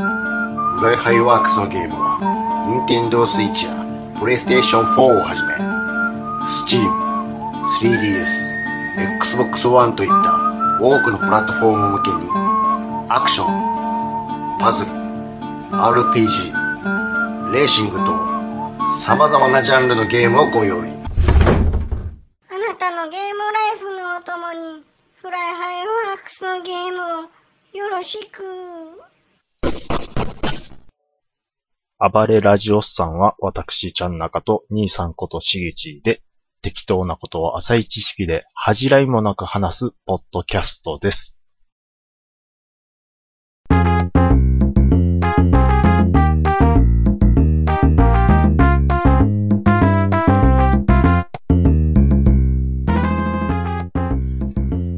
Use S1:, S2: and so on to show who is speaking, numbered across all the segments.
S1: ライハイワークスのゲームは任天堂 Switch や PlayStation 4をはじめ Steam、3DS、Xbox One といった多くのプラットフォーム向けにアクション、パズル、RPG、レーシングと様々なジャンルのゲームをご用意
S2: あなたのゲームライフのお供に、フライハイワークスのゲームをよろしく。
S3: 暴れラジオスさんは、私、ちゃんなかと、兄さんことしげちで、適当なことを浅い知識で、恥じらいもなく話す、ポッドキャストです。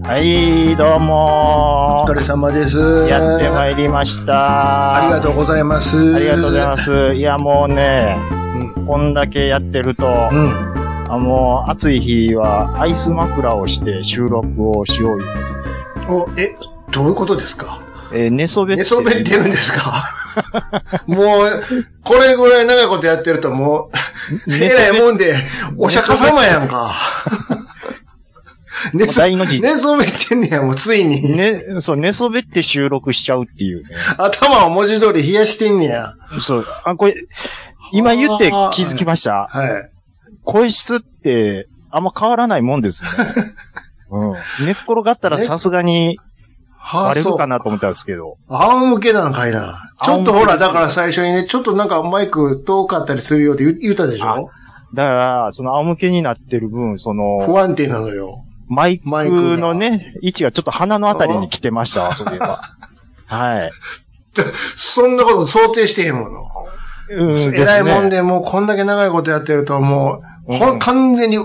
S3: はい、どうも
S1: お疲れ様です
S3: ーやってまいりました。
S1: ありがとうございます
S3: ありがとうございますす。いや、もうね、こんだけやってると、
S1: うん
S3: あもう暑い日はアイス枕をして収録をしようよ。
S1: お、え、どういうことですか
S3: えー寝そべって。
S1: 寝そべってるんですか もう、これぐらい長いことやってるともう、え
S3: 寝そべ
S1: らいもんで、お釈迦様やんか。寝そ
S3: 大の字
S1: 寝そべってんねや、もうついに。
S3: ね、そう、寝そべって収録しちゃうっていうね。
S1: 頭を文字通り冷やしてんねや。
S3: そう、あ、これ、今言って気づきました。
S1: はい。
S3: 声質って、あんま変わらないもん ですね。うん。寝っ転がったらさすがに
S1: は
S3: バレるか
S1: う。
S3: なと思ったんですけど。
S1: 仰向けなんかいな。ちょっとほら、だから最初にね、ちょっとなんかマイク遠かったりするよって言う言ったでし
S3: あ
S1: ょ
S3: だから、その仰向けになってる分、その、
S1: 不安定なのよ。
S3: マイク
S1: マイクが
S3: のね、位置がちょっと鼻のあたりに来てましたわ、そういえば。はい。
S1: そんなこと想定してへんもの。
S3: うん
S1: えらいもん
S3: で
S1: で、もうこんだけ長いことやってると、もう、ほ
S3: うん
S1: ん、完全に、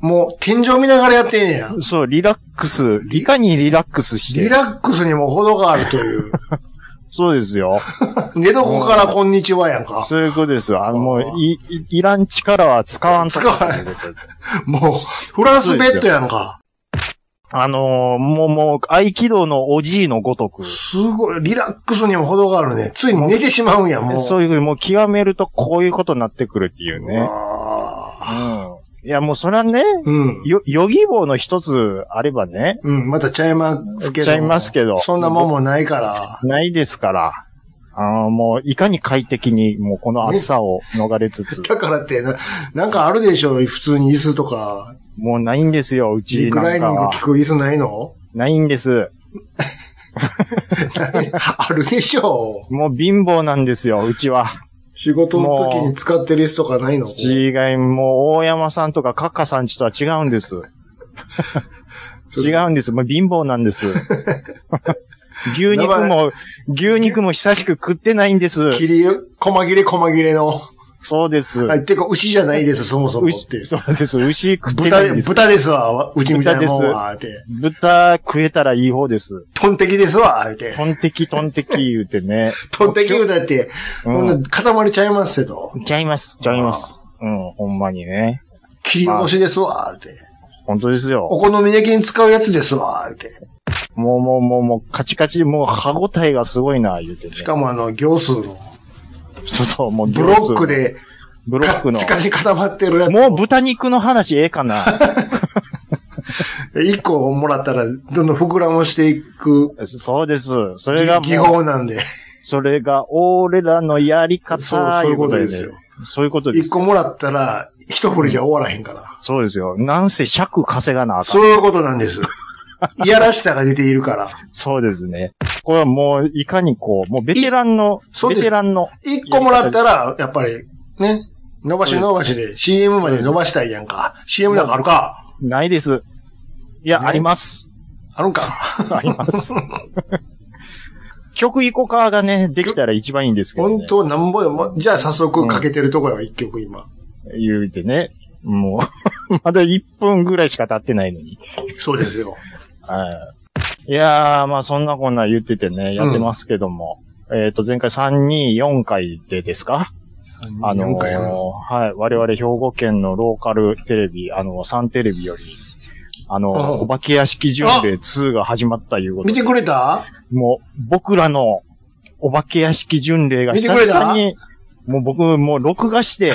S1: もう天井見ながらやってんねや。
S3: すね。そう、リラックス、いかにリラックスし
S1: リ
S3: て。
S1: ラックスにも程があると いう。
S3: そうですよ。
S1: 寝床からこんにちはやんか。
S3: そういうことですよ。あの、も
S1: あ
S3: う、い、いいらん力は使わんと。
S1: 使わないもう、フランスベッドやんか。
S3: あのーもう、もう、合気道のおじいのごとく。
S1: すごい、リラックスにも程があるね。ついに寝てしまうんや、もう。
S3: そういうふうに、もう極めるとこういうことになってくるっていうね。
S1: あ
S3: うん。いや、もうそれはね、
S1: ーうん。
S3: よ、ヨギ棒の一つあればね、
S1: うん、またちゃいますけど。
S3: ちゃいますけど
S1: そんなもんもないから。
S3: ないですから。あーもう、いかに快適に、もうこの暑さを逃れつつ、
S1: だからってな、なんかあるでしょ普通に椅子とか。
S3: もうないんですよ、うち
S1: リク
S3: な
S1: ラ
S3: ん
S1: イニ
S3: か
S1: ング
S3: は
S1: 聞。く椅子ないの
S3: ないんです。
S1: あるでしょ
S3: もう貧乏なんですよ、うちは。
S1: 仕事の時に使ってる椅子とかないの
S3: 違い、もう大山さんとかカッカさんちとは違うんです。 違うんです。もう貧乏なんです。牛肉も、牛肉も久しく食ってないんです。
S1: 切り、細切れ細切れの。
S3: そうです。
S1: はい、てか牛じゃないです、そもそもっ
S3: 牛
S1: て。
S3: そうです。牛食ってない
S1: 豚、
S3: んです。
S1: 豚ですわ、うちみたいなもんは、って。
S3: 豚食えたらいい方です。
S1: トンテキですわ、って。
S3: トンテキトンテキ言うてね。
S1: トンテキ言うだって、
S3: うん
S1: こんな固まりちゃいますけど。
S3: ちゃいます。ちゃいます。うん、ほんまにね。
S1: 切り干しですわ、って。
S3: 本当ですよ。
S1: お好み焼きに使うやつですわ、って。
S3: もうもうもうもうカチカチ、もう歯応えがすごいな、言うてね。
S1: しかもあの、行数の、
S3: そうそう、もう
S1: ブロックで、
S3: ブロ
S1: カ
S3: ック
S1: ッ
S3: の
S1: チ。カチ固まってるやつ。
S3: もう豚肉の話ええか な
S1: 一個もらったら、どんどん膨らましていく、
S3: そうです。それが
S1: 技
S3: もう、
S1: 法なんで。
S3: それが俺らのやり
S1: そう
S3: 方、
S1: そういうこと
S3: やね
S1: ですよ。
S3: そういうことで
S1: 一
S3: す。
S1: 個もらったら、一振りじゃ終わらへんから。
S3: そうですよ。なんせ尺稼がなあかん。
S1: そういうことなんです。いやらしさが出ているから。
S3: そうですね。これはもう、いかにこう、もうベテランの
S1: い、そう
S3: ベ
S1: です
S3: テランの、
S1: 一個もらったら、やっぱり、ね、伸ばし伸ばしで CM まで伸ばしたいやんか。CM なんかあるか
S3: ないです。いや、
S1: ね
S3: あります。
S1: あるんか
S3: あります。曲イコカがね、できたら一番いいんですけど、ね。
S1: 本当なんぼでも、じゃあ早速かけてるとこやわ、一曲今。
S3: 言うてね。もう、 まだ1分ぐらいしか経ってないのに。
S1: そうですよ。
S3: はい。いやー、まあそんなこんな言っててね、やってますけども。えっ、と、前回3、2、4回でですかあの
S1: 4回や
S3: ー
S1: な
S3: はい。我々兵庫県のローカルテレビ、あの、サンテレビより、あのー
S1: ああ
S3: お化け屋敷巡礼2が始まったいうこと
S1: 見
S3: で
S1: てくれた
S3: もう、僕らのお化け屋敷巡礼が
S1: 見て
S3: 久
S1: くれた
S3: 々に、もう僕もう録画 して、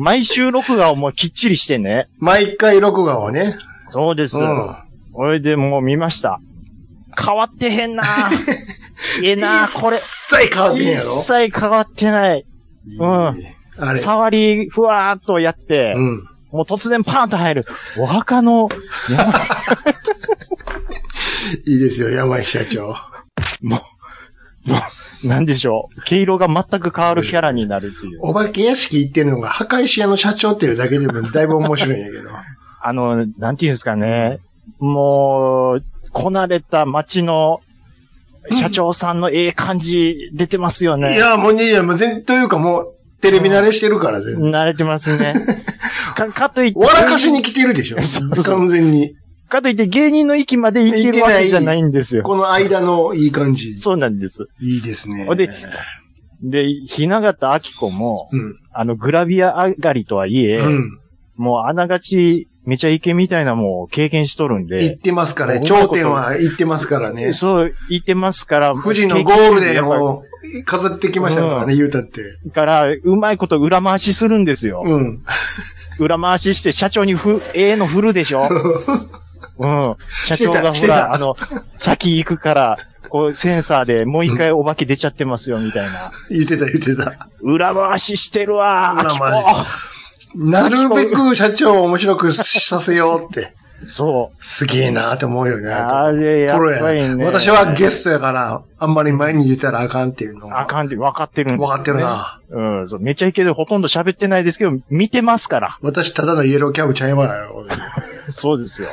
S3: 毎週録画をもうきっちりしてね。
S1: 毎回録画をね。
S3: そうです。
S1: うん。
S3: これでもう見ました。変わってへん なええなこれ。
S1: 一切変わってへん
S3: 一
S1: やろ
S3: 切変わってない。うん。
S1: あれ。
S3: 触り、ふわーっとやって、
S1: うん。
S3: もう突然パーンと入る。お墓の、
S1: いいですよ、山井社長。
S3: もう、もう、なんでしょう。毛色が全く変わるキャラになるっていう。
S1: お化け屋敷行ってるのが破壊し屋の社長っていうだけでもだいぶ面白いんやけど。
S3: あの、なんていうんですかね。もう、こなれた街の、社長さんのええ感じ出てますよ
S1: い
S3: ね。
S1: や、もう、いや、もう全、というかもう、テレビ慣れしてるから、全然。
S3: 慣れてます ね。か、かといって、
S1: 笑かしに来てるでし ょ
S3: そうそう
S1: 完全に。
S3: かといって芸人の域まで行けるわけじゃないんですよ。
S1: この間のいい感じ。
S3: そうなんです。
S1: いいですね。
S3: ほんでで、ひながたあきこも、
S1: うん。
S3: あの、グラビア上がりとはいえ、
S1: うん。
S3: もうあながち、めちゃイケみたいなもう経験しとるん
S1: 行っ
S3: で、
S1: てますからね。
S3: もううまいこ
S1: 頂
S3: と
S1: 点は行ってますからね。
S3: そう、言ってますから、
S1: 富士のゴールデ
S3: や
S1: ン
S3: っぱり
S1: を飾ってきましたからね、言うたって。
S3: から、うまいこと裏回しするんですよ。
S1: うん。
S3: 裏回しして社長にふ、ええの振るでし ょうん。社長がほ
S1: してたしてた
S3: ら、あの、先行くから、こうセンサーでもう一回お化け出ちゃってますよ、みたいな。
S1: 言ってた、言ってた。
S3: 裏回ししてるわー、
S1: 裏回し
S3: あ
S1: なるべく社長を面白くさせようって。
S3: きこそ
S1: すげえなと思うよね。
S3: う。あれ、や
S1: プロ
S3: っぱり
S1: やね。
S3: ね。
S1: 私はゲストやから、あんまり前に出たらあかんっていうの
S3: あ
S1: が。
S3: かんって分かってるんですよね
S1: 分かってるな。
S3: うんそう、めちゃイケでほとんど喋ってないですけど、見てますから。
S1: 私、ただのイエローキャブちゃいまよ。
S3: そう ですよ。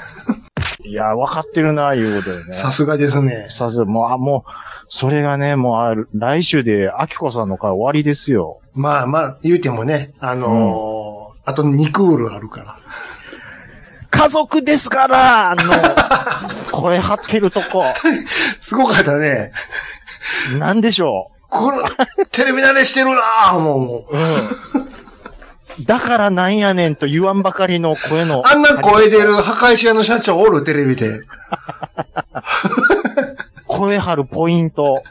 S3: いや、分かってるな、いうことでね。
S1: さすがですね。
S3: さすが、もう、あ、もう、それがね、もうあ、来週で、アキコさんの会終わりですよ。
S1: まあまあ、言うてもね、あのーあと2クールあるから。
S3: 家族ですからあの、 声張ってるとこ、
S1: すごかったね。
S3: なんでしょ
S1: この、テレビ慣れしてるなぁ、もうもう。
S3: う。うん。だからなんやねんと言わんばかりの声の。
S1: あんな声出る破壊者の社長おる、テレビで。
S3: 声張るポイント。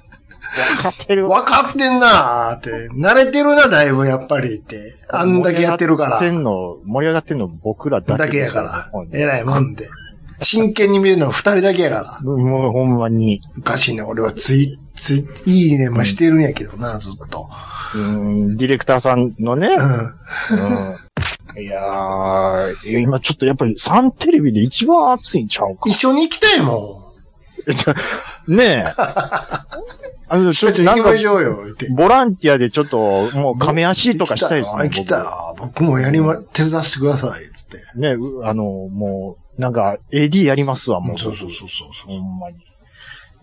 S3: 分かってるわ。
S1: 分かってんなぁって。慣れてるな、だいぶ、やっぱりって。あんだけやってるから。
S3: 盛り上がってんの、盛り上がってんの僕らだ
S1: だ
S3: け
S1: け
S3: で
S1: や
S3: す
S1: から
S3: ほん。で
S1: えらいもんで。真剣に見るのは二人だけやから。
S3: もうほんまに。
S1: おかしいね。俺はつい、つい、いいねもしてるんやけどな、ずっと。
S3: うん、ディレクターさんのね。
S1: う。
S3: うん、いやー、今ちょっとやっぱりサンテレビで一番熱いんちゃうんか
S1: 一。緒に行きたいも
S3: じゃ ねえ。あの、
S1: ん。
S3: ち
S1: ち
S3: ょ
S1: ょ
S3: っ
S1: っ
S3: と
S1: と
S3: な
S1: 行
S3: ん
S1: き
S3: か
S1: ま、しょうよ、言って。
S3: ボランティアでちょっと、もう亀足とかしたいですね。
S1: 行きたいな。僕もやりま、手伝わせてください、つって。
S3: 僕ね、うあの、もう、なんか、AD やりますわ、もう。
S1: そうそうそうそうそう。
S3: ほんまに。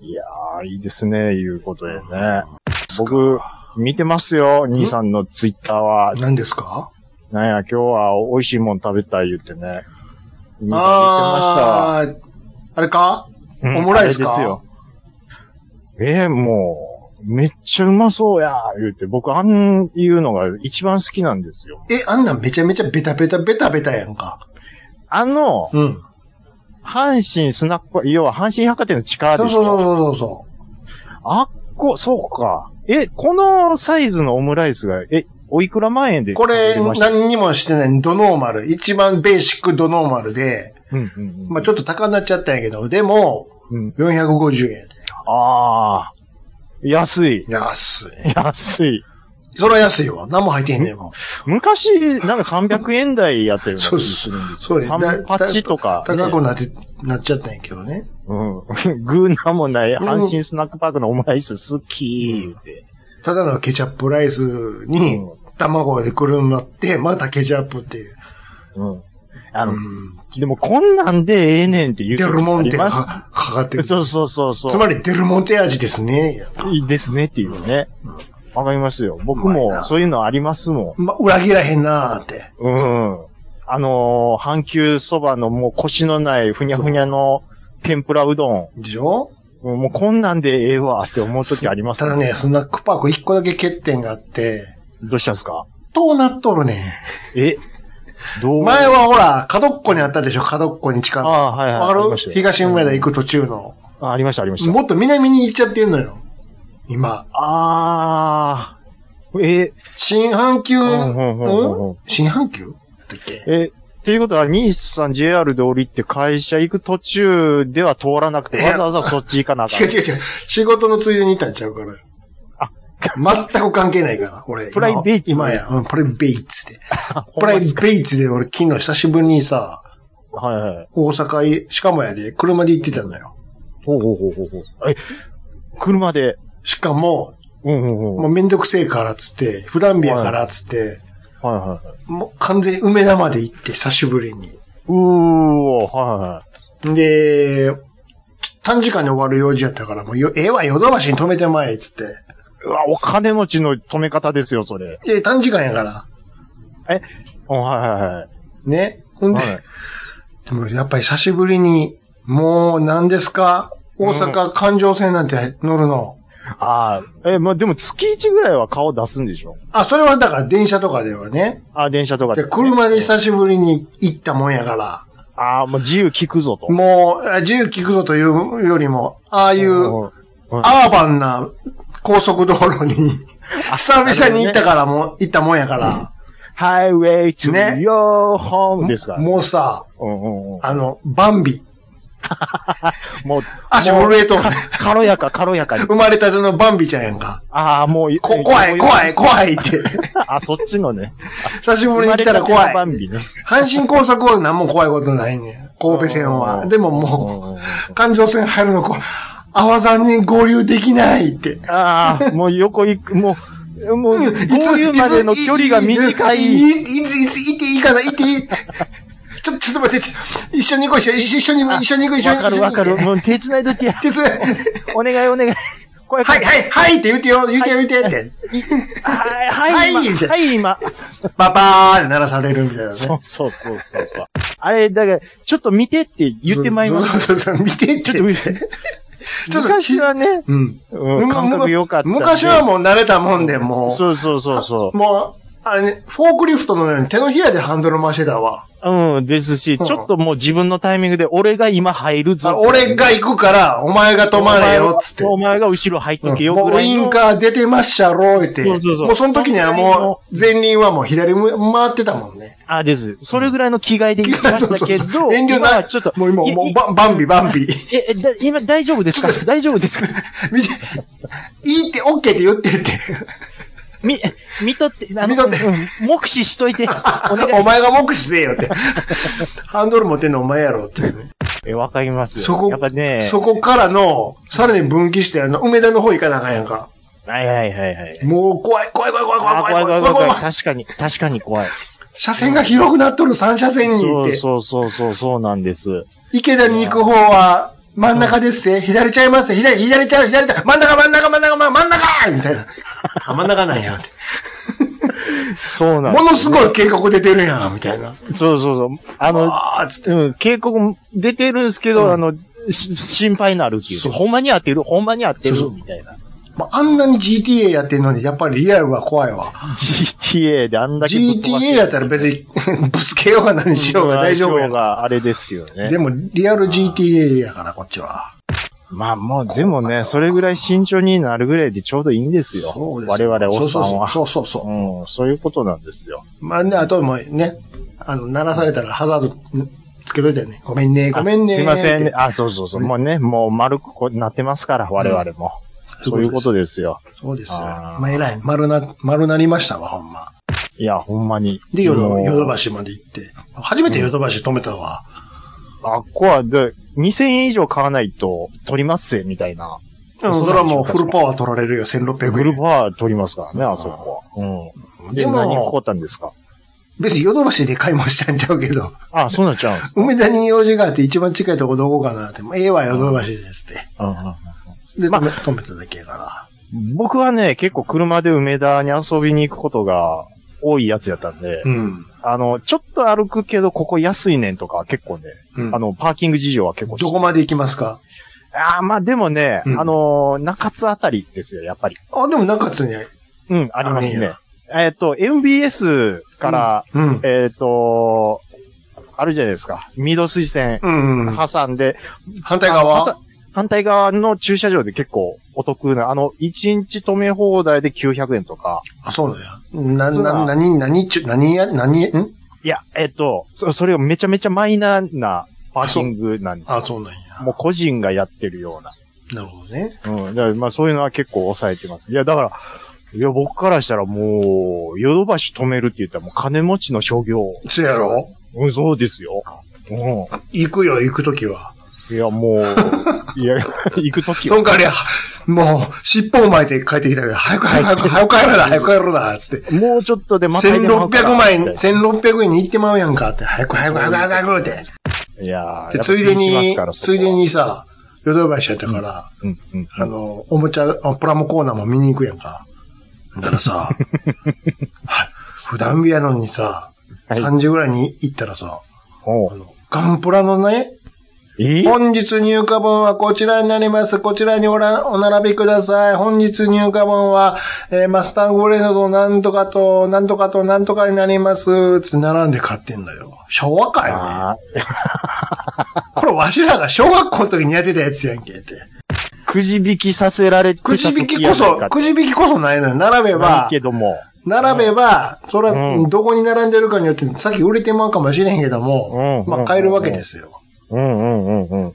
S3: いやー、いいですね、いうことでね。僕、見てますよ、兄さんのツイッターは。
S1: 何ですか
S3: なんや、今日は美味しいもん食べたい言ってね。兄さん言ってました。
S1: あー、あれか
S3: うん
S1: オムライス
S3: あれ
S1: か
S3: ですよ。えーもう、めっちゃうまそうや、言って。僕、あんいうのが一番好きなんですよ。
S1: え、あんなんめちゃめちゃベタベタベタベタやんか。
S3: あの、
S1: うん。
S3: 阪神スナック、要は阪神百貨店の地下
S1: そ
S3: で
S1: う
S3: し
S1: そう
S3: ょ。
S1: そうそうそ
S3: あっこ、そうか。え、このサイズのオムライスが、え、おいくら万円で
S1: う。こ
S3: 食
S1: れ、
S3: べれました
S1: 何にもしてない、ドノーマル。一番ベーシックドノーマルで、
S3: うんうんうん
S1: まあちょっと高になっちゃったんやけど、でも、
S3: うん
S1: 450円やで。
S3: ああ、安い。
S1: 安い。
S3: 安い。
S1: それは安いわ。何も入ってへんねんもん。
S3: 昔、なんか300円台やったような気
S1: そう
S3: が
S1: そう
S3: するんです
S1: そ
S3: よ。
S1: うやだ
S3: 38とか。
S1: 高くなって、なっちゃったんやけどね。
S3: うん。グーなんもない、
S1: ん
S3: 阪神スナックパークのオムライス好きって。
S1: ただのケチャップライスに
S3: うん、
S1: 卵でくるまって、またケチャップっていう。
S3: うん。あ
S1: う
S3: の、
S1: ん。
S3: でもこんなんでええねんって言う
S1: デ
S3: て
S1: ルモンテ
S3: ま
S1: が
S3: す。
S1: かかってる。つ
S3: そうそうそうそう。
S1: まりデルモンテ味ですね。
S3: いいですねっていうね。わかりますよ。僕
S1: うまい
S3: も
S1: な
S3: そういうのありますも
S1: ま、裏切らへんなーって。
S3: ん。うん。あのー、阪急そばのもう腰のないふにゃふにゃの天ぷらうどん。
S1: でしょ
S3: もうこんなんでええわって思う時あります
S1: ただね、。スナックパーク一個だけ欠点があって、
S3: どうしたんですか
S1: どうなっとるねん。
S3: えどう
S1: 前はほら、角っこにあったでしょ角っこに近く
S3: あ。あ、はいはい。
S1: わか
S3: あり
S1: る
S3: ましたよ
S1: 東梅田行く途中の。
S3: あありました、ありました。
S1: もっと南に行っちゃってんのよ。今。
S3: あー。え、
S1: 新阪急、
S3: う
S1: うん
S3: うんうんうん
S1: ん新阪急だったっけ
S3: え、っていうことは、兄さん JR で降りて会社行く途中では通らなくて、
S1: いや
S3: わざわざそっち行かなあか
S1: 違う
S3: ん。
S1: 違う違う。仕事のついでに行ったんちゃうから。
S3: あ
S1: 全く関係ないから、俺。
S3: プライベート
S1: 今今や、うん、プライベーツで。プ
S3: ほんま
S1: ライ
S3: っ
S1: ベ
S3: すか
S1: ーツで俺昨日久しぶりにさ、
S3: はいはい。
S1: 大阪へ、しかもやで、車で行ってたのよ。
S3: ほうほうほうほうほう。え、車で。
S1: しかも、
S3: うんうんうん。
S1: もうめんどくせえからっつって、フランビアからっつって、
S3: はいはいはい。
S1: もう完全に梅田まで行って、久しぶりに。
S3: うーお、はいはい。
S1: で、短時間で終わる用事やったから、もうよ、ええわ、ヨドバシに止めてまえ、つって。
S3: うわ、お金持ちの止め方ですよ、それ。
S1: で、短時間やから。
S3: うんはいはいはい。
S1: ね。ほんで、
S3: はい
S1: でもやっぱり久しぶりに、もう何ですか大阪環状線なんて乗るの。
S3: ああ、え、まあ、でも月1ぐらいは顔出すんでしょ
S1: あ、それはだから電車とかではね。
S3: ああ、電車とか
S1: で
S3: ね
S1: 車で久しぶりに行ったもんやから。
S3: ああ、もう自由聞くぞと。
S1: もう、あ自由聞くぞというよりも、ああい
S3: うん
S1: う、
S3: うん
S1: アーバンな高速道路に、久々に行ったからも、行ったもんやから。
S3: Highway to
S1: ね
S3: your home ですから。
S1: もうさ、
S3: うんうんうん
S1: あの、バンビ。
S3: もう、
S1: 足震えと、
S3: 軽やか、軽やか に。
S1: 生まれたてのバンビちゃんやんか。
S3: ああ、もう、
S1: こ怖い、怖い、怖いって。
S3: あ、そっちのね。
S1: 久しぶりに来たら怖い。
S3: バンビね。
S1: 阪神高速は何も怖いことないねん。神戸線
S3: う
S1: は。
S3: ん
S1: でも
S3: うんうん
S1: も
S3: うん
S1: う、環状線入るのこう、泡山に合流できないって。
S3: ああ、もう横行く、もう、もう、合流までの距離が短
S1: い
S3: い。
S1: いいつ、いつ、いていいかな、いていい。ちょ、ちょっと待って、ちょ一緒に行こう、一緒に、一緒に行こう、一緒に行こう、一緒
S3: わ
S1: に
S3: かるわかる。
S1: 一緒に行
S3: も
S1: こ
S3: う手繋いどきや
S1: う。手伝え
S3: お願いお願い。怖い怖。
S1: はいい、はい、はいって言うてよ、言うてよ、言うてって。
S3: はい、
S1: はい
S3: はい、今。はい、今。
S1: パパーって鳴らされるみたいな
S3: そ
S1: ね
S3: う。そうそうそうそう。あれ、だから、ちょっと見てって言ってまいります。
S1: す。そうそうそう見てって。
S3: ちょっと見 て。
S1: ちょっと
S3: 昔はね、
S1: うん。
S3: うん感覚良かったんで。
S1: 昔はもう慣れたもんで、もう。
S3: そうそうそうそ
S1: もう、あれね、フォークリフトのように手のひらでハンドル回してたわ。
S3: う。うん、ですし、ち
S1: うん
S3: ょっともう自分のタイミングで、俺が今入るぞ。
S1: 俺が行くから、お前が止まれよ、つって。
S3: お前が後ろ入っ
S1: う
S3: とけ
S1: ん
S3: よ、
S1: も
S3: ぐ
S1: うウ
S3: らい
S1: イ
S3: の。
S1: ンカー出てまっしゃろ、言って。
S3: そうそうそう
S1: もうその時にはもう、前輪はもう左む回ってたもんね。
S3: あ、です。それぐらいの気概で言ってま
S1: そう
S3: した
S1: そう
S3: けど、
S1: 遠慮
S3: 今
S1: な。
S3: はいちょっと、
S1: もう今、
S3: いい
S1: もうバンバンビ、バンビ。
S3: え、えだ今大丈夫ですか大丈夫ですか
S1: 見て、いいって、オッケーって言ってって。
S3: み、見とって、あの、
S1: 見とって
S3: うん目視しといて、お願い。
S1: お前が目視せえよって。ハンドル持ってんのお前やろっていうね。
S3: え、わかりますよ。
S1: そこ
S3: やっぱね、
S1: そこからの、さらに分岐して、あの、梅田の方行かなあかんやんか。
S3: はいはいはいはい。
S1: もう怖い、怖い、怖い、怖い、怖
S3: あ、
S1: い、
S3: 怖い怖
S1: 怖
S3: い
S1: い、怖い、怖
S3: 怖
S1: い
S3: い。確かに、確かに怖い。
S1: 車線が広くなっとる3車線に行
S3: そ
S1: っ
S3: う
S1: て、
S3: そうそうそう、そうなんです。
S1: 池田に行く方は、真ん中ですせ、左ちゃいますせ、左、左ちゃう、左ちゃう、真ん中、真ん中、真ん中、真ん中みたいな。あ真ん中なんや、って。
S3: そうなんで
S1: ものすごい警告出てるやん、みたいな。
S3: す。そうそうそう。あの、
S1: あーっつって。
S3: うん、警告も出てるんですけど、あの、し心配になるってい
S1: そう
S3: う。ほんまに合ってるほんまに合ってる
S1: そうそう
S3: みたいな。
S1: まああんなに GTA やってんのに、やっぱりリアルは怖いわ。
S3: GTA であんだけぶっ飛ばして
S1: GTA やったら別に ぶつけようが何しようが大丈夫や
S3: うんがあれですけどね。
S1: でも、リアル GTA やから、こっちは。
S3: まあもう、でもね、それぐらい慎重になるぐらいでちょうどいいんですよ。
S1: そうです
S3: 我
S1: よ
S3: 々おっさんは。
S1: そうそうそうそうそう。
S3: うん、そういうことなんですよ。
S1: まあね、あともうね、あの、鳴らされたらハザードつけといてね。ごめんね、ごめんね。
S3: あすいません
S1: っ
S3: ね。
S1: て。
S3: あ、そうそうそう。もうね、もう丸くこうなってますから、我々も。そういうことですよ。
S1: そうですよ。
S3: あー
S1: まあ、偉い。丸な、丸なりましたわ、ほんま。
S3: いや、ほんまに。
S1: で、ヨド
S3: もう
S1: ヨドバシまで行って。初めてヨドバシ止めたわ。
S3: あっこは、で、2000円以上買わないと取りますぜ、みたいな。
S1: うんん、それはもうフルパワー取られるよ、1600円。
S3: グループは取りますからね、あそこは。うん。で、
S1: でも
S3: 何買ったんですか
S1: 別にヨドバシで買い物したんちゃうけど、
S3: あ、そうなっちゃうんですか。
S1: 梅田に用事があって一番近いとこどこかなって、もうええわ、ヨドバシですって。
S3: うんうん
S1: で、
S3: まあ
S1: 止め止めただけやから。
S3: 僕はね、結構車で梅田に遊びに行くことが多いやつやったんで、
S1: うん。
S3: あの、ちょっと歩くけど、ここ安いねんとかは結構ね、
S1: うん
S3: あの、パーキング事情は結構。
S1: どこまで行きますか
S3: ああ、まあでもね、
S1: うん
S3: あのー、中津あたりですよ、やっぱり。
S1: あ、でも中津にある。
S3: うん、あります
S1: あるん
S3: ね。えっ、と、MBS から、
S1: うん。
S3: えっ、と、あるじゃないですか。御堂筋線
S1: うん。
S3: 挟んで、
S1: 反対側
S3: あの挟反対側の駐車場で結構お得な、あの、1日止め放題で900円とか、
S1: あ、そうだよ。な、
S3: そうだ
S1: な、なに、なに、ちゅ、なにや、なに、ん
S3: いや、えっと、そそれをめちゃめちゃマイナーなパーキングなんですよ。
S1: あ、そうなんや。
S3: もう個人がやってるような。
S1: なるほどね。
S3: うん。だからまあそういうのは結構抑えてます。いや、だから、いや、僕からしたらもう、ヨドバシ止めるって言ったらもう金持ちの所業。
S1: せやろ
S3: うん、そうですよ。う
S1: 行くよ、行くときは。
S3: ん。いや、もう、 いや、行くとき
S1: そ
S3: は。
S1: んかわり、もう、尻尾を巻いて帰ってきたから、早く早く早く帰ろうな、早く帰ろうな、つって。
S3: もうちょっとでまた入れまうから
S1: 1600万円、1600円に行ってまうやんかって、早く早く早く早く早くって。
S3: いやー
S1: でついで
S3: やっぱ気にしま
S1: に
S3: すか、らそこ
S1: つ
S3: はい
S1: でにさ、ヨドバシやったから、
S3: うん、うん。
S1: あの、おもちゃ、あプラモコーナーも見に行くやんか。だか らさ、は普段日やのにさ、
S3: はい
S1: 3時ぐらいに行ったらさ、
S3: ほ
S1: あ
S3: う
S1: の、ガンプラのね、
S3: え
S1: 本日入荷分はこちらになります。こちらにおらお並びください。本日入荷分は、えーマスタングレードのなんとかと、なんとかと、なんとかになります。つって並んで買ってんだよ。昭和かよ。
S3: あ
S1: これわしらが小学校の時にやってたやつやんけって。
S3: ーくじ引きさせられてた時
S1: くじ
S3: やね
S1: 引
S3: んか
S1: きこそ、くじ引きこそないのよ。並べ
S3: ない
S1: ば、
S3: けども。
S1: 並べば、それ
S3: う
S1: は
S3: ん
S1: どこに並んでるかによって、さっき売れてまうかもしれへんけども、
S3: うん
S1: まあ買えるわけですよ。
S3: うんうんうんうん。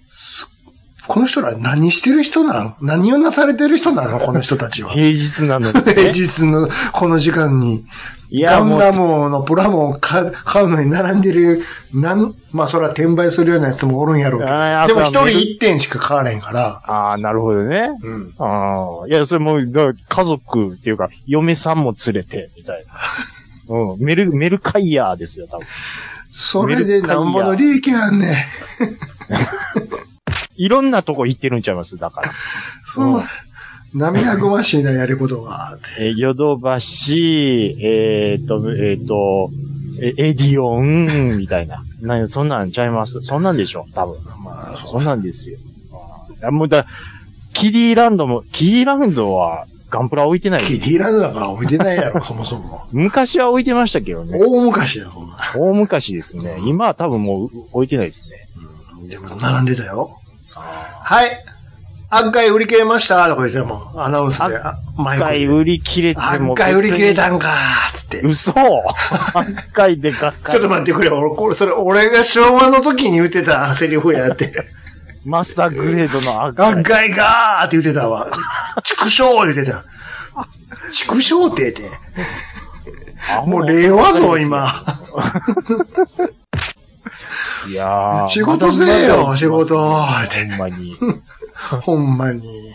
S1: この人ら何してる人なの何をなされてる人なのこの人たちは。
S3: 平日なのにね、
S1: 平日のこの時間に、
S3: い
S1: ガ
S3: や、
S1: ン
S3: もう
S1: ダムのプラモを買う買うのに並んでる、なん、まあそれは転売するようなやつもおるんやろうけど。
S3: あー
S1: でも一
S3: そう
S1: 人一点しか買われへんから。
S3: ああ、なるほどね。
S1: うん。
S3: ああ、いや、それもう、だ家族っていうか、嫁さんも連れて、みた いな。うん、メル、メルカイヤーですよ、多分。
S1: それでなんぼの利益あんねん。
S3: いろんなとこ行ってるんちゃいます、だから。
S1: その、涙ぐましいな、やることが。
S3: えーヨドバシ、えーっと、えーっと、えエディオン、みたいな。なんそんなんちゃいます。そんなんでしょ、多分。
S1: まあ、そ
S3: そんなんですよ。あーいやもうだ、キディランドも、キディランドはガンプラ置いてな
S1: う。
S3: い。
S1: キリランドなんか置いてないやろ、そもそも。
S3: 昔は置いてましたけどね。
S1: 大昔だよ、そんな。
S3: 大昔ですね。今は多分もう置いてないですね。
S1: でも、並んでたよ。はい。案外売り切れましたとか言ってもう、アナウンスで、あマイ
S3: 一
S1: ク
S3: 回
S1: で。
S3: 売り切れても。
S1: 案外売り切れ。たんかーつって。
S3: 嘘 一回でがっか
S1: ちょっ
S3: り。
S1: と待ってくれ、俺、これ、それ、俺が昭和の時に言ってたセリフやって。
S3: マスターグレードの赤
S1: 案
S3: い。
S1: 外がーって言ってたわ。畜生言ってた。畜生って言って。もう令和ぞ、今。
S3: いやー
S1: 仕事せえよ、仕。事。
S3: ほんまに。
S1: ほんまに。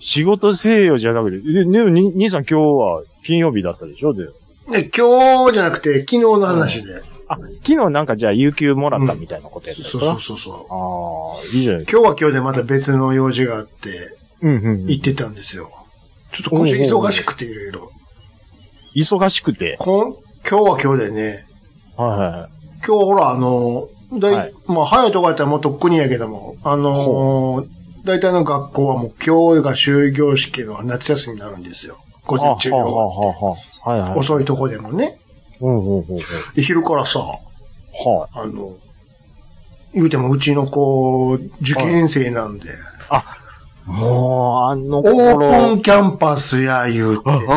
S3: 仕事せえよじゃなくて、で、でも、に兄さん今日は金曜日だったでしょで。
S1: ね、今日じゃなくて、昨日の話で。
S3: あ、昨日なんかじゃあ有給もらったみたいなことやったんです
S1: そ
S3: か
S1: うそうそうそう。
S3: ああ、いいじゃないですか。
S1: 今日は今日でまた別の用事があって、
S3: うんうんうん
S1: 行ってたんですよ。ちょっと今週忙しくていろいろ。
S3: 忙しくて。
S1: こん今日は今日でね、
S3: はいはいはい。
S1: 今日ほら、あの、だい、
S3: はい
S1: まあ、早いとこやったらもうとっくにやけども、あのー、大体の学校はもう今日が終業式の夏休みになるんですよ。午前中
S3: あはあはあはあはいはい。
S1: 遅いとこでもね。
S3: うんうんうんうん。
S1: で昼からさ、
S3: はい。
S1: あの、言うてもうちの子、受験生なんで、
S3: もう、あの
S1: オ
S3: 頃。
S1: ープンキャンパスや言うて
S3: あ、あ、はあ、は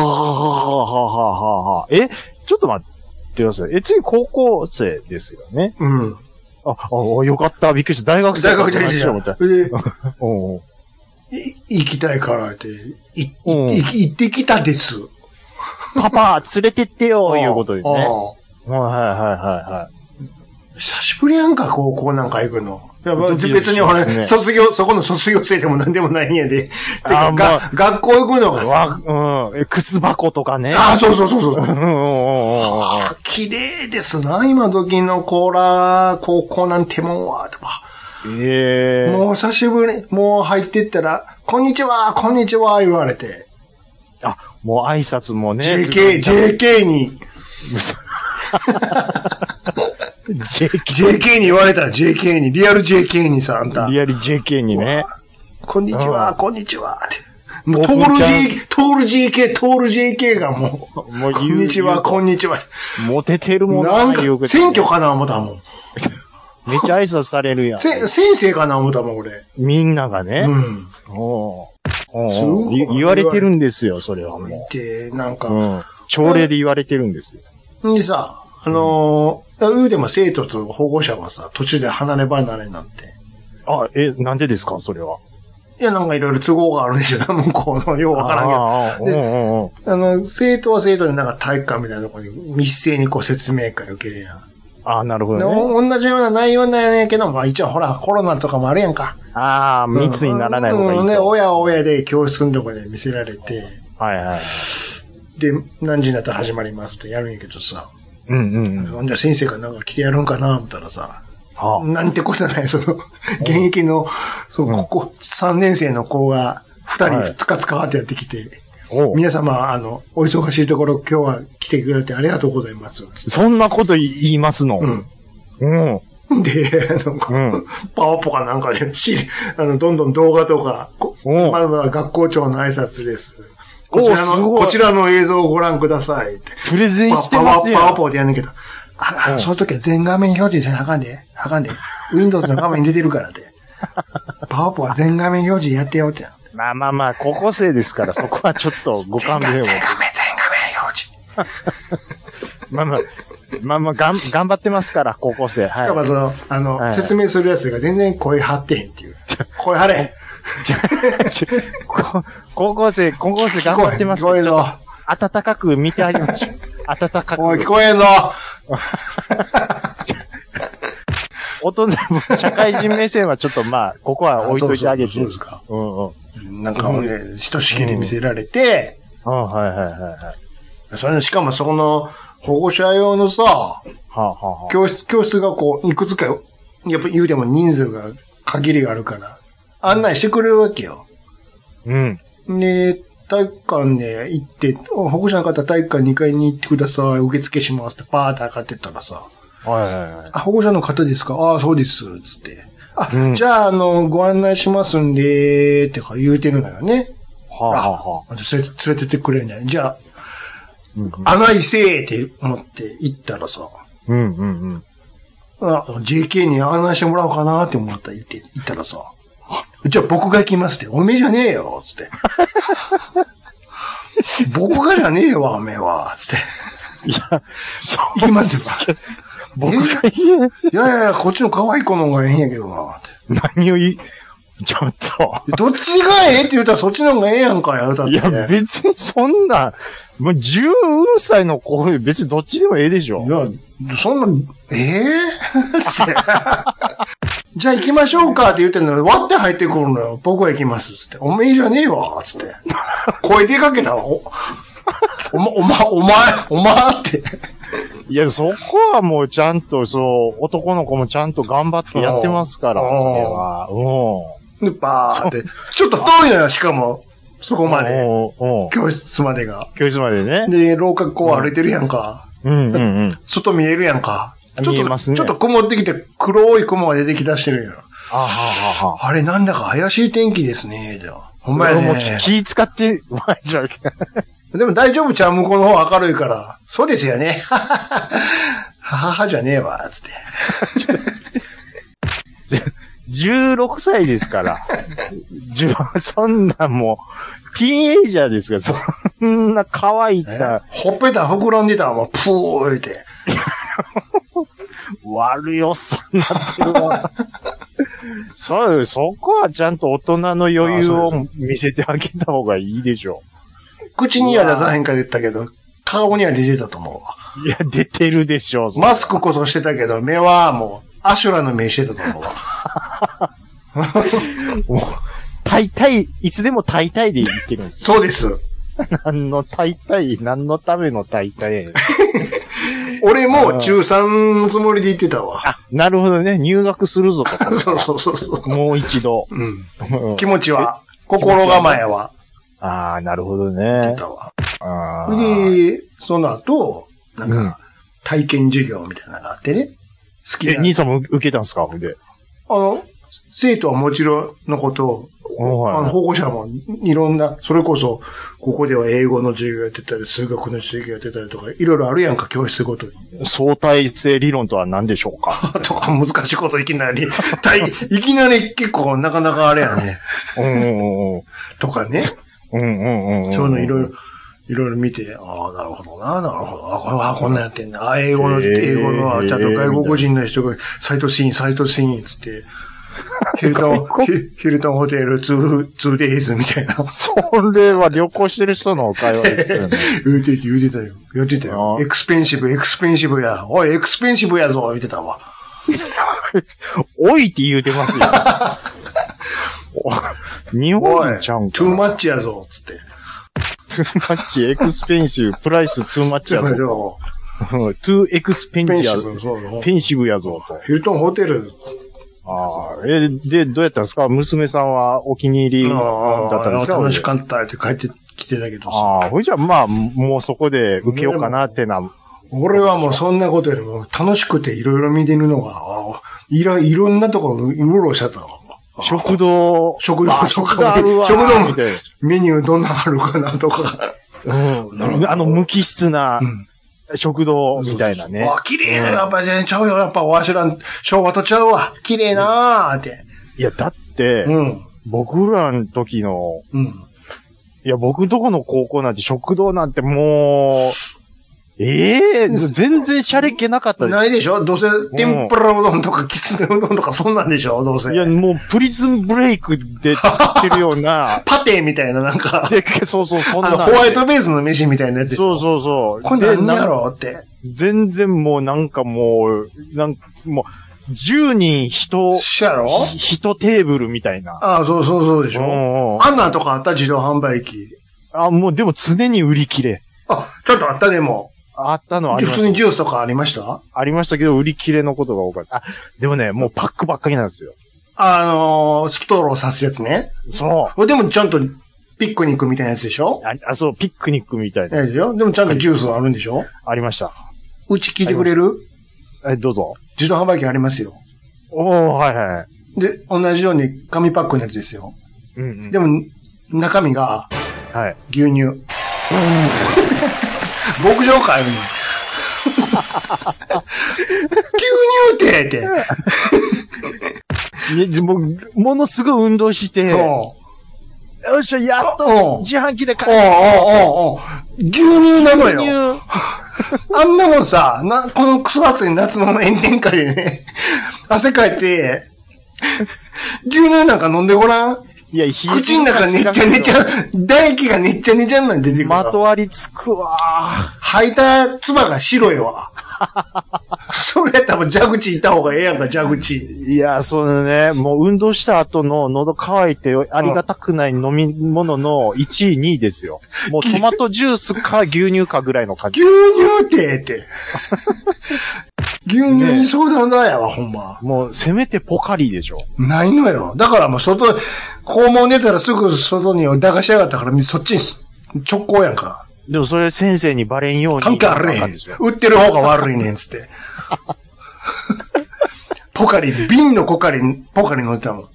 S3: あ、はあ。え、ちょっと待ってください。え、次高校生ですよね。
S1: うん。
S3: あ、あ、よかった。びっくりした。大学生。
S1: 大学で
S3: しった。
S1: で、
S3: うんうん。
S1: い行きたいからって、いい
S3: うん
S1: い行ってきたです。
S3: パパ、連れてってよ、
S1: と
S3: いうことですね。はいは
S1: ね。
S3: いはいはい。
S1: 久しぶりやんか、高校なんか行くの。いやまあ
S3: ドキドキ
S1: 別に俺、
S3: しますね
S1: 卒業、そこの卒業生でも何でもないんやで。て
S3: あ
S1: か、
S3: ー
S1: が
S3: まあ
S1: 学校行くのがさ。
S3: わ、うん。え靴箱とかね。
S1: ああ、そうそうそうそう
S3: う。んうんうんうんうん。
S1: 綺麗ですな、今時のコーラ、高校なんてもんは、とか。
S3: ええ
S1: もう久しぶり、もう入ってったら、こんにちは、こんにちは、言われて。
S3: あ、もう挨拶もね。
S1: JK、JK に、
S3: JK。
S1: JK に言われた、JK に、リアル JK にさ、あんた。
S3: リアリ JK にね。
S1: こんにち
S3: う
S1: は、
S3: ん
S1: こんにちは、って。もう、
S3: オー
S1: ト
S3: プ
S1: ー
S3: ン
S1: ル
S3: キャン
S1: JK、トール JK、トール JK がもう、
S3: もう
S1: こ
S3: 言う、
S1: んにちは、
S3: 言うと
S1: こんにちは。
S3: モテてるもん
S1: なんか
S3: 言うこ、とね
S1: 選挙かな思ったもん。
S3: めっちゃ挨拶されるやん。
S1: せ、先生かな思ったもん、俺。
S3: みんなが
S1: う
S3: ね。
S1: ん。
S3: おうおう
S1: すごい
S3: い言われてるんですよ、それはも
S1: で、なん
S3: う。う
S1: か、
S3: ん。朝礼で言われてるんですよ。
S1: ん、でさ、あのー、うでも生徒と保護者がさ、途中で離れ離れになって。
S3: あ、え、なんでですか、それは。
S1: いや、なんかいろいろ都合があるんでしょ、多分この、ようわからんけど。
S3: あーあー
S1: で
S3: うんうんうん
S1: あの、生徒は生徒でなんか体育館みたいなところに密斉にこう説明会受けるやん。
S3: あー、なるほ
S1: で
S3: どね。
S1: お同じような内容なんやけど、まあ一応ほら、コロナとかもあるやんか。
S3: ああ、密にならない方がいい
S1: うん、ね、
S3: と。
S1: 親は親で教室のとこで見せられて、
S3: はいはい。
S1: で、何時になったら始まりますとやるんやけどさ、
S3: うんうんうん。
S1: ほんじゃ先生がなんか来てやるんかな、思ったらさ、
S3: は
S1: なんてことない、その、現役の、そう、
S3: うん
S1: ここ3年生の子が、二
S3: は
S1: 人
S3: い
S1: つかつかってやってきて、
S3: あ。おう
S1: 皆様、あの、お忙しいところ今日は来てくれてありがとうございます。
S3: そんなこと言いますの。
S1: うん。
S3: うん。
S1: で、なんか、
S3: うん
S1: パワポかなんかで、しあの、どんどん動画とか、こ
S3: おう
S1: まだまだ学校長の挨拶です。こちら
S3: おうす
S1: の、
S3: ごい
S1: こちらの映像をご覧くださいって。
S3: プレゼンして
S1: パワ
S3: ま
S1: パ
S3: す
S1: ワパワ
S3: よ。
S1: ポでやんねんけど、あ、あその時は全画面表示せなあかんで、あかんで。Windows の画面に出てるから って。パワポは全画面表示やってよって。
S3: まあまあまあ、高校生ですから、そこはちょっとご
S1: 全
S3: 勘
S1: 画
S3: 弁
S1: 面、
S3: を
S1: 全。画面、全画面表示。
S3: まあまあ、まあまあ、がん、頑張ってますから、高校生。
S1: しかも
S3: は
S1: その、あの、
S3: はい
S1: 説明するやつが全然声張ってへんっていう。声張れへん。
S3: い。じゃあちょこ 高校生、高校生頑張ってます
S1: 聞こ
S3: から
S1: えん
S3: ちょ
S1: ぞ
S3: っ。と温かく見てあげましょ う。温か
S1: おい、聞
S3: く。
S1: こえんぞ。
S3: 大人、社会人目線はちょっとまあ、ここは置いといてあげて。
S1: そうそうそうですか。
S3: うんうん。
S1: なんか、ね、ひとしきり見せられて、
S3: あはいはいはいはい。は
S1: それのしかもそこの保護者用のさ、
S3: あはあは
S1: 教室、教室がこう、いくつか、やっぱ言うても人数が限りがあるから、案内してくれるわけよ。
S3: あ。うん。
S1: で、体育館で行って、お保護者の方体育館2階に行ってください、受付しますってパーって上がってったらさ、
S3: はいはいはい。
S1: あ、保護者の方ですかああ、そうです、つって。あ、
S3: うん
S1: じゃあ、あの、ご案内しますんで、ってか言うてるのよね。
S3: はあはあはあ。
S1: あ、連れて、連れてってくれない。じゃあ、
S3: うん
S1: 穴いせーって思って行ったらさ、
S3: うんうんうん。
S1: あ JK に案内してもらおうかなって思ったら行って、行ったらさ、じゃあ僕が行きますって、おめえじゃねえよ、つって。 僕がじゃねえわ、おめえは、つって。
S3: いや、そう
S1: 行きますよ。
S3: 僕が言えない
S1: いやいやいや、こっちの可愛い子の方がええんやけどな、って。
S3: 何を言い、ちょっ と。
S1: どっちがええって言ったらそっちの方がええやんかよ、だっ
S3: い
S1: て。
S3: や、別にそんな、もう10歳の子、別にどっちでもええでしょ
S1: い。や、そんな、ええってじゃあ行きましょうかって言ってんのに、割って入ってくるのよ。僕は行きます。つって。おめえじゃねえわ。つって。声でかけな。お、おま、おま、お前、お前って。
S3: いや、そこはもうちゃんと、そう、男の子もちゃんと頑張ってやってますから、そ
S1: うん
S3: れは。う
S1: で、バーって。ちょっと遠いのよ、しかも。そこ
S3: ん。
S1: まで。
S3: うん。うん
S1: 教室までが。
S3: 教室までね。
S1: で、廊下こう歩いてるやんか。
S3: うんうんうん。
S1: 外見えるやんか。ちょっ
S3: 見え
S1: と、
S3: ますね
S1: ちょっと曇ってきて、黒い雲が出てきだしてるよ。
S3: あはははは。
S1: あれ、なんだか怪しい天気ですね。じゃあ。ほんまや
S3: 俺も
S1: ね。
S3: 気使って、 まいじゃうけど
S1: でも大丈夫ちゃう向こうの方明るいから。そうですよね。 はははははじゃねえわ、つって。
S3: 16歳ですから。 じゅそんなもう、ティーンエイジャーですから、そんな乾いた、
S1: ほっぺた膨らんでたわ、もう、ぷーって。
S3: 悪いおっさんになってるわ。 そう、そこはちゃんと大人の余裕を見せてあげた方がいいでしょ
S1: 口には出さへんか言ったけど、顔には出てたと思うわ。
S3: う。いや、出てるでしょう。それ
S1: マスクこそしてたけど、目はもう、アシュラの目してたと思うわ。
S3: もう、大体、いつでも大体で言ってるんですよ。
S1: そうです。
S3: 何の大体、何のための大体。
S1: 俺も中3のつもりで言ってたわ。
S3: あ、なるほどね。入学するぞ と。
S1: そうそうそうそう。
S3: もう一度。
S1: うん。
S3: うん
S1: 気持ちは、心構えは、
S3: ああ、なるほど
S1: 言っ
S3: ね。
S1: たわ。
S3: あー
S1: で、その後、なん
S3: うん
S1: か、体験授業みたいなのがあってね。好き
S3: え、
S1: な
S3: 兄さんも受けたんすかほんで。
S1: あの、生徒はもちろんのこと、
S3: はい
S1: あの、保護者もいろんな、それこそ、ここでは英語の授業やってたり、数学の授業やってたりとか、いろいろあるやんか、教室ごとに。
S3: 相対性理論とは何でしょうか。
S1: とか難しいこといきな り、たいいきなり結構なかなかあれやね。
S3: うんうんうん。
S1: とかね。
S3: うんうんうん。
S1: そういうのいろいろ、いろいろ見て、ああ、なるほどな、なるほど。あ、これはこんなんやってんね。あ、英語
S3: へ
S1: の、
S3: ー
S1: 英語の、あちゃんと外国人の人が、サイトシーン、サイトシーン、つ って、ヒルトン、ヒヒルトンホテル、ツー、ツーデイズみたいな。
S3: それは旅行してる人の会話ですよね。
S1: 言うてて、言うてたよ。言うてたよ
S3: あ。ー
S1: エクスペンシブ、エクスペンシブや。おい、エクスペンシブやぞ、言うてたわ。
S3: おいって言うてます よ。お日本
S1: おい、
S3: 人ちゃうん
S1: ト
S3: か
S1: ゥー
S3: な。
S1: マッチやぞ、つって。
S3: トゥーマッチ、エクスペンシブ、プライス、トゥーマッチ
S1: じ
S3: や
S1: ゃ
S3: ぞ
S1: あ、。ト
S3: うんトゥーエクスペン
S1: ゥーペン
S3: シ
S1: シ
S3: ア、
S1: ブ、そうそう。
S3: ペンシブやぞと。
S1: ヒルトンホテル、
S3: ああ、え、で、どうやったんですか娘さんはお気に入りだったんですか
S1: 楽しかったって帰ってきてたけどさ。
S3: ああ、ほいじゃあまあ、もうそこで受けようかなってな。
S1: 俺はもうそんなことよりも楽しくていろいろ見てるのが、あいろ、いろんなところうろうろしちゃったわ。
S3: 食堂、
S1: 食堂と
S3: 食堂
S1: か
S3: ある
S1: も、
S3: わ
S1: 食堂も
S3: みたい
S1: メニューどんなのあるかなとか。
S3: な。
S1: なるほ
S3: うん。
S1: ど
S3: あの、無機質な
S1: うん
S3: 食堂みたいなね。
S1: あ、綺麗な、やっぱ全ちゃうよ。やっぱわしらん、昭和とちゃうわ。綺麗なーって。
S3: いや、だって
S1: う、ん。
S3: 僕らの時の、
S1: うん。
S3: いや、僕どこの高校なんて食堂なんてもう、ええ全然シャレっ気なかったです。
S1: ないでしょどうせ、天ぷらうどんとかきつねうどんとかそんなんでしょどうせ、
S3: い。や、もうプリズンブレイクで作ってるような
S1: パテみたいななんか、
S3: でっけ、そうそう、そん
S1: あ
S3: な
S1: の、
S3: んで。
S1: ホワイトベースの飯みたいなやつ。
S3: そうそうそう。
S1: これ
S3: で
S1: 何や
S3: な
S1: ろうって。
S3: 全然もうなんかもう、なんかもう、10人人、
S1: しやろ
S3: 人テーブルみたいな。
S1: ああ、そうそうそうでし
S3: う
S1: ょ
S3: んうん
S1: あんなんとかあった自動販売機。
S3: あ、もうでも常に売り切れ。
S1: あ、ちょっとあったでも。
S3: あったのはありま
S1: 普
S3: し
S1: 通
S3: た
S1: にジュースとかありました
S3: ありましたけど、売り切れのことが多かった。あ、でもね、もうパックばっかりなんですよ。
S1: あのー、ストロー刺すやつね。
S3: そ
S1: これでもちゃんとピックニックみたいなやつでしょ
S3: う。あ、あそう、ピックニックみたいな。
S1: やつですよ。でもちゃんとジュースはあるんでしょ
S3: ありました。
S1: うち聞いてくれる
S3: え、どうぞ。
S1: 自動販売機ありますよ。
S3: おー、はいはい。
S1: で、同じように紙パックのやつですよ。
S3: うん、うん。
S1: でも、中身が
S3: はい。
S1: 牛 乳。うん牧場かよ、 今牛乳ってって。
S3: ね、じもう、ものすごい運動して、よ
S1: そう
S3: っしゃ、やっ
S1: うん
S3: と、自販機で買
S1: おう
S3: え
S1: おうおうおう牛乳なの
S3: 牛
S1: よ。
S3: 乳
S1: あんなもんさ、な、このクソ暑い夏の炎天下でね、汗かいて、牛乳なんか飲んでごらん
S3: いや、ひ
S1: 口の中ねっちゃねちゃ、唾液がねっちゃねちゃになんて出てくる
S3: ま
S1: わ。
S3: とわりつくわ
S1: 吐いた唾が白いわ。それやったらもう蛇口いた方がええやんか、蛇口。
S3: いや、そのね、もう運動した後の喉乾いてありがたくない飲み物の1位、2位ですよ。もうトマトジュースか牛乳かぐらいの感
S1: 牛
S3: じ。
S1: 乳ってって。牛乳に相談だやわ、ほんま。
S3: もうせめてポカリでしょ。
S1: ないのよ。だからもう外、肛門出たらすぐ外に抱かしやがったから、みそっちにす直行やんか。
S3: でもそれ先生にバレんように。
S1: 関係あるね
S3: なんんですよ。
S1: 売ってる方が悪いねん、つって。ポカリ、瓶のポカリ、ポカリ乗ってたもん。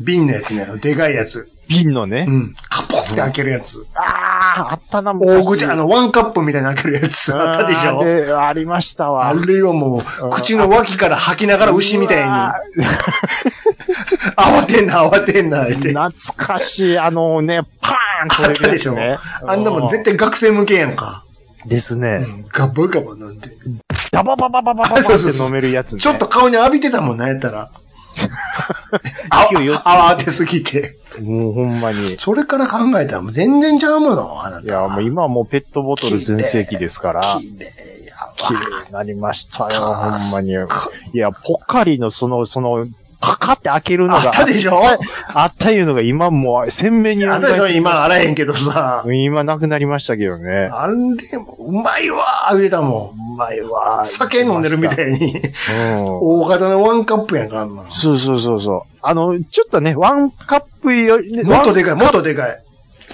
S1: 瓶のやつね、でかいやつ。
S3: 瓶のね。
S1: うん。カポって開けるやつ。
S3: ああ、あったな、
S1: 大口、あの、ワンカップみたいに開けるやつあったでし
S3: あ
S1: ょ
S3: ーでありましたわ。
S1: あれはもう、口の脇から吐きながら牛みた
S3: うわ
S1: いに。慌てんな、慌てんな、っ
S3: ー
S1: て。
S3: 懐かしい、あのね、パーン
S1: あったでしょ、
S3: これね
S1: あんなもん絶対学生向けやんか。
S3: ですね。
S1: ガバガバなんて。
S3: ダバババババババ
S1: そう
S3: っ
S1: そう
S3: て
S1: そう
S3: 飲めるやつね。
S1: ちょっと顔に浴びてたもんな、やったら。あ
S3: 勢いよすぎて
S1: 慌てすぎて。
S3: もうほんまに。
S1: それから考えたらもう全然ちゃうもの、あないた。
S3: や、もう今はもうペットボトル全盛期ですから、
S1: 綺麗や
S3: 綺
S1: わ。
S3: 麗になりましたよ、ほ
S1: あ
S3: んまに。いや、ポカリのその、その、パカって開けるのが、
S1: あったでしょあ
S3: あったいうのが今もう鮮明に
S1: ったでしょ今あらへんけどさ。
S3: 今なくなりましたけどね。
S1: あれも、うまいわー、言うてたもん。うまいわ酒飲んでるみたいに。
S3: うん。
S1: 大型のワンカップやんか、あんな。も
S3: そうそうそうそう。あの、ちょっとね、ワンカップより、
S1: っとでかい、もっとでかい。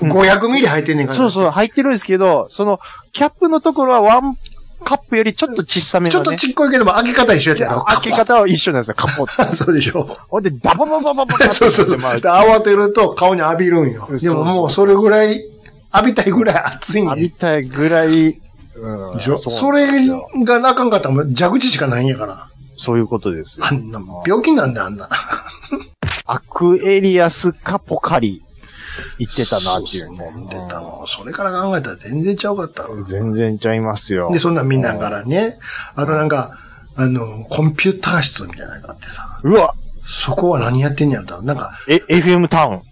S1: 500ミリ入ってんねんから。
S3: そうそう、入ってるんですけど、その、キャップのところはワンカカップよりちょっと小さめの、ね。
S1: ちょっとちっこいけども、開け方一緒やったやろ。
S3: 開け方は一緒なんですよ、カポッと。
S1: そうでしょ。
S3: ほんで、ダババババババ
S1: そうそうそう。
S3: まあ
S1: で、慌てると顔に浴びるんよ。でももうそれぐらい、浴びたいぐらい熱いん
S3: 浴び
S1: で。
S3: たいぐらい、
S1: でしょ
S3: そう
S1: それがなかんかったらもう蛇口しかないんやから。
S3: そういうことですよ
S1: あ。んなもん、病気なんだ、あんな。
S3: アクエリアスかポカリ、言ってたなっていう
S1: そ
S3: ね。
S1: そ飲んでたの。それから考えたら全然ちゃうかったわ。
S3: 全然ちゃいますよ
S1: で、。そんなん見ながらね。あとなんか、あの、コンピューター室みたいなのがあってさ。
S3: うわ
S1: そこは何やってんねやろななんか、
S3: え、FM タウン。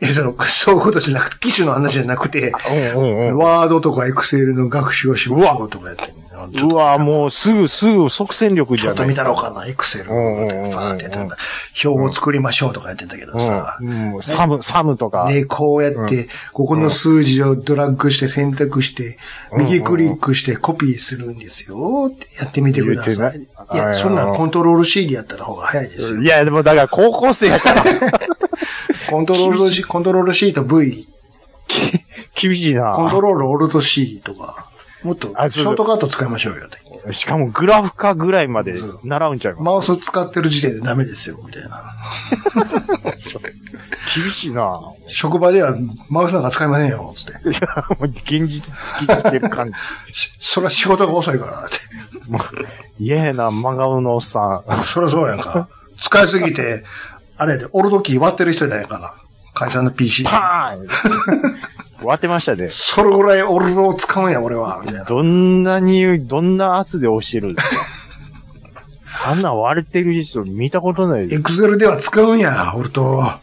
S1: え、その、そういうことじゃなく、機種の話じゃなくて、
S3: うんうんうん。
S1: ワードとかエクセルの学習をしようとかやってんねんちょ
S3: う
S1: っと
S3: わもうすぐ、すぐ即戦力じ
S1: ちょ
S3: ゃ
S1: っ
S3: な
S1: と
S3: い
S1: 見たろうかな、エクセル。バーってやってなんか、表を作りましょうとかやってんだけどさ。
S3: うんうん。サム、サムとか。
S1: で、こうやって、ここの数字をドラッグして選択して、右クリックしてコピーするんですよ。ってやってみてください。
S3: 言
S1: い
S3: ってない
S1: や、そんなんコントロール C でやったら方が早いですよ
S3: い。や、でもだから高校生や から、
S1: コントロール C、コントロール C と V、
S3: 厳しい
S1: コン
S3: な
S1: ト。ロールオルト C とか、もっとシ
S3: あそう
S1: ョートカット使いましょうよって。
S3: しかもグラフ化ぐらいまで習うんちゃいま
S1: マウス使ってる時点でダメですよ、みたいな。
S3: す。厳しいな。
S1: 職場ではマウスなんか使いませんよ、つって。
S3: いや、もう現実突きつける 感じ。
S1: しそりゃ仕事が遅いから、って。
S3: 嫌やな、真顔のおっさん。
S1: そりゃそうやんか。使いすぎて、あれやで、オルドキー割ってる人だやから。会社の PC。
S3: パーン割ってましたね。
S1: それぐらいオルドを使うんや、俺は、みたいな。
S3: どんなに、どんな圧で押してるんですかあんな割れてる人見たことないで
S1: エ
S3: す。
S1: クセルでは使うんや、オルドは。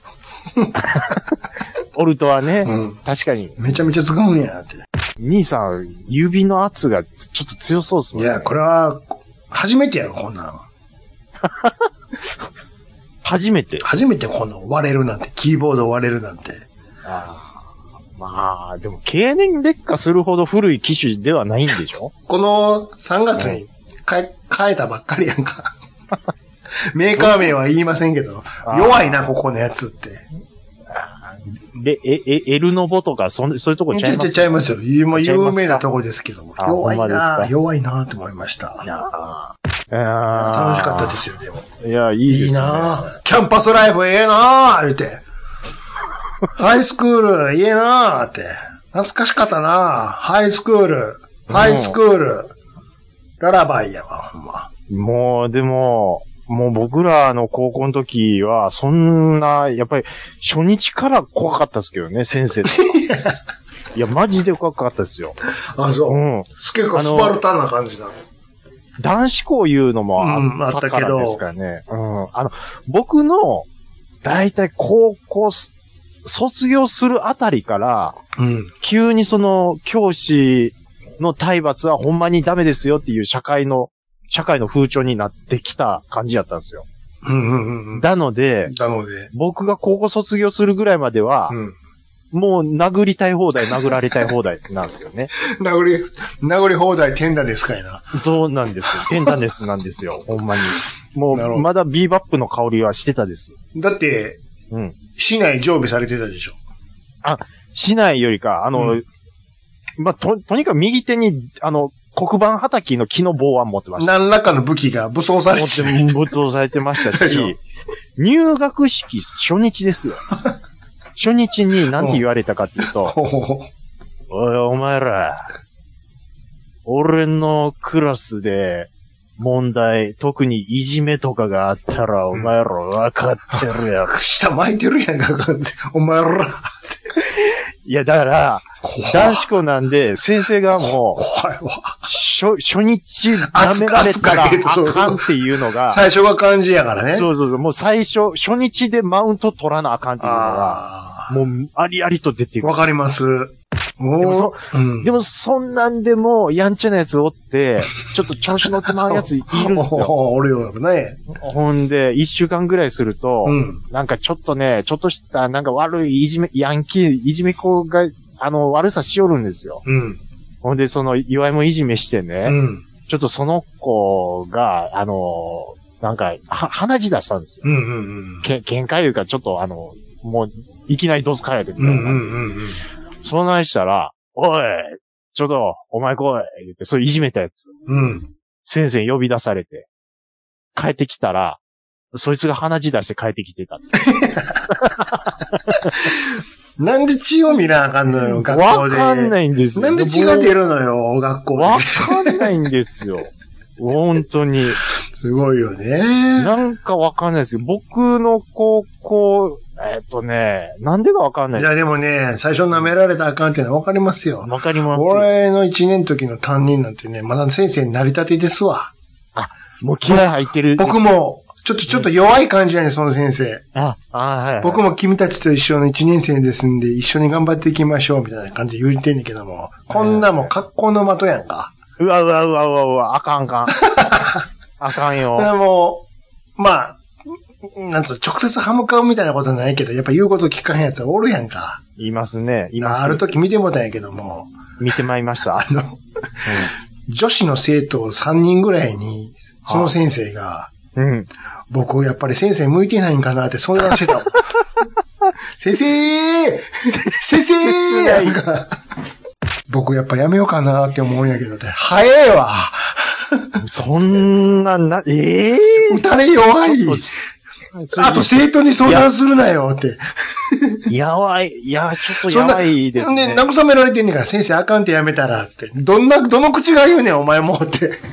S3: オルトはね、
S1: うん
S3: 確かに。
S1: めちゃめちゃ使うんや、って。
S3: 兄さん、指の圧がちょっと強そうですも
S1: い
S3: んね。
S1: や、これは、初めてやろ、こんなん。
S3: 初めて。
S1: 初めてこの割れるなんて、キーボード割れるなんて。
S3: まあ、でも、経年劣化するほど古い機種ではないんでしょ
S1: この3月に変え、変えたばっかりやんか。メーカー名は言いませんけど、
S3: あー
S1: 弱いな、ここのやつって。
S3: で、え、え、エルノボとか、そん、そういうとこちゃいます
S1: ちゃいますよ。もう
S3: ちゃいま
S1: 有
S3: すか
S1: 名なとこですけども。
S3: あ
S1: 弱い
S3: ほんまです
S1: な
S3: か
S1: 弱いなと思いました。楽し
S3: あー
S1: かったですよ、でも。
S3: いや、いいです、ね。
S1: いいなキャンパスライフええな言うて。ハイスクールええなって。懐かしかったなハイスクール。ハイスクール。ララバイやわ、ほんま。
S3: もう、でも、もう僕らの高校の時は、そんな、やっぱり、初日から怖かったですけどね、先生と か。いや、マジで怖かったですよ。
S1: あ、そうう。
S3: ん。
S1: す結構スパルタな感じだ。
S3: 男子校いうのも
S1: うん
S3: あ
S1: あ
S3: っ
S1: ったた
S3: か
S1: け
S3: ら
S1: ど
S3: ですかね。うん。あの、僕の、だいたい高校す、卒業するあたりから、
S1: うん。
S3: 急にその、教師の体罰はほんまにダメですよっていう社会の、社会の風潮になってきた感じだったんですよ。
S1: うんうんうん。
S3: なので、
S1: なので。
S3: 僕が高校卒業するぐらいまでは、
S1: うん。
S3: もう殴りたい放題、殴られたい放題なんですよ ね。
S1: 殴り、殴り放題天打ですかいな。
S3: そうなんですよ。ペンダネスなんです よ。ほんまに。も
S1: なるほ
S3: う、
S1: ど
S3: まだビーバップの香りはしてたです。
S1: だって、
S3: うん。
S1: 市内常備されてたでしょ。
S3: 市内よりか、あの、
S1: う
S3: まあ、と、とにかく右手に、あの、黒板はたきの木の棒は持ってました。
S1: 何らかの武器が武装され
S3: 持
S1: て
S3: って、ぶっ倒されてました
S1: でしょ
S3: し、入学式初日ですよ。初日に何て言われたかっていうと、
S1: ほうほうほう
S3: おい、お前ら、俺のクラスで問題、特にいじめとかがあったら、お前ら分かってるやろ。
S1: 下巻いてるやんか、完全にお前ら。
S3: いや、だから、
S1: 怖い
S3: 男子校なんで、先生がも
S1: 怖いわ。
S3: う、初、初日舐められたら
S1: 扱い扱い
S3: あかんっていうのが、
S1: 最初が漢字やからね。
S3: そうそうそう、もう最初、初日でマウント取らなあかんっていうのが、
S1: あ
S3: もう、ありありと出て
S1: あ。
S3: くる
S1: わ。かります。お
S3: でもそ
S1: うん
S3: でも、そんなんでも、やんちゃなやつおって、ちょっと調子乗ってまうやついるんですよ。
S1: おーおるよね。
S3: ほんで、一週間ぐらいすると、
S1: うん。
S3: なんかちょっとね、ちょっとした、なんか悪いいじめ、ヤンキー、いじめっ子が、あの、悪さしよるんですよ。
S1: うん。
S3: ほんで、その、岩井もいじめしてね、
S1: うん。
S3: ちょっとその子が、あの、なんか、は、鼻血出したんですよ。
S1: うん。うん。
S3: け、喧嘩いうか、ちょっとあの、もう、いきなりドスかれてみ
S1: うん。う
S3: たいな。
S1: ん。うん。うん。
S3: そんなんしたら、おい、ちょっと、お前来い言って、それいじめたやつ。
S1: うん。
S3: 先生に呼び出されて、帰ってきたら、そいつが鼻血出して帰ってきてたって。
S1: なんで血を見なあかんのよ、学校
S3: わ
S1: で。
S3: かんないんですよ。
S1: なんで血が出るのよ、学校
S3: わ
S1: で。
S3: かんないんですよ。本当に。
S1: すごいよね。
S3: なんかわかんないですけど、僕の高校、えっとね、なんでかわかんない
S1: い
S3: です
S1: や、でもね、最初舐められたらあかんっていうのはわかりますよ。
S3: わかります。
S1: 俺の一年の時の担任なんてね、まだ先生になりたてですわ。
S3: もう気合入ってる。
S1: 僕も、ちょっと、ちょっと弱い感じやね、その先生。
S3: あ、あはいはい。
S1: 僕も君たちと一緒の一年生ですんで、一緒に頑張っていきましょう、みたいな感じで言うてんねんけども。こんなもん格好の的やんか。
S3: うわうわうわうわうわ、あかんあかん。あ かん
S1: だか
S3: よ。
S1: らもう、まあ、なんつうの、直接歯向かうみたいなことはないけど、やっぱ言うこと聞かへんやつはおるやんか。
S3: いますね。います。
S1: ある時見てもたんやけども、
S3: 見てまいりま した。
S1: あの、女子の生徒3人ぐらいに、その先生が、
S3: うん。
S1: 僕、やっぱり先生向いてないんかなって相談してたもん。 先生先生
S3: 切ない
S1: なんか 僕、やっぱやめようかなって思うんやけどって、早えわ
S3: そんな、な、え え
S1: 打たれ弱いあと生徒に相談するなよって。
S3: やばい、いや、ちょっと
S1: そ
S3: や
S1: んな
S3: ばいですね。
S1: 慰められてんねんから、先生あかんってやめたら、つって。どんな、どの口が言うねん、お前もって。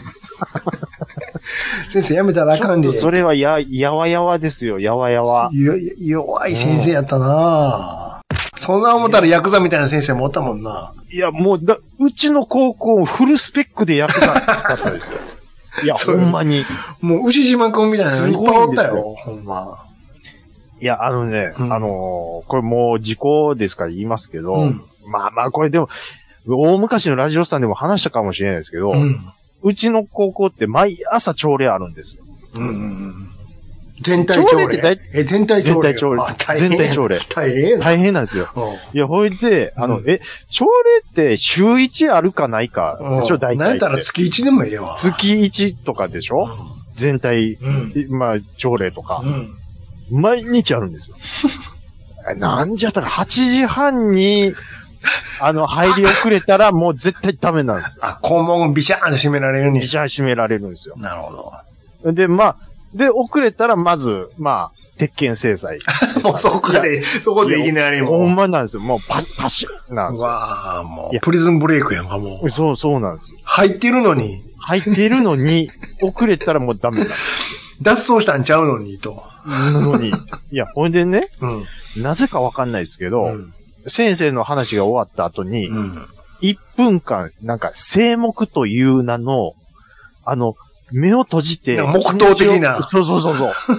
S1: 先生やめたらあ
S3: ち
S1: か
S3: ょ
S1: ん
S3: っ
S1: で
S3: と。それはや、やわやわですよ、やわやわ。
S1: よ弱い先生やったなぁそんな思ったらヤクザみたいな先生もおったもんな。
S3: いや、もうだ、うちの高校フルスペックでやってたかったですよ。 いや、
S1: そ
S3: ほ
S1: うん
S3: まに。
S1: もう牛島くんみたいなのいっぱいおった
S3: すごいんですよ。
S1: よほんま。
S3: いや、あのね、
S1: うん
S3: あのーこれもう時効ですから言いますけど、
S1: うん
S3: まあまあ、これでも、大昔のラジオさんでも話したかもしれないですけど、
S1: う。
S3: うんちの高校って毎朝朝礼あるんですよ。
S1: うんうんうん。全体朝
S3: 朝礼って大
S1: 礼。え、全体朝礼。
S3: 全体朝礼
S1: あ大変や
S3: 全体朝礼
S1: 大変や
S3: 大変なんですよ。
S1: うん
S3: いや、ほいで、あの、
S1: うん
S3: え、朝礼って週1あるかないかでしょ、
S1: う
S3: 大
S1: ん。な
S3: 体っ。
S1: んやってたら月1でもええわ。
S3: 月1とかでしょ、全体、
S1: うん
S3: まあ、朝礼とか
S1: う、ん。
S3: 毎日あるんですよ。なんじゃったら、8時半に、あの、入り遅れたらもう絶対ダメなんですよ。
S1: あ、肛門をビシャーンと閉められる ね
S3: ビ。シャン閉められるんですよ。
S1: なるほど。
S3: で、まあ、で、遅れたらまず、まあ、鉄拳制 裁。
S1: もうそこで、そこでいきなりも
S3: ほん
S1: う。
S3: まなんですよ。もうパシパシッなんですよ。
S1: わあも、
S3: いうや
S1: プリズンブレイクやんか、もう。
S3: そう、そうなんですよ。
S1: 入ってるのに、
S3: 入ってるのに、遅れたらもうダメなんです
S1: 脱走したんちゃうのに、と。
S3: の に。いや、ほんでね、
S1: うん。
S3: なぜかわかんないですけど、
S1: うん。
S3: 先生の話が終わった後に、
S1: うん。
S3: 1分間、なんか、静黙という名の、あの、目を閉じて、
S1: なんか黙祷的な
S3: 気持ちをそうそう そうそう。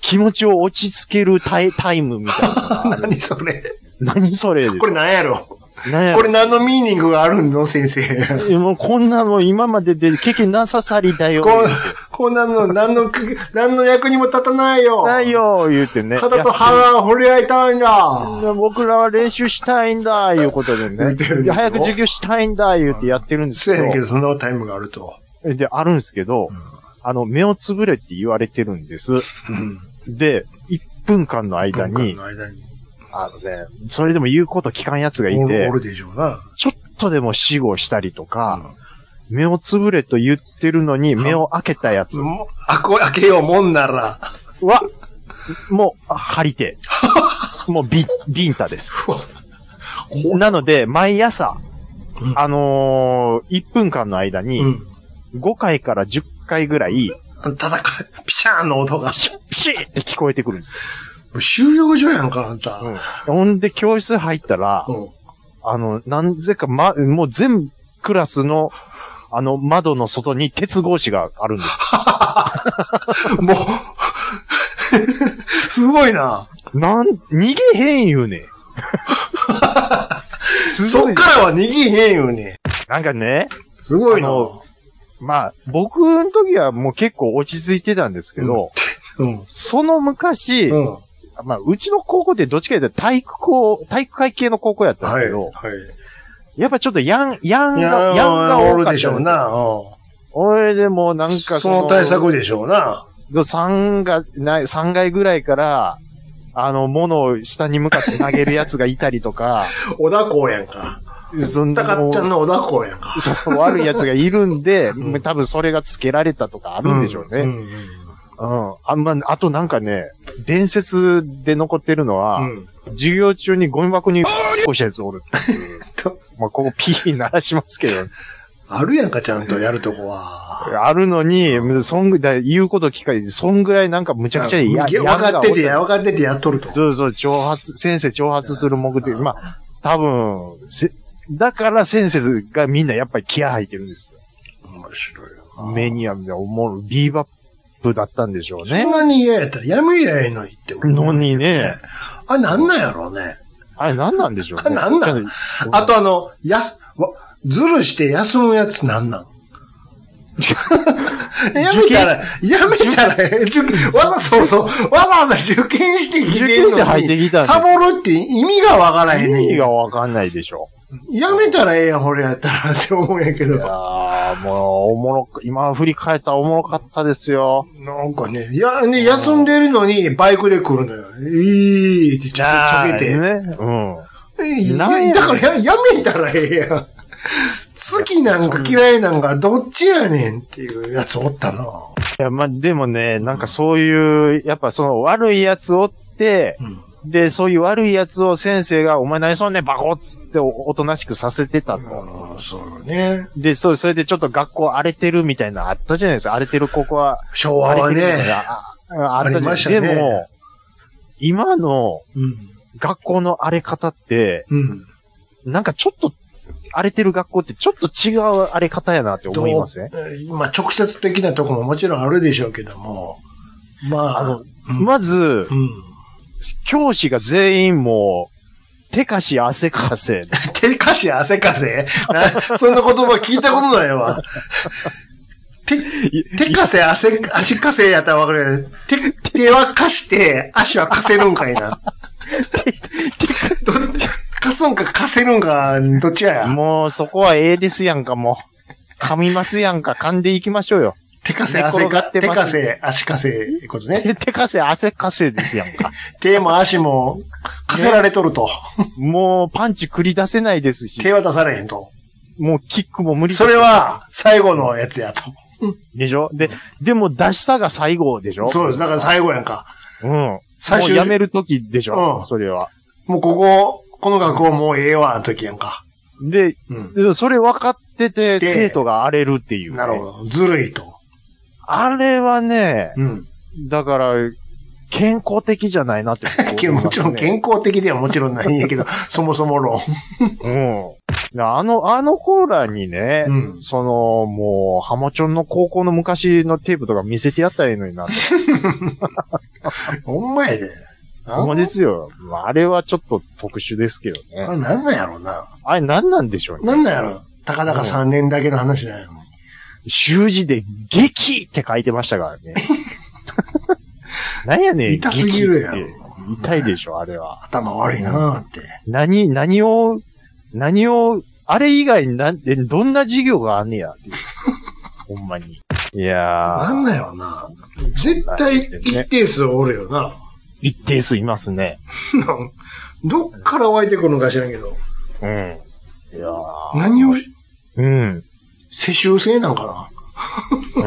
S3: 気持ちを落ち着けるタイタイムみたいなのがある。
S1: 何それ。
S3: 何それ
S1: これ何やろ
S3: 何や
S1: これ何のミーニングがあるの、先生。
S3: もうこんなの今までで経験なささりだよ。
S1: こん、こんなの、何の、 何の役にも立たないよ。
S3: ない。よ、言うてね。
S1: 肩と
S3: い
S1: 腹を掘り合いたいん
S3: や
S1: だ。
S3: 僕らは練習したいんだ、いうことで
S1: 言う
S3: ね
S1: てる
S3: で
S1: ん。ですよ
S3: 早く授業したいんだ、言うてやってるんです
S1: せ
S3: け
S1: やねんけ
S3: ど。
S1: ど、そんなタイムがあると。
S3: で、あるんですけど、あの、目をつぶれって言われてるんです。
S1: うん。
S3: で、1分間の間
S1: 文化
S3: に、
S1: の間に。
S3: あのね、それでも言うこと聞かん奴がい
S1: おる
S3: て
S1: お、るでしょうな。
S3: ちょっとでも死後したりとか、目をつぶれと言ってるのに目を開けたやつ
S1: うんもうあ、こ開けようもんなら。
S3: は、もう、張り 手。もう、ビ、ビンタです。なので、毎朝、
S1: うん
S3: あのー、1分間の間
S1: う
S3: に、
S1: ん。
S3: 5回から10回ぐらい、
S1: 戦い、ピシャーンの音が。
S3: ピシッピシッって聞こえてくるんです
S1: 収容所やんか、あんた。
S3: よ。ほんで、教室入ったら、
S1: うん。
S3: あの、なんぜか、ま、もう全クラスの、あの、窓の外に鉄格子があるんです
S1: もう、 すごいな。
S3: よ。なん、逃げへん言う ねん。すご
S1: そ
S3: い
S1: っからは逃げへんよね。
S3: なんかね、
S1: すごいな
S3: あ。のまあ、僕の時はもう結構落ち着いてたんですけど、
S1: うん。
S3: その昔、
S1: うん。
S3: まあ、うちの高校ってどっちかというと体育校、体育会系の高校やったんです
S1: はい。
S3: けど、
S1: はい。
S3: やっぱちょっとヤン、ヤンが、
S1: い
S3: ヤンが
S1: お
S3: 多か
S1: る
S3: ったん
S1: で
S3: で
S1: し
S3: す
S1: ょうな。
S3: よ。
S1: う
S3: 俺でもなん
S1: ん。
S3: か
S1: その対策でしょうな。
S3: 3が、ない、3階ぐらいから、 あの、物を下に向かって投げるやつがいたりとか、
S1: 小田公やんか。
S3: そん
S1: たかっちゃんの小田子やんか。
S3: そう悪い奴がいるんで、
S1: うん
S3: 多分それがつけられたとかあるんでしょうね。うん。
S1: んん
S3: あんま、あとなんかね、伝説で残ってるのは、
S1: うん。
S3: 授業中にゴミ箱に、こうしたやつおるっていう
S1: と
S3: まあ、ここピー鳴らしますけど、
S1: あるやんか、ちゃんとやるとこは。
S3: あるのに、そんぐらい、言うこと聞かれて、そんぐらいなんかむちゃくちゃや、
S1: 分
S3: や
S1: かっててや、
S3: や
S1: 分かっててやっとると。
S3: そうそう、挑発、先生挑発する目的。まあ、多分、せ、だから先生がみんなやっぱり気合入ってるんですよ。
S1: 面白いよな
S3: メニアムが思う、ビーバップだったんでしょう
S1: そ
S3: ね
S1: ん。なに嫌やったらやめりゃええのにって。
S3: のにね、
S1: あ、なんなんやろうね。
S3: あれ何なんでしょうね。
S1: 何なんあとあの、やす、わずるして休むやつなんなん やめたら、やめたら、え受験、わざそうそう、わざわざ受験してきてん
S3: 受験生
S1: の
S3: 入って
S1: に
S3: きたんです
S1: サボるって意味がわからへんねん。
S3: 意味がわかんないでしょ。
S1: やめたらええやん、これやったらって思うんやけど
S3: い。やー、もう、おもろく、今振り返ったらおもろかったですよ。
S1: なんかね、や、ね、休んでるのにバイクで来るのよ。いいってちょちょけて。
S3: ね。うん。
S1: いや
S3: なんや
S1: だからややめたらええやん。好きなんか嫌いなんかどっちやねんっていうやつおったな。
S3: いや、まあ、でもね、なんかそういう、やっぱその悪いやつをって、で、そういう悪いやつを先生が、お前何そんねんバコっつっておおとなしくさせてたと。
S1: うん、そうよね。
S3: で、そう、それでちょっと学校荒れてるみたいなのあったじゃないですか。荒れてる高校は、
S1: 昭和
S3: 荒
S1: は
S3: れてるみ
S1: ね。
S3: たいな。あああったじゃないですか。
S1: ありま
S3: で
S1: したね
S3: も、今の
S1: うん。
S3: 学校の荒れ方って、
S1: うん。
S3: なんかちょっと、荒れてる学校ってちょっと違う荒れ方やなって思いますね。
S1: どうまあ直接的なとこももちろんあるでしょうけども。まあ、
S3: あの、
S1: うん、
S3: まず
S1: う、ん。
S3: 教師が全員もう、手かし汗かせ。
S1: 手かし汗かせなそんな言葉聞いたことないわ。手、手かせ汗、足かせやったらわかるよね手、手はかして、足はかせるんかいな。どっち、かすんかかせるんか、どっちやや。
S3: もうそこはええですやんか、もう。噛みますやんか、噛んでいきましょうよ。
S1: 手かせ
S3: 寝
S1: 汗
S3: 転が
S1: か
S3: っ、て
S1: 手
S3: ます
S1: かせ、足かせ、いうことね。
S3: 手手かせ汗かせですやんか。
S1: 手も足も、かせられとると。
S3: もうパンチ繰り出せないですし、
S1: 手は出されへんと。
S3: もうキックも無理
S1: それは、最後のやつやと。
S3: でしょで、でも出したが最後でしょ
S1: そうです。だから最後やんか。
S3: うん。も
S1: 最終
S3: うやめるときでしょ、
S1: うん
S3: それは。
S1: もうここ、この学校もうええわ、時やんか。
S3: で、
S1: うん。
S3: でそれ分かってて、
S1: で
S3: 生徒が荒れるっていう、
S1: なるほ。ど。ずるいと。
S3: あれはね、
S1: うん。
S3: だから、健康的じゃないなって僕思いますね、
S1: もちろん健康的ではも ちろんないんやけど、そもそも論。
S3: うん。あの、あのコーラにね、
S1: うん
S3: その、もう、ハマチョンの高校の昔のテープとか見せてやったらええのにな って。
S1: ほんまやで。
S3: ほんまですよ。まああれはちょっと特殊ですけどね。
S1: あれなんなんやろうな。
S3: あれ何なんでしょうね。
S1: なんなんやろう。たかだか3年だけの話だよ。
S3: 習字で激って書いてましたから ね。なんやねん。
S1: 痛すぎるやろ
S3: 激って痛いでしょ、あれは。
S1: 頭悪いなーって。
S3: 何、何を、何を、あれ以外になん、えどんな授業があんねや っていう。ほんまに。いやー。
S1: なんなんやろうな。絶対一定数おるよな。
S3: 一定数いますね。
S1: どっから湧いてくるのか知らんけど。
S3: うん。いやー
S1: 何を、
S3: うん。
S1: 世襲制なんかな。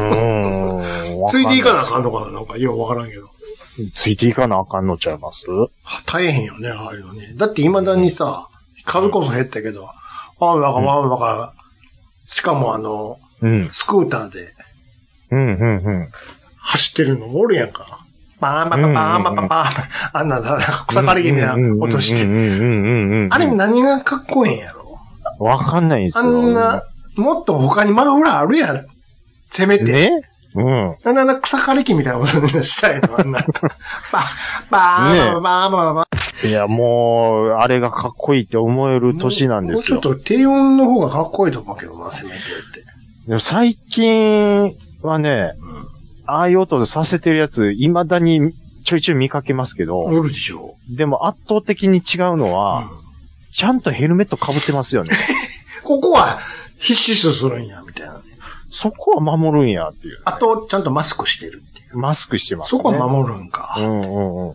S3: うん。
S1: ついていかなあ
S3: わ
S1: かんのかななんか、ようわからんけど。
S3: ん。ついていかなあかんのちゃいます
S1: は大変よね、ああいうのね。だって未だにさ、数こそ減ったけど、ワンワカワンワカ、しかもあの、
S3: うん。
S1: スクーターで
S3: うん、うん、うん。
S1: 走ってるのおるやんか。バーンバカバーンバカバーン。あんなさ、草刈り気味な音し
S3: うん、
S1: て。
S3: うん、うんうんうん。
S1: あれ何がかっこええんやろ
S3: わかんないんです
S1: あ
S3: よ。
S1: んな、もっと他にマフラーあるやん。せめて。
S3: ねうん。
S1: なんであんな草刈り機みたいなことにしたいのあんな。バ バーンバーンバーンバーン
S3: いや、もう、あれがかっこいいって思える年なんです
S1: もう
S3: よ
S1: ち。ょっと低音の方がかっこいいと思うけどな、せめてって。
S3: でも最近はね、
S1: うん
S3: ああいう音させてるやつ、未だにちょいちょい見かけますけど、
S1: おるでしょ。
S3: でも圧倒的に違うのは、ちゃんとヘルメット被ってますよね。
S1: ここは必死するんや、みたいなね。
S3: そこは守るんやっていう。
S1: あと、ちゃんとマスクしてるっていう。
S3: マスクしてますね。
S1: そこは守るんか。
S3: うんうんうん。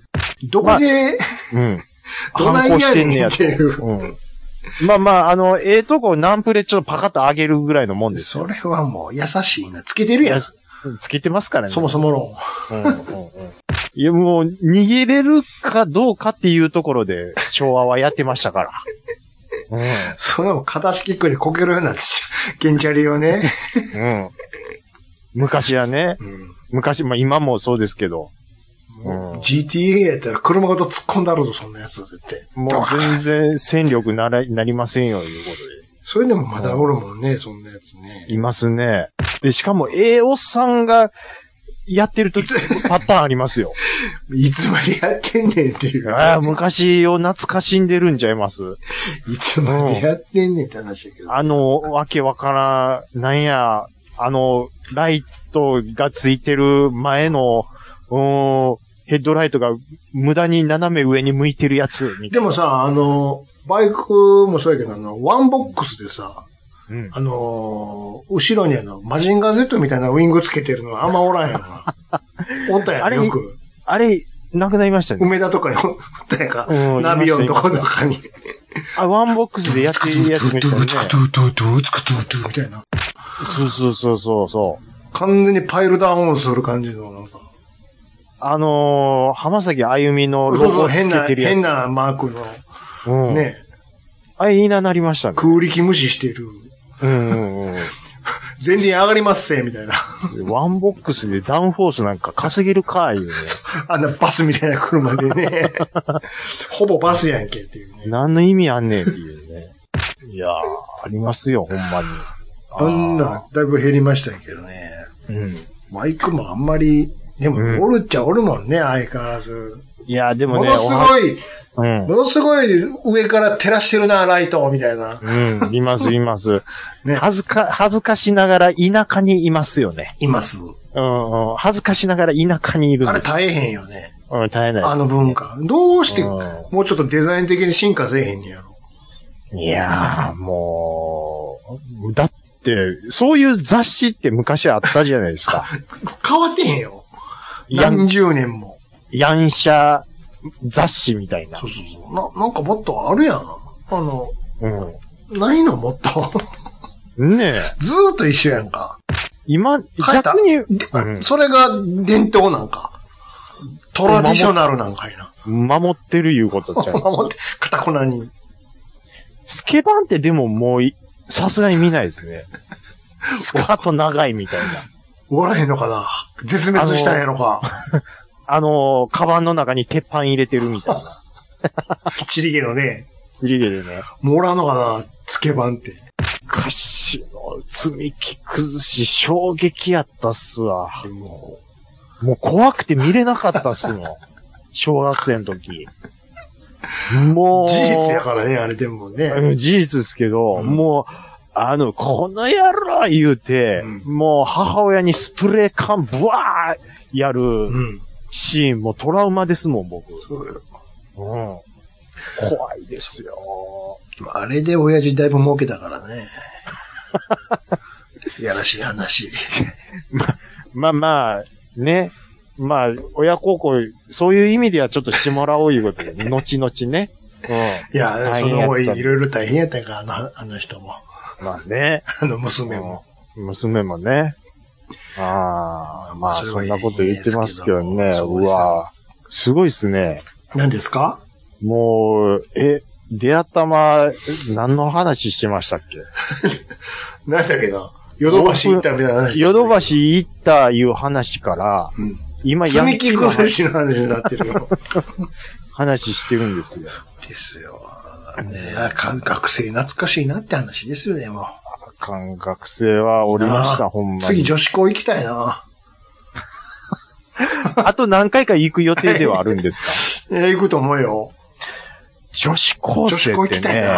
S1: どこで、
S3: うん。
S1: どないやね
S3: 反抗
S1: んっていう
S3: してんねやとうん。まあまあ、あの、ええとこナンプレちょっとパカッと上げるぐらいのもんです
S1: そ
S3: よ。
S1: れはもう優しいな。つけてるやん。
S3: つつけてますからね。
S1: そもそもの。
S3: うんうんうんいや、もう、逃げれるかどうかっていうところで、昭和はやってました から。う
S1: そんなもん片足キックでこけるようになってしまう。ケンチャリをね。
S3: ん。うん。昔はね、
S1: うん
S3: 昔、まあ今もそうですけど、
S1: もう
S3: うん
S1: GTA やったら車ごと突っ込んだろうぞ、そんなやつって。
S3: もう全然戦力なら、なりませんよ、いうことで。
S1: それでもまだおるもんね、そんなやつね。
S3: いますね。で、しかも、ええおっさんが、やって ると、パターンありますよ。
S1: いつまでやってんねんっていう。
S3: ああ、昔を懐かしんでるんちゃいます
S1: いつまでやってんねんって話だけど。
S3: あの、わけわからん、なんや、あの、ライトがついてる前の、うーん、ヘッドライトが無駄に斜め上に向いてるやつ、みた
S1: で
S3: いな。
S1: もさ、あの、バイクもそうやけど、あの、ワンボックスでさ、
S3: うん、
S1: あのー後ろにあの、マジンガー Z みたいなウィングつけてるのはあんまおらんやん か。おったや
S3: あ
S1: ん、
S3: れ
S1: よく。
S3: あれ、なくなりましたね。
S1: 梅田とかに おったやんか。
S3: うん
S1: ナビオンとことかに。
S3: あ、ワンボックスでやってるやつ見 したね。
S1: ドゥドゥドゥドゥドゥドゥドゥドゥみたいな。
S3: そうそうそうそうそう。
S1: 完全にパイルダウンする感じの、なんか。
S3: あのー、浜崎あゆみの
S1: そう
S3: ロ
S1: そ
S3: ゴ
S1: う、
S3: をつけ
S1: 変な、
S3: てるやつ。
S1: 変なマークの、
S3: うん、
S1: ね、
S3: あれ、いいななりましたね。
S1: 空力無視してる。
S3: うんうん
S1: 前輪上がりますせ、みたいな。
S3: うん。ワンボックスでダウンフォースなんか稼げるか、いうね。
S1: あんなバスみたいな車で ね。ほぼバスやんけっていうね。
S3: 何の意味あんねんっていうね。いやー、ありますよ、ほんまに。
S1: あんな、だいぶ減りましたけどね。
S3: うん。
S1: マイクもあんまり、でも
S3: うん、
S1: おるっちゃおるもんね、相変わらず。
S3: いやー、でも
S1: も
S3: ね、
S1: のすごい、
S3: おは
S1: ものすごい上から照らしてるな、ライト、みたいな。
S3: うん。うん、います、います。
S1: ね
S3: 恥ずか、恥ずかしながら田舎にいますよね。
S1: います。
S3: うん、うん。恥ずかしながら田舎にいる
S1: あ
S3: ん
S1: れ
S3: です。
S1: 大変よね。
S3: うん、耐えな
S1: あ
S3: い。
S1: の文化。どうして、
S3: うん
S1: もうちょっとデザイン的に進化せえへんねやろ。
S3: いやー、もう、だって、そういう雑誌って昔あったじゃないです か。
S1: 変わってへんよ。
S3: やん
S1: 何十年も。
S3: ヤンシャ雑誌みたいな。
S1: そうそうそう。な、なんかもっとあるやん。あの、
S3: う
S1: ないのもっと。
S3: ん。ねえ。
S1: ずーっと一緒やんか。
S3: 今、
S1: 変えた
S3: 逆に、
S1: で
S3: うん
S1: それが伝統なんか。トラディショナルなんかいな。
S3: 守ってるいうことちゃう。
S1: 守って、かたくなに。
S3: スケバンってでももうい、さすがに見ないです ね。スカート長いみたいな。
S1: おらへんのかな絶滅したんやろか。
S3: あのー、カバンの中に鉄板入れてるみたい な。
S1: チリゲのね、
S3: 釣りでね。
S1: もうおらんのかなつけ版って。
S3: 昔の積み木崩し衝撃やったっすわ。
S1: も
S3: もう怖くて見れなかったっす もん。小学生の時。
S1: う
S3: もう。
S1: 事実やからね、あれでもね。
S3: うん事実ですけど、
S1: うん
S3: もう、あの、この野郎言うて、
S1: う
S3: もう母親にスプレー缶ブワーや
S1: う
S3: る
S1: ん。
S3: シーンもトラウマですもん、僕。うん。
S1: そうよ
S3: 怖いですよ。
S1: あれで親父だいぶ儲けたからね。いやらしい話。
S3: まあまあ、ね。まあ、親孝行、そういう意味ではちょっとしてもらおういう ことで、後々ね。
S1: いや、
S3: 大
S1: そ
S3: 変
S1: の
S3: やった
S1: 方いろいろ大変やったんか、あの、あの人も。
S3: うん。まあね。
S1: あの娘も。
S3: 娘もね。ああ、まあ、
S1: それ
S3: そ
S1: はい
S3: ん
S1: い
S3: なこと言ってますけどね。
S1: ですけどそう
S3: う
S1: ですよ
S3: わすごいっすね。
S1: 何ですか
S3: もう、え、出頭、何の話してましたっけ
S1: なんだっけな。ヨドバシ行ったみたいな話。
S3: ヨドバ。シ行ったいう話から、
S1: うん。
S3: 今
S1: 積
S3: ヤ
S1: み
S3: ンキ
S1: 木
S3: ーの
S1: 崩しの話になってるよ。
S3: 話してるんですよ。
S1: ですよ。ねえ、か学生懐かしいなって話ですよね、も
S3: あかん学生はお
S1: う。
S3: りまし
S1: なあ
S3: た、ほんま
S1: 次
S3: に。
S1: 女子校行きたいな。
S3: あと何回か行く予定ではあるんですか
S1: いや、行くと思うよ。
S3: 女子高
S1: 女子
S3: 生
S1: 校
S3: っ
S1: 行
S3: て
S1: きたい
S3: ね。
S1: な。
S3: い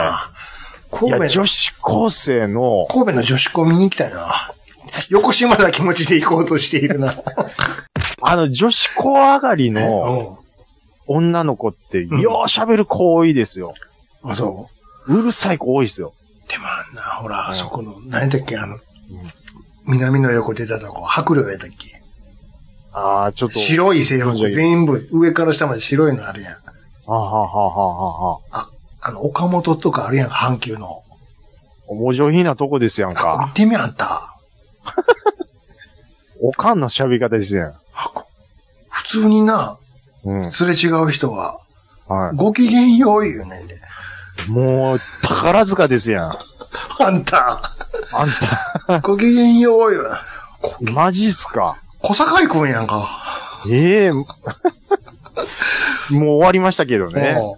S1: 神戸
S3: や、
S1: の、
S3: 女子高生の、
S1: 神戸の女子校見に行きたいな。横島な気持ちで行こうとしているな。
S3: あの、女子高上がりの女の子って、よ
S1: ん
S3: う喋る子多いですよ。
S1: うん。あ、そう。
S3: うるさい子多いですよ。
S1: でもあんな、ほ
S3: う
S1: ら、
S3: ん
S1: あそこの、何だっけ、あの、南の横出たとこ、白陵やったっけ。
S3: ああ、ちょっと。
S1: 白い制服、全部、上から下まで白いのあるやん。
S3: はあはあはあはあはあ。
S1: あ、あの、岡本とかあるやんか、阪急の。
S3: お上品なとこですやん
S1: 行
S3: か。
S1: ってみあんた。
S3: おかんの喋り方ですやん。
S1: あこ普通にな、
S3: うん。
S1: すれ違う人は、
S3: は
S1: ご機嫌よう言うねんで。
S3: い。もう、宝塚ですやん。
S1: あんた、
S3: あんた、
S1: ご機嫌よう言うな。こ
S3: マジっすか。
S1: 小堺くんやんか。
S3: ええ もう終わりましたけどね。
S1: も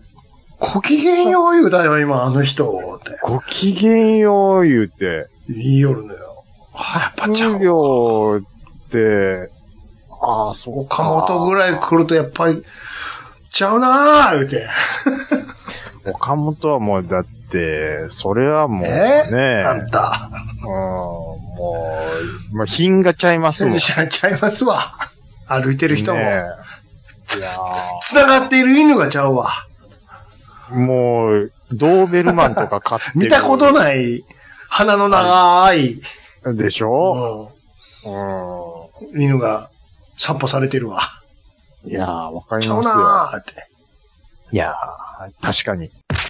S1: うご機嫌よう言うだよ、今、あの人、って。
S3: ご機嫌よう言うて、
S1: 言いよるのよ。あ、やっぱちゃ
S3: 給
S1: う。
S3: 料って、ああ、そう
S1: 岡
S3: か。
S1: 本ぐらい来るとやっぱり、ちゃうなー言うて。
S3: 岡本はもう、だって、それはもうね、
S1: えあ
S3: うん
S1: た。
S3: もう、まあ、品がちゃいますもん。
S1: ちゃちゃいますわ。歩いてる人も。
S3: ねえいや
S1: 繋がっている犬がちゃうわ。
S3: ーもう、ドーベルマンとか買ってる
S1: 見たことない、鼻の長い、
S3: でしょ、
S1: うん犬が散歩されてるわ。
S3: うん、いやー、わかり
S1: ちゃ
S3: ま
S1: う
S3: すよ。
S1: なーって。
S3: いやー、確かに。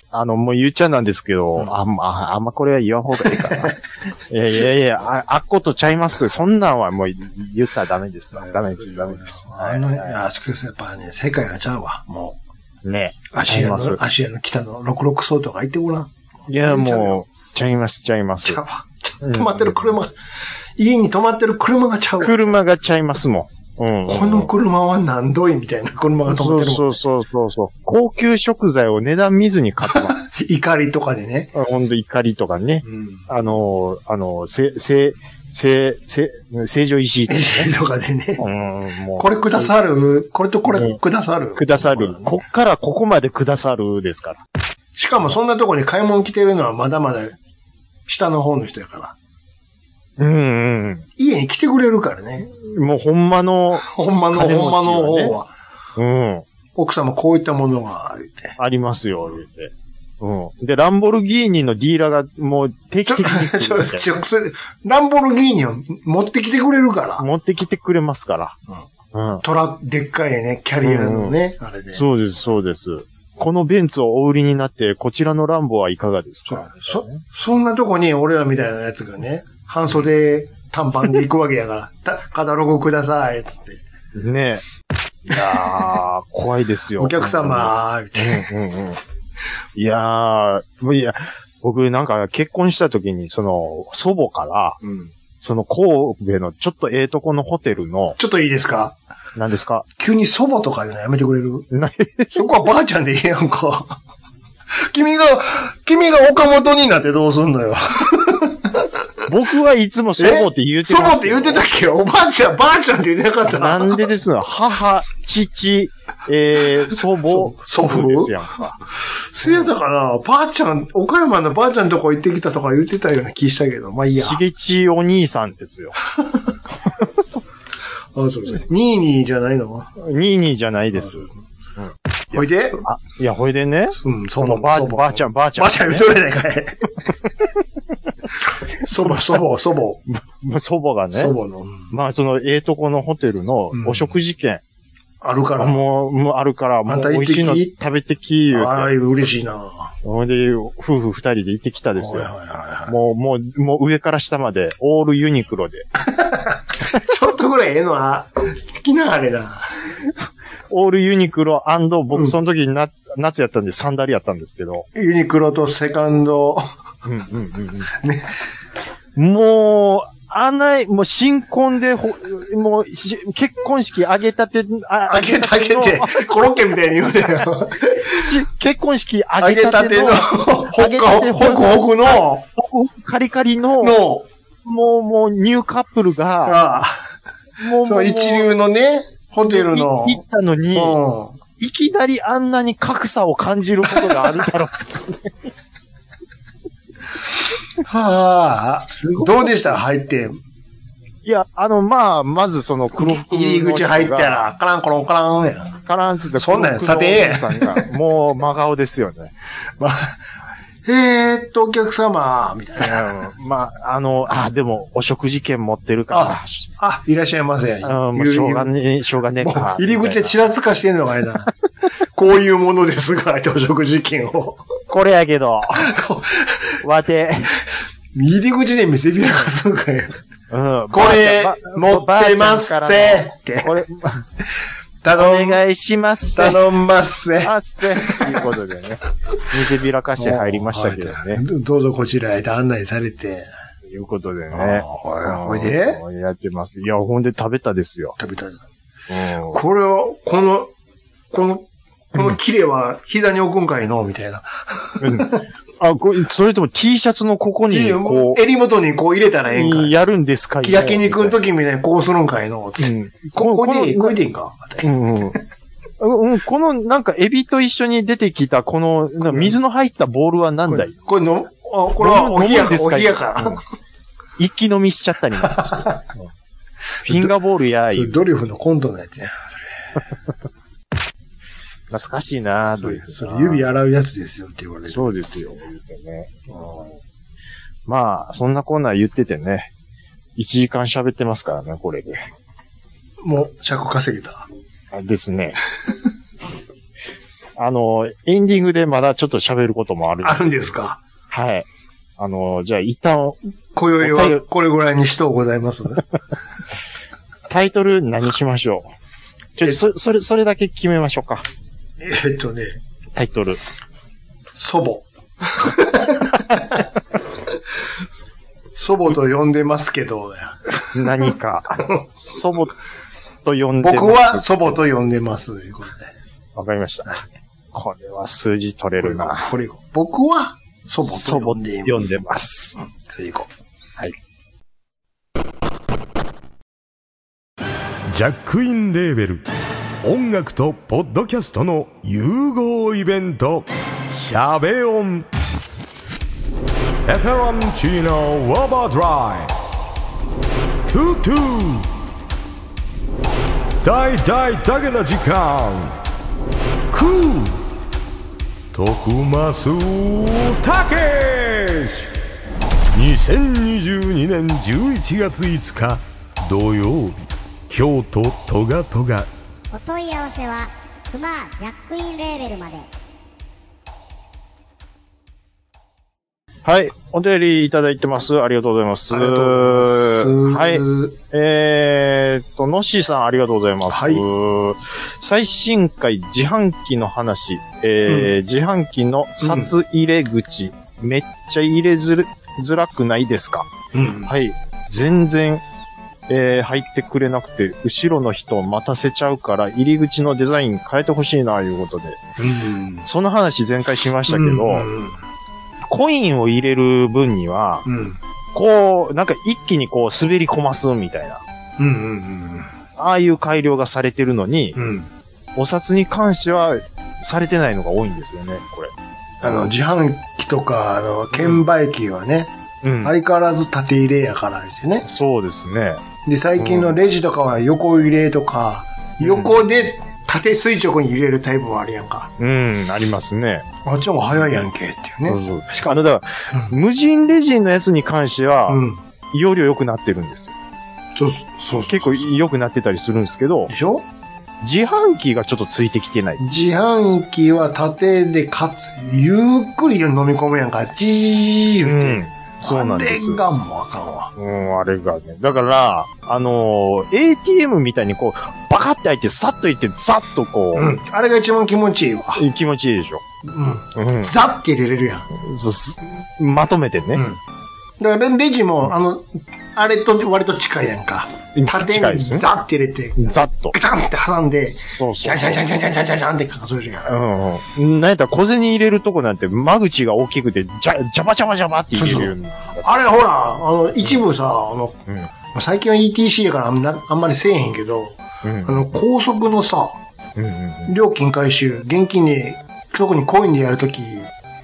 S3: あの、もう言っちゃなんですけど、
S1: うん
S3: あんま、あんまこれは言わん方がいいか な。いやいやいや、あ、あっことちゃいます。そんなんはもう言ったらダメですわ。ダメです、ダメです。
S1: あの、いや、しかしやっぱね、世界がちゃうわ。もう。
S3: ね
S1: 芦屋
S3: ちゃい
S1: の、
S3: ま
S1: 芦屋の北の66層とか行ってごらん。
S3: す。いや、もう、ちゃいます、ちゃいます
S1: ちゃう。わ。止まってる車が、家に止まってる車がちゃうわ。
S3: 車がちゃいますもん。うん。
S1: この車は何度いみたいな車が止ま
S3: そ
S1: っ
S3: う
S1: てるもん。
S3: そうそうそうそう。高級食材を値段見ずに買って ます。
S1: 怒りとかでね。
S3: ほんと怒りとかね。
S1: うん。
S3: あのー、あのー、せ、せ、せ、せ、成城石井と かね。
S1: とかでね。
S3: うん、もう。
S1: これくださるこれとこ
S3: う
S1: れ
S3: ん
S1: くださる
S3: くださる。こっからここまでくださるですから。
S1: しかもそんなとこに買い物来てるのはまだまだ下の方の人やから。
S3: うんうん
S1: 家に来てくれるからね。
S3: うん。もうほんまの、
S1: ほんまの、
S3: 金持ち
S1: ほんまの
S3: はね
S1: 方は。
S3: うん、
S1: 奥様こういったものがあるって。
S3: ありますよ、言うて。うん。で、ランボルギーニのディーラーがもう定
S1: ちょ、
S3: 期的に
S1: ち
S3: 来る
S1: ょ、
S3: みたい
S1: ちょ、それランボルギーニを持ってきてくれるから
S3: な。持ってきてくれますから。うん。
S1: トラ、でっかいね、キャリアのね、あれで。
S3: そうです、そうです。このベンツをお売りになって、こちらのランボはいかがです
S1: そう
S3: か
S1: そ、そんなとこに俺らみたいなやつがね、半袖短パンで行くわけやから、 たカタログください、つって。
S3: ねえ。いやー、怖いですよ。
S1: お客様、みたいな。
S3: うんうんうん。いやー、もういや、僕なんか結婚した時に、その、祖母から、
S1: うん
S3: その神戸のちょっとええとこのホテルの、
S1: ちょっといいですか
S3: 何ですか
S1: 急に祖母とか言うのやめてくれる
S3: な
S1: そこはばあちゃんでいいやんか。君が、君が岡本になってどうすんのよ。
S3: 僕はいつも祖母って言うて
S1: 祖
S3: ます
S1: 母って言ってたっけおばあちゃん、ばあちゃんって言ってなかった
S3: な。んでですの母、父、えー、祖母、
S1: 祖祖父
S3: ですやんか。
S1: せやだから、ばあちゃん、岡山のばあちゃんとこ行ってきたとか言ってたような気したけど、まあいいや。
S3: しげちお兄さんですよ。
S1: あ、そうそう。ニーニーじゃないの
S3: ニーニーじゃないです。
S1: おいで。
S3: あ、いや、ほいでね、
S1: うん、祖
S3: この
S1: 母、
S3: ばあ
S1: 祖母
S3: ばあちゃん、ばあちゃん。
S1: ばあちゃん見とれない かい。祖母、祖母、祖母、
S3: 祖母がね
S1: 祖、母の、
S3: まあそのええとこのホテルのお食事券、
S1: あるから。
S3: もう、もうあるから、も
S1: あ
S3: うん
S1: た
S3: 美
S1: 行っ
S3: 味
S1: てき
S3: しいの食べてき、言う
S1: あ
S3: て。
S1: れ、嬉しいな。
S3: ほんで、夫婦二人で行ってきたです
S1: はい
S3: よ。
S1: はいはいは
S3: もう、もう、もう上から下まで、オールユニクロで。
S1: い。ちょっとぐらいええのは、好きなあれだ。
S3: オールユニクロ
S1: う
S3: 僕
S1: ん
S3: その時にな、夏やったんでサンダルやったんですけど。
S1: ユニクロとセカンド。
S3: うんうんうんうんもう、あんない、もう新婚でほ、もうし、結婚式あげたて、あ
S1: 開けた開け て
S3: の、
S1: コロッケみたいに言うなよ。
S3: し結婚式あ
S1: 開
S3: げ
S1: け
S3: た
S1: た
S3: て
S1: て
S3: の
S1: の、、ほっ
S3: 揚げたて
S1: か、ほくほくの、
S3: カリカリの、
S1: の、
S3: もう、もう、ニューカップルが、
S1: ああ
S3: もう、
S1: そ
S3: も
S1: の
S3: う
S1: 一流のね、ホテルの
S3: い、行ったのに、
S1: うん
S3: いきなりあんなに格差を感じることがあるだろう。
S1: はあ
S3: すごい、
S1: どうでした入って。
S3: いや、あの、まあ、まずその黒服の
S1: 入り口入ったら、カランコロンカランやん。
S3: カランつって、
S1: そんなんや
S3: 黒服の
S1: さてえ
S3: お姉さんが、もう、真顔ですよね。
S1: まあえーっと、お客様、みたいな。
S3: うんまあ、あの、あ、でも、お食事券持ってるか
S1: ああ、いらっしゃいませ。
S3: ら、うん、もう、
S1: 言
S3: しょう
S1: 言
S3: がねえ、しょうがねえ
S1: もう
S3: か。
S1: 入り口で
S3: みたい
S1: ちらつかしてんのがあれだな。こういうものですが、朝食事件を。
S3: なこれやけど、
S1: こ
S3: わて、
S1: う入り口で見せびらかすんかよ。
S3: うん。
S1: これ
S3: ばあちゃん
S1: 持ってます
S3: ばあちゃん
S1: せ
S3: か
S1: って
S3: らのこれ、
S1: 頼
S3: お
S1: ん、
S3: 願いしますせ。
S1: 頼んますせ。
S3: あっせ。ということでね。見せびらかして入りましたけど
S1: は
S3: ね
S1: い。どどうぞこちらへと案内されて。
S3: ということで
S1: あ
S3: ね
S1: ー。ほら、ほいで、
S3: うんやってます。いや、ほんで食べたですよ。
S1: 食べたいな。
S3: うん
S1: これを、この、この、このキレは膝に置くんかいのみたいな。
S3: あ、これ、それとも T シャツのここに、こ
S1: 襟元にこう入れたらええんか
S3: う、
S1: い。
S3: やるんですか
S1: 焼肉の
S3: と
S1: 時みたいにこうするんかいのつって
S3: うん。
S1: ここに、こ
S3: こ
S1: れ
S3: の
S1: でいいんかまた
S3: うんうんうんうん、この、なんか、エビと一緒に出てきた、この、な水の入ったボールは何
S1: こ
S3: だ
S1: れ
S3: い、
S1: これの、あこれはお冷やか、お冷や
S3: う
S1: か
S3: ん。一気飲みしちゃった りなんかしてうんフィンガーボールやい。
S1: ドリフのコントのやつや。
S3: 懐かしいな
S1: そ
S3: とい
S1: れ
S3: う、
S1: それ指洗うやつですよって言われる。
S3: そうですよ。言うてねまあ、そんなコーナー言っててね。1時間喋ってますからね、これで。
S1: もう、尺稼げた。
S3: あですね。 あの、エンディングでまだちょっと喋ることもある。
S1: あるんですか
S3: はい。あの、じゃあ一旦、
S1: 今宵
S3: お便
S1: は
S3: り
S1: これぐらいにしとうございます。
S3: タイトル何しましょうちょ、そ、それ、それだけ決めましょうか。
S1: えっとね、
S3: タイトル。
S1: 祖母。祖母と呼んでますけど、
S3: 何 か。祖母と呼んでます。
S1: 僕は祖母と呼んでます、ということで。
S3: わかりました。これは数字取れ
S1: これ
S3: る
S1: いこ
S3: な。
S1: うこれいこう僕は祖
S3: 祖母
S1: 母と呼
S3: 呼
S1: ん
S3: ん
S1: でい
S3: で
S1: ます。
S3: ます。
S1: それいこ
S4: ジャックインレーベル音楽とポッドキャストの融合イベント「シャベオン」「エフェロンチーノウォーバードライ」「トゥトゥ」「大大だけの時間」「クー」「徳マスたけし」2022年11月5日土曜日京都トガトガ
S2: お問い合わせはクマジャックインレーベルまで
S3: はい。お便りいただいてます。ありがとうございます。
S1: う。ありがとうございます。
S3: はい。えーっと、のっしーさんありがとうございます。
S1: はい
S3: 最新回自販機の話、えー自販機の札入れ口、めっちゃ入れづるづらくないですか
S1: うん。
S3: はい。全然、えー入ってくれなくて、後ろの人を待たせちゃうから、入り口のデザイン変えてほしいな、いうことで。
S1: うん。
S3: その話前回しましたけど、
S1: うん。
S3: コインを入れる分には、
S1: うん。
S3: こう、なんか一気にこう滑り込ますみたいな。
S1: うん。うん。
S3: ああいう改良がされてるのに、
S1: うん。
S3: お札に関しては、されてないのが多いんですよね、これ。
S1: あの、自販機とか、あの、券売機はね、
S3: うん
S1: 相変わらず縦入れやからですね。
S3: そうですね。
S1: で、最近のレジとかは横入れとか、
S3: うん
S1: 横で縦垂直に入れるタイプもあるやんか。
S3: うん、ありますね。
S1: あっちの方が早いやんけってい
S3: そうう
S1: ね。
S3: そう。
S1: し
S3: あ
S1: かも、
S3: の、だから、無人レジのやつに関しては、
S1: うん。
S3: 容量良くなってるんですよ。
S1: そう、そう。
S3: 結構良くなってたりするんですけど
S1: で、しょ
S3: 自販機がちょっとついてきてない。
S1: 自販機は縦で、かつ、ゆっくり飲み込むやんか。じー言って。
S3: そうなんです
S1: あれがもうあかんわ。
S3: うん、あれがね。だから、あのー ATM みたいにこう、バカって開いて、さっと行って、ざっとこ
S1: うん。あれが一番気持ちいいわ。
S3: う、気持ちいいでしょ。
S1: うん。
S3: うん。
S1: ザって入れれるやん。
S3: そうすまとめてね。
S1: うん。だからレジも、あの、あれと割と近いやんか。縦
S3: 近い
S1: に
S3: ですね
S1: ザって入れて、
S3: ざっと。
S1: ガチャンって挟んで、
S3: そう
S1: ジ
S3: そ
S1: ャ
S3: う
S1: ンジャンジャンジャンジャンジャンジャンジャンって数えるやん。
S3: うんうん。なんやったら小銭入れるとこなんて間口が大きくて、じゃ、じゃばじゃばじゃばって入れるようになって
S1: あれほら、あの、一部さ、あの、
S3: うん
S1: 最近は ETC やからあんなあんまりせえへんけど、
S3: うん
S1: あの、高速のさ、
S3: うんうん
S1: 料金回収、現金に、特にコインでやるとき、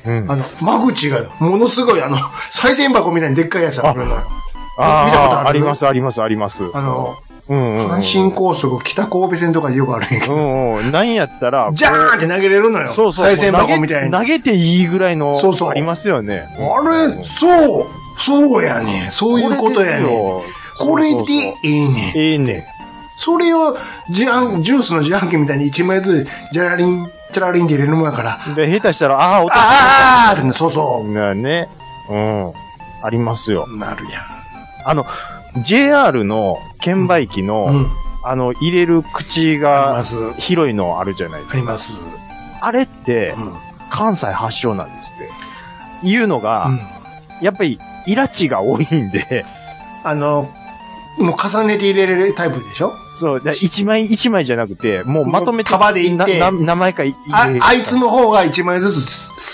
S3: うん。
S1: あの、間口が、ものすごい、あの、再銭箱みたいにでっかいやつあるのよ。
S3: あー
S1: 見たことある
S3: あります、あります、あります。
S1: あの、
S3: うんうんうん。
S1: 阪神高速、北神戸線とかでよくあるんやけ
S3: う
S1: ど、
S3: んうん。なんやったら、
S1: ジャーンって投げれるのよ。
S3: そうそう。
S1: 再銭箱みたいに。
S3: 投げていいぐらいの、
S1: そうそう
S3: ありますよね。
S1: あれ、そう、そうやねんそういうことやねんこれ
S3: そう
S1: で
S3: そうそう
S1: いいねん
S3: ええね
S1: それを、自販、ジュースの自販機みたいに一枚ずつ、ジャラリン、チャラリンで入れるもんやから、
S3: で、下手したら、ああ、音
S1: あーってね、そうそ
S3: がね、うん、ありますよ。
S1: う。なるや
S3: あの、JR の券売機の、
S1: ん。うん。
S3: あの、入れる口
S1: ありま
S3: が
S1: す。
S3: 広いのあるじゃないで
S1: あ
S3: す
S1: り
S3: か。
S1: ます。
S3: あれって
S1: う、ん。
S3: 関西発祥なんですって。いうのが、
S1: うん
S3: やっぱり、イラチが多いんで、
S1: あの、もう重ねて入れれるタイプでしょ
S3: そう、だから一枚一枚じゃなくて、もうまとめて、
S1: 束でいって
S3: なな名前か入
S1: あ
S3: れる
S1: あいつの方が一枚ずつ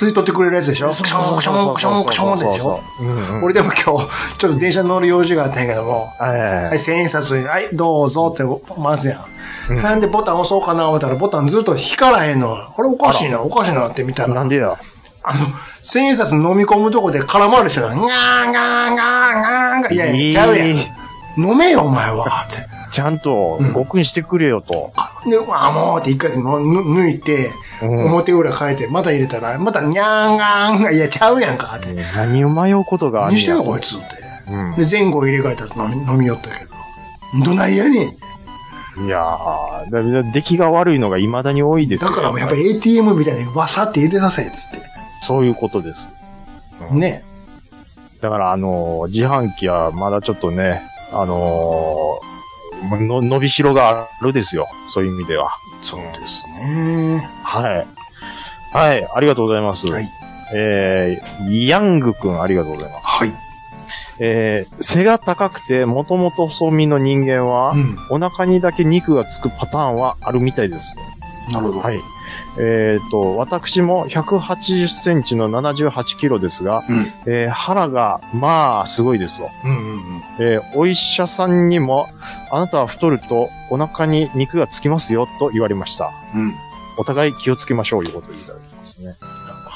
S1: 吸い取ってくれるやつでしょクションクションクションクションってでしょ
S3: そうそうそううんうん
S1: 俺でも今日、ちょっと電車乗る用事があったんやけども、
S3: は
S1: はいい、千円札に、はい、どうぞって回すやん。
S3: うん
S1: なんでボタン押そうかな思ったらボタンずっと引かないの。これおかしいな、おかしいなって見た
S3: な
S1: ら
S3: ん、でだ
S1: あの、千円札飲み込むとこで空回りしてたら、ガーンガーンガーンガーンガーンいやいや、ちゃうやん
S3: え。
S1: 飲めよ、お前は。って。
S3: ちゃんと、ごっくんしてくれよと。
S1: で、あ、もうって一回のぬ抜いて、
S3: うん
S1: 表裏変えて、また入れたら、またにゃーんがーんが、いや、ちゃうやんかって。
S3: 何を迷うことがあん
S1: 何
S3: ね
S1: して
S3: や
S1: んのこいつって。
S3: うん
S1: で、前後入れ替えたら飲み飲み寄ったけど。どないやねん。
S3: いやー、だだ出来が悪いのが未だに多いです
S1: だ
S3: よ
S1: からもうやっぱ ATM みたいにわさって入れさせ、つって。
S3: そういうことです。
S1: ね。
S3: だから、あのー自販機はまだちょっとね、あのーの、伸びしろがあるですよ。そういう意味では。
S1: そうですね。
S3: はい。はい、ありがとうございます。
S1: はい。
S3: えー、ヤングくん、ありがとうございます。
S1: はい。
S3: えー、背が高くて、もともと細身の人間は、
S1: うん。
S3: お腹にだけ肉がつくパターンはあるみたいです。
S1: なるほど。
S3: はい。えっ、と、私も180センチの78キロですが、
S1: うん。
S3: えー腹が、まあ、すごいですよ。
S1: うんうんうん。
S3: えーお医者さんにも、あなたは太るとお腹に肉がつきますよと言われました。
S1: うん。
S3: お互い気をつけましょう、いうことを言いただきますね。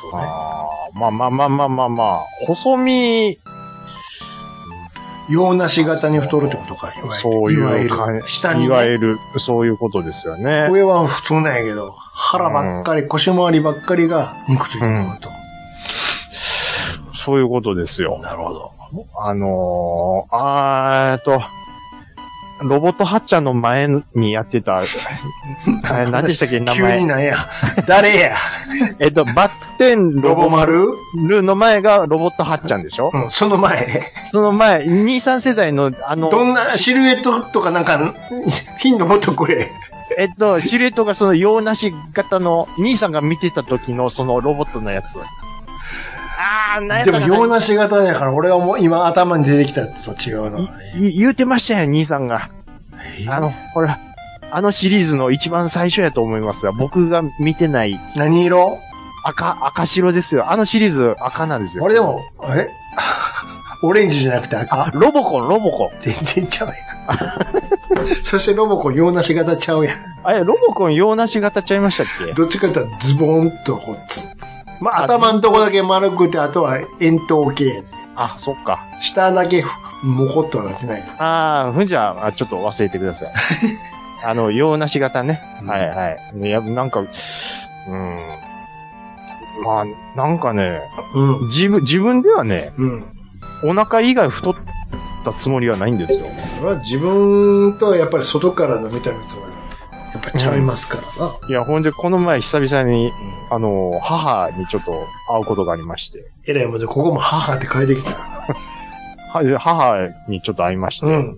S1: そうね
S3: あーまあまあまあまあまあまあ、細身、
S1: 洋なし型に太るってことか。いわゆる
S3: そういう感
S1: わゆる下にね。
S3: いわゆる、そういうことですよね。
S1: 上は普通なんやけど、腹ばっかり、腰回りばっかりが肉ついてると。
S3: そういうことですよ。
S1: なるほど。
S3: あのー、あーえっと、ロボットハッチャーの前にや ってた、え何でしたっけ名
S1: 急に
S3: 前。
S1: なんや。 誰や。
S3: えっと、バッテン
S1: ロ
S3: ロ
S1: ボ
S3: ボマ
S1: 丸
S3: ルの前がロボットハッチャーでしょ
S1: うん、その前。
S3: その前、2、3世代の、あの、
S1: どんなシルエットとかなんか、頻度もっとこれ。
S3: えっと、シルエットがその洋なし型の、兄さんが見てた時のそのロボットのやつ。あー、なんやっ
S1: で
S3: たか
S1: も、
S3: な
S1: 洋なし型やから、俺はもう今頭に出てきたやつと違うな。
S3: いい言うてましたよ、兄さんが。あの、ほら、あのシリーズの一番最初やと思いますが、僕が見てない
S1: 何色
S3: 赤、赤白ですよ。あのシリーズ赤なんですよ。
S1: 俺でも、え オレンジじゃなくて赤
S3: あ、ロボコン、ロボコン。
S1: 全然ちゃうやん。 そしてロボコン洋なし型ちゃうやん。
S3: あれ、ロボコン用なし型ちゃいましたっけ
S1: どっちかというとズボンとこうつ、まあ、
S3: あ
S1: 頭んとこだけ丸くて、あとは円筒形やね。
S3: あ、そっか。
S1: 下だけモコっとはなってない。
S3: あー、ふんじゃあ、ちょっと忘れてください。あの、用なし型ね。
S1: うん
S3: はい、はい。いや、なんか、うーん。まあ、なんかね、
S1: うん。
S3: 自分、自分ではね、
S1: うん。
S3: お腹以外太ったつもりはないんですよ。
S1: それは自分とはやっぱり外からの見た目とは、やっぱちゃいますからな。
S3: いや、ほんで、この前久々に、あの、母にちょっと会うことがありまして、
S1: えらいもんで、ここも母って変えてきたか
S3: は母にちょっと会いまして、
S1: ら。うん。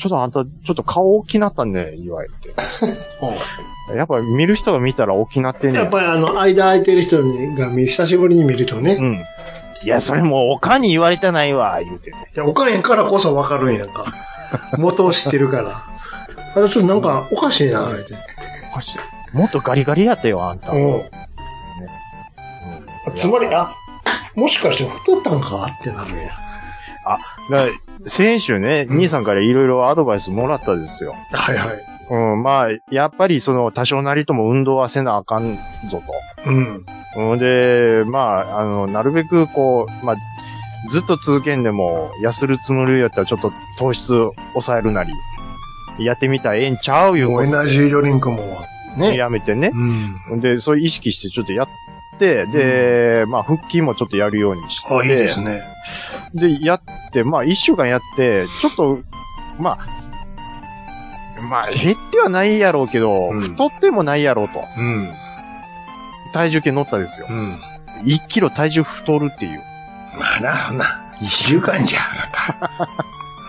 S3: ちょっとあんた、ちょっと顔大きなったね、言われて。やっぱ見る人が見たら大きなってんね
S1: やっぱ
S3: り。
S1: りあの、間空いてる人が見久しぶりに見るとね、
S3: うん。いや、それもう、おかんに言われたないわ、言うてね。
S1: いや、おかへんからこそわかるんや んか。元を知ってるから。あちょっとなんかおかしいな、あれって。
S3: もっとガリガリやったよ、あんた。
S1: うん。
S3: うん
S1: つまり、あ、もしかして太ったんかってなるんや。
S3: だから先週ね、
S1: うん
S3: 兄さんからいろいろアドバイスもらったですよ。
S1: はいはい。
S3: うん、まあ、やっぱりその、多少なりとも運動はせなあかんぞと。
S1: うん。
S3: うんで、まあ、あの、なるべくこう、まあ、ずっと続けんでも、痩せるつもりやったらちょっと糖質抑えるなり、やってみたらええんちゃういう
S1: も
S3: こ
S1: うエナジードリンクも、
S3: と
S1: ね。
S3: やめてね
S1: う。ん。
S3: で、そういう意識してちょっとやって、で、まあ、腹筋もちょっとやるようにして。
S1: あ、いいですね。
S3: で、やって、まあ、一週間やって、ちょっと、まあ、まあ、減ってはないやろうけど、
S1: うん
S3: 太ってもないやろうと。
S1: うん。
S3: 体重計乗ったですよ。
S1: うん。
S3: 1キロ体重太るっていう。
S1: まだ、ほんな、一週間じゃ、あ なた。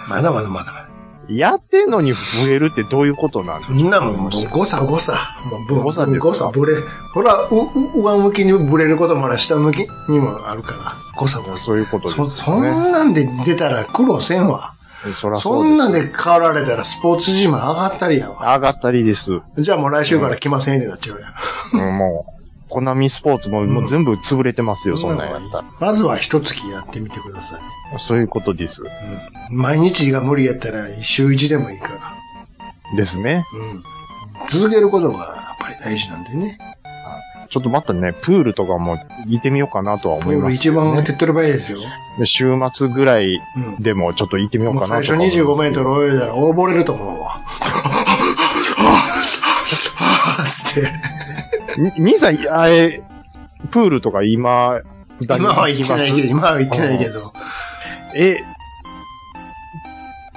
S1: まだまだまだ。
S3: やってんのに増えるってどういうことなん
S1: みんなももう、誤差誤差。もうぶ、
S3: 誤差ですか
S1: 誤差、ぶれ。ほら、う、う、上向きにぶれることもある、下向きにもあるから。誤差誤差。
S3: そういうことです
S1: そ、
S3: よ
S1: そ
S3: ね。
S1: んなんで出たら苦労せんわ。
S3: そそらそ
S1: そん
S3: うで
S1: な
S3: す。
S1: んで変わられたらスポーツジム上がったりやわ。
S3: 上がったりです。うん
S1: じゃあもう来週から来ませんってなっちゃうやん。
S3: もう、コナミスポーツももう全部潰れてますよ、そんなんやった
S1: まずは一月やってみてください。
S3: ら。そういうことです。
S1: 毎日が無理やったら週一でもいいから。
S3: ですね。
S1: うん。続けることがやっぱり大事なんでね。
S3: ちょっとまたね、プールとかも行ってみようかなとは思います
S1: 一
S3: けどね、
S1: 番手っ取り早いですよ。
S3: で週末ぐらい
S1: うん。
S3: でもちょっと行ってみよう
S1: もう
S3: かなと
S1: 最
S3: か
S1: 初
S3: 思います
S1: 25メートル泳いだら溺れると思 うわ。 つって。
S3: み兄さん、あれ、プールとか今、
S1: 今は行ってないけど、今は行ってないけど。
S3: え、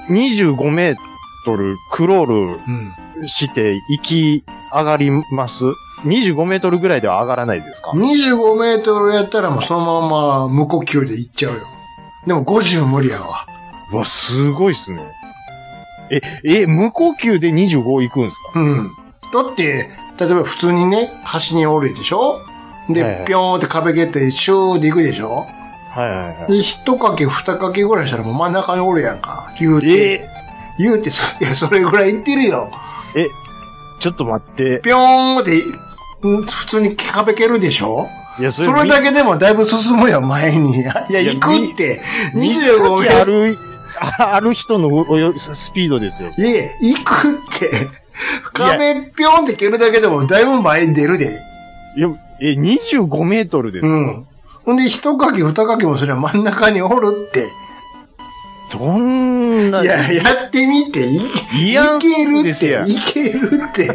S3: 25メートルクロー
S1: うん。
S3: ルして行き上がります。25メートルぐらいでは上がらないですか
S1: 25メートルやったらもうそのまま無呼吸で行っちゃうよ。でも50無理やわ。
S3: うわ、すごいっすね。え、え、無呼吸で25行くんですか
S1: うん。だって、例えば普通にね、橋に降りるでしょで、
S3: はいはい
S1: ぴょーんって壁蹴って、シューで行くでしょ
S3: はいはいはい。
S1: で、一かけ二かけぐらいしたらもう真ん中におるやんか。言うて。
S3: え
S1: 言うてそ、いや、それぐらい行ってるよ。
S3: ー、え、ちょっと待って。
S1: ぴょーんって、うん普通に壁蹴るでしょ
S3: いや、
S1: それだけでもだいぶ進むよ、前に。いや、いや
S3: いや
S1: 行くって。
S3: 25
S1: 25
S3: メ
S1: メ
S3: ー
S1: ー
S3: ト
S1: トル。
S3: ル。ある人のおよスピードですよ。
S1: いや、行くって。壁ぴょーんって蹴るだけでもだいぶ前に出るで。
S3: いや、え、25メートルですか、
S1: うん。ほんで、一かき二かきもそれは真ん中におるって。
S3: どんな、
S1: いや、やってみて、い、
S3: いや
S1: いける
S3: で
S1: っ
S3: す
S1: て、
S3: やん
S1: いけるって。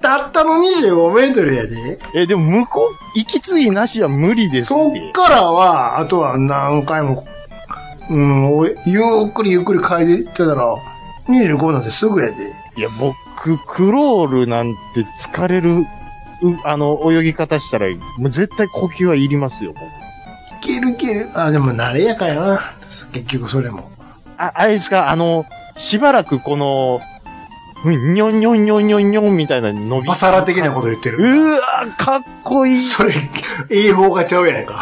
S1: たったの25メートルやで。
S3: え、でも向こう、息継ぎなしは無理です
S1: そ
S3: っ。
S1: ってからは、あとは何回も、うん、おいゆっくりゆっくり変えていってたら、25なんてすぐやで。
S3: いや、僕、クロールなんて疲れる、うあの、泳ぎ方したら、もう絶対呼吸はいりますよ、僕
S1: いけるいける。あ、でも慣れやかやな。結局それも。
S3: あ、あれですか、あの、しばらくこの、にょんにょんにょんにょんにょんみたいな伸び。
S1: バサラ的なこと言って
S3: う
S1: る。
S3: ーわ、かっこいい。
S1: それ、英語がちゃうやんか。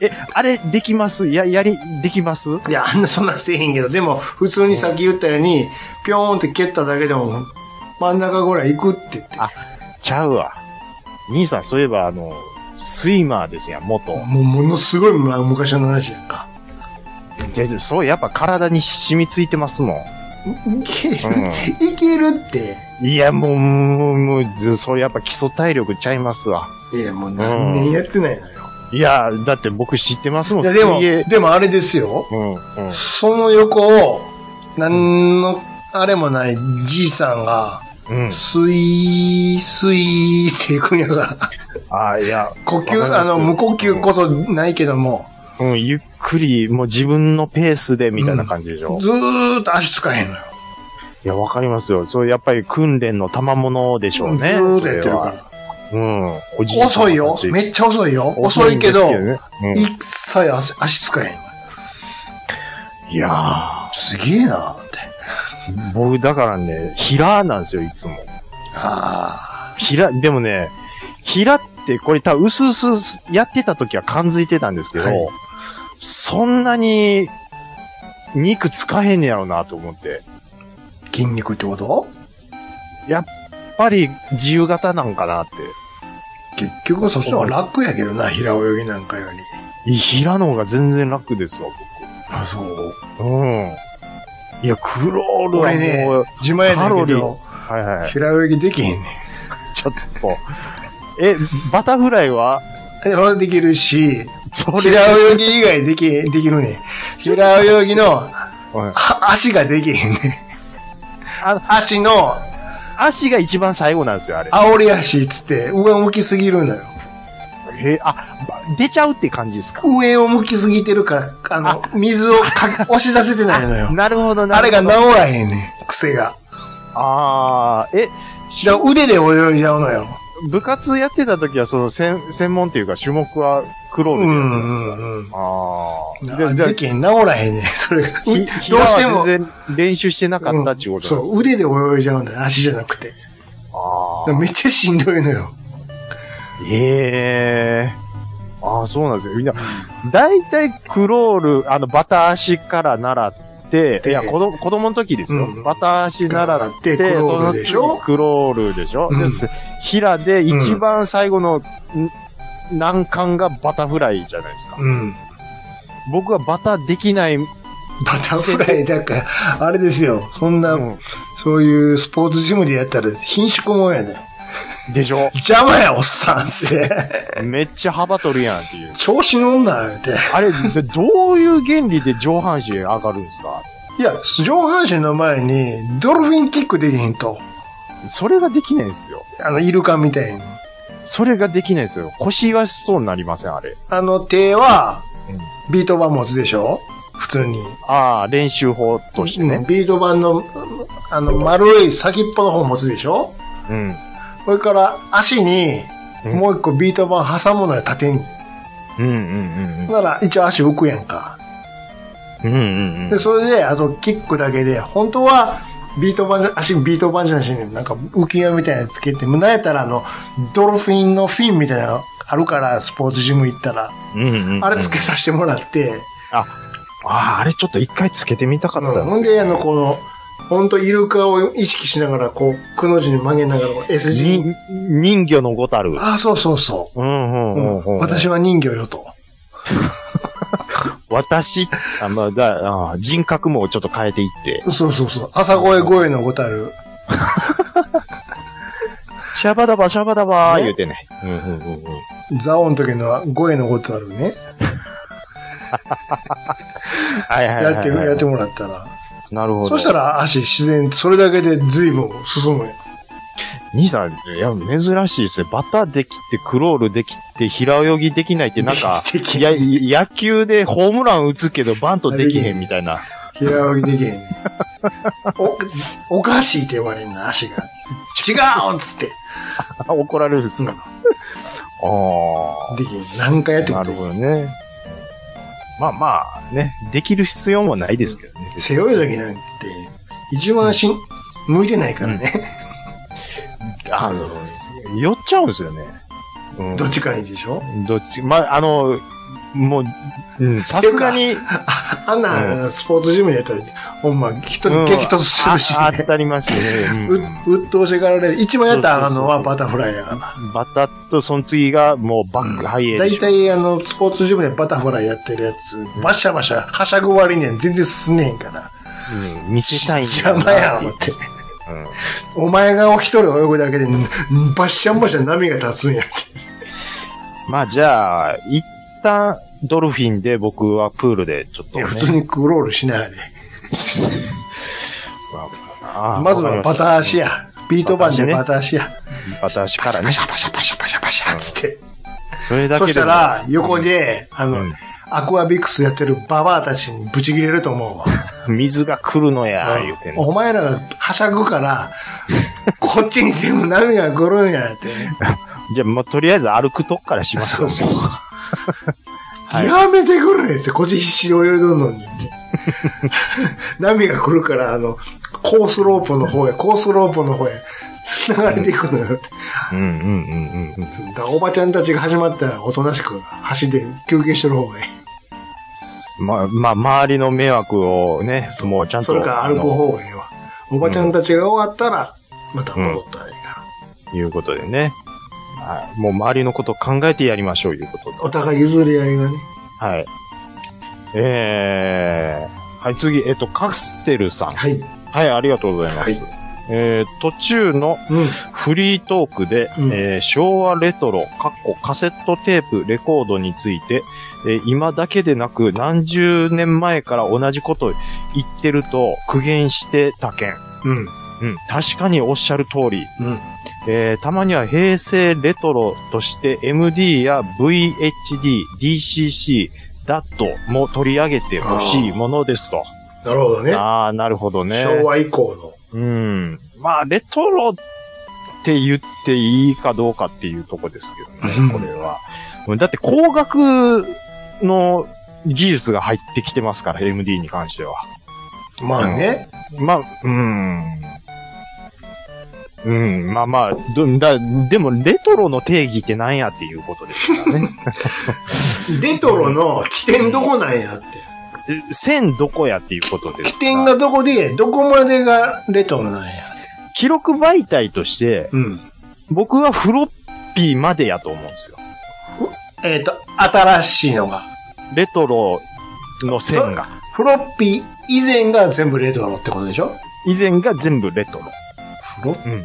S3: え、あれ、できますや、やり、できます
S1: いや、あんなそんなんせえへんけど、でも、普通にさっき言ったように、ぴょーんって蹴っただけでも、真ん中ぐらい行くって言って。
S3: あちゃうわ。兄さん、そういえば、あの、スイマーですやん、元。
S1: もう、ものすごい、まあ、昔の話やんか。
S3: 全然そう、やっぱ体に染みついてますも
S1: いける、
S3: うん
S1: いけるって。
S3: ん。いや、もう、もう、もうず、そう、やっぱ基礎体力ちゃいますわ。
S1: いや、もう何年やってないのよ。
S3: いや、だって僕知ってますもん、
S1: いや、でも、
S3: 水泳
S1: でもあれですよ。
S3: うん、うん。
S1: その横を、何の、あれもないじいさんが、
S3: うん。
S1: スイー、スイーって行くんやから。
S3: ああ、いや。
S1: 呼
S3: わかります
S1: 吸、
S3: よ
S1: あの、無呼吸こそないけども、
S3: うん、ゆっくり、もう自分のペースで、みたいな感じでしょ。い
S1: ずーっと足使えへんのよ。
S3: や、わかりますよ。そう、やっぱり訓練の賜物でしょうね。
S1: ずーっとやってるから。
S3: それは。うん。おじいさんたち
S1: 遅いよ。めっちゃ遅いよ。遅いけど、
S3: 遅んですけどね
S1: 一切足足使えへん。
S3: うんいやー。
S1: すげえなって。
S3: 僕、だからね、平なんですよ、いつも。
S1: あ
S3: 平、でもね、平ってこれ多分薄々やってた時は感づいてたんですけど、
S1: はい
S3: そんなに肉つかへんねやろうなと思って。
S1: あ、筋肉ってこと
S3: やっぱり自由形なんかなっ
S1: 結局そっちの方が楽やけどな、平泳ぎなんかより。
S3: て。平の方が全然楽ですわ、
S1: あ、そう。
S3: 僕。うん。いや、クロールは
S1: 俺ね
S3: もう、、
S1: 自前や
S3: カ
S1: ね
S3: ロ
S1: んけ
S3: リー。
S1: ど、
S3: はいはい。
S1: 平泳ぎできへんねん。
S3: ちょっと。え、バタフライは
S1: えそれできるし、
S3: そ
S1: 平泳ぎ以外でき、できるねん。平泳ぎの、
S3: はい
S1: は足ができへんねん。
S3: あ
S1: 足の、
S3: 足が一番最後なんですよ、あれ。
S1: 煽り足っつって、上向きすぎるのよ。
S3: へあ、ば出ちゃうって感じですか
S1: 上を向きすぎてるから、あの、水を かけ押し出せてないのよ。
S3: なるほど、な
S1: あ
S3: る
S1: れ
S3: ほど。
S1: が治らへんねん、癖が。
S3: ああ、え、
S1: だから腕で泳いじゃうのよ。
S3: 部活やってた時は、その、専、専門っていうか、種目はクロー
S1: う
S3: ル
S1: ん
S3: でやっ
S1: う
S3: てたんですか、
S1: んうん。
S3: ああ。
S1: あ
S3: じゃあ
S1: で、きへんな、おらへんね ん。それ が。どう
S3: ひどう
S1: しても。
S3: 全然練習してなかったっていうことなんです
S1: そう、腕で泳いじゃうんだよ、足じゃなくて。
S3: か、ああ
S1: めっちゃしんどいのよ。
S3: ええああ、そうなんですよ。みんな、大体クロール、あの、バタ足から習って、い
S1: で
S3: や、子供、子供の時ですよ。
S1: うん
S3: バタ足習って、
S1: 習ってクロールでしょ
S3: その次クロールでしょ、
S1: うん
S3: です。平で一番最後の、ん難関がバタフライじゃないですか。
S1: うん。
S3: 僕はバタできない、
S1: バタフライ、だ から、あれですよ。そんな、
S3: うん
S1: そういうスポーツジムでやったら、品種もんやね。
S3: でしょ
S1: 邪魔や、おっさ んって。
S3: めっちゃ幅取るやんっていう。
S1: 調子乗んな、って。
S3: あれ、でどういう原理で上半身上がるんですか
S1: いや、上半身の前に、ドルフィンキックできへんと。
S3: それができないんですよ。
S1: あの、イルカみたいに。
S3: それができないですよ。腰はそうになりません、あれ。
S1: あの、手は
S3: うん、
S1: ビート板持つでしょ普通に。
S3: ああ、練習法として
S1: うん
S3: ね。
S1: ビート板の、あの、丸い先っぽの方持つでしょ
S3: うん。
S1: それから、足に、
S3: うん
S1: もう一個ビート板挟むのよ、縦に。
S3: うんうん
S1: なら、一応足浮くやんか。
S3: うん。うんうんう
S1: で、それで、あと、キックだけで、本当は、ビート板じゃ、足にビート板じゃなしに、なんか、浮き輪みたいなのつけて、胸やったら、あの、ドルフィンのフィンみたいなのあるから、スポーツジム行ったら、
S3: ん。うんうんうん
S1: あれつけ。させてもらって、
S3: ああ、あれちょっと一回つけてみたかったんです
S1: ほん
S3: よ
S1: で、あの、この、本当イルカを意識しながら、こう、くの字に曲げながら、S 字に。
S3: に人魚のごたる。
S1: ああ、そうそうそ
S3: うんう
S1: う。
S3: んうん
S1: う
S3: うんん。
S1: 私は人魚よと。
S3: 私、あまあだああ人格もちょっと変えていって。
S1: そうそうそう。朝声声のごたる。
S3: シャバダバ、シャバダバー
S1: ね
S3: 言うてね。うんうんうんうん。
S1: ザオの時の声のごとあるね。
S3: はいはいはいはい。
S1: やって、やってもらったら。
S3: なるほど。
S1: そしたら足自然、それだけで随分進むよ。
S3: 兄さん、いや、珍しいですね。バターできて、クロールできて、平泳ぎできないって、なんか
S1: でき、
S3: い
S1: な
S3: や、野球でホームラン打つけど、バントできへんみたいな。
S1: 平泳ぎできへん ね。お、おかしいって言われんな、足が。違うんっつって。
S3: 怒られるんすか。あ
S1: できへん。何回やって
S3: あ。な
S1: もで
S3: る
S1: きへ
S3: ほ
S1: ん
S3: どね。まあまあ、ね、できる必要もないですけどね。
S1: 背泳ぎなんて、一番しん、向いてないからね。
S3: あの、酔っちゃうんですよね。うん
S1: どっちかにでしょ
S3: どっち、まあ、あの、もう、うんさすがに、
S1: ああんな、スポーツジムでやったら、ほんま、人に激突するし
S3: あ
S1: ね。
S3: 当たりますよね。
S1: う
S3: うん
S1: 鬱陶しがられる。一番やったらあかんのは
S3: そうそうそう
S1: バタフライやから。
S3: バタと、その次がもうバックハイエーでし
S1: 大
S3: ょ
S1: 体、あの、スポーツジムでバタフライやってるやつ、バシャバシャ、はしゃぐ割には全然進んねへんから。
S3: うん見せたいんだ
S1: 邪
S3: な
S1: 魔やん、思
S3: っ
S1: ってて。お前がお一人泳ぐだけで、んんバッシャンバシャン波が立つんやって。
S3: まあじゃあ、一旦、ドルフィンで僕はプールでちょっと、
S1: い
S3: ね。
S1: や、普通にクロールしないで。
S3: ああ
S1: まずはバタ足や。ビート板でバ
S3: バ
S1: タ足や。
S3: バタ足から
S1: バ
S3: ね。
S1: シャバシャバシャバシャバシャっつって。
S3: それだけで
S1: そ
S3: も
S1: したら、横で、あの
S3: うん、
S1: アクアビクスやってるババアたちにブチ切れると思うわ。
S3: 水が来るのや、言うてね。
S1: お前らがはしゃぐから、こっちに全部波が来るんやって。
S3: じゃあ、まあ、とりあえず歩くとこからしますよ。
S1: そうそうやめてくれですよ。こっち必死に泳いどん のに。波が来るから、あの、コースロープの方へ、コースロープの方へ流れていくのよ。
S3: うんうんうんうんうん。
S1: だからおばちゃんたちが始まったら、おとなしく走って休憩してる方がいい。
S3: まあ、まあ、周りの迷惑をね、もうちゃんと。
S1: それから歩く方がいいわ。おばちゃんたちが終わったら、また戻ったらいいから。
S3: あのいうことでね。はい。もう周りのことを考えてやりましょう、いうことで。
S1: お互い譲り合いがね。
S3: はい。えー、はい、次、えっと、カステルさん。
S1: はい。
S3: はい、ありがとうございます。
S1: はい。
S3: えー、途中の
S1: うん。
S3: フリートークで、
S1: うん
S3: えー昭和レトロ、かっこカセットテープ、レコードについて、えー今だけでなく何十年前から同じこと言ってると苦言してたけん。
S1: うん。
S3: うん、確かにおっしゃる通り、
S1: うん。
S3: えーたまには平成レトロとして MD や VHD、DCC、ダットも取り上げてほしいものですと。
S1: なるほどね。
S3: ああ、なるほどね。
S1: 昭和以降の。
S3: うん。まあ、レトロっって言っていいかどうかっていうとこですけどね、これは。だって工学の技術が入ってきてますから、MD に関しては。
S1: まあね。
S3: まあ、うーん。うん、まあまあ、どだでも、レトロの定義って何やっていうことです からね。
S1: レトロの起点どこなんやって。
S3: え線どこやっていうことです
S1: 起
S3: から
S1: 点がどこで、どこまでがレトロなんや。
S3: 記録媒体として、
S1: うん。
S3: 僕はフロッピーまでやと思うんですよ。
S1: えっ、と、新しいのが。
S3: レトロの線が。
S1: フロッピー以前が全部レトロってことでしょ
S3: 以前が全部レトロ。
S1: フロッ
S3: うん。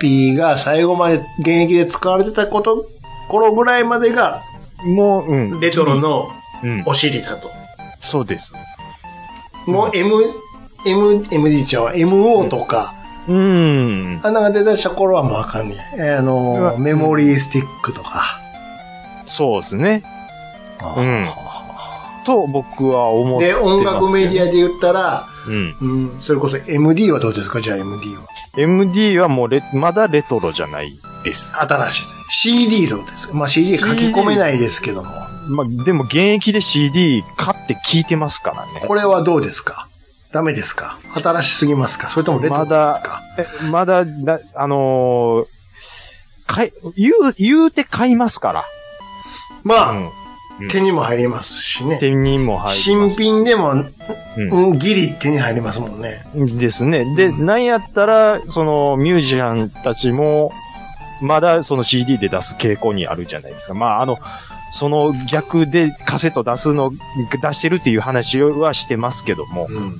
S1: ピーが最後まで現役で使われてたこと、頃ぐらいまでが
S3: もう、うん。
S1: レトロの
S3: うん。
S1: お尻だと。
S3: そうです。
S1: もう M、M、MD ちゃんは MO とか、
S3: うーん。
S1: あんなのが出だした頃はもうあかんねえ。あの、
S3: うん
S1: メモリースティックとか。
S3: そうですね。うん。と、僕は思って
S1: で、
S3: ます、
S1: 音楽メディア
S3: ア。
S1: で言ったら、
S3: うん。
S1: うん、それこそ MD はどうですかじゃあ MD は。
S3: MD はもうレ、まだレトロじゃないです。
S1: 新しい。CD どうですかまあ CD 書き込めないですけども。
S3: まあ、でも現役で CD 買って聞いてますからね。
S1: これはどうですかダメですか新しすぎますかそれともレトロですか、
S3: えまだ、だあのー、買い、言う、言うて買いますから。
S1: まあ、
S3: うん。
S1: 手にも入りますしね。
S3: 手にも入りま
S1: 新
S3: す。
S1: 品でも、
S3: う
S1: うんギリ手に入りますもんね。
S3: ですね。で、なんやったら、その、ミュージシャンたちも、まだその CD で出す傾向にあるじゃないですか。まあ、あの、その逆でカセット出すの、出してるっていう話はしてますけども。
S1: うん。
S3: うん。い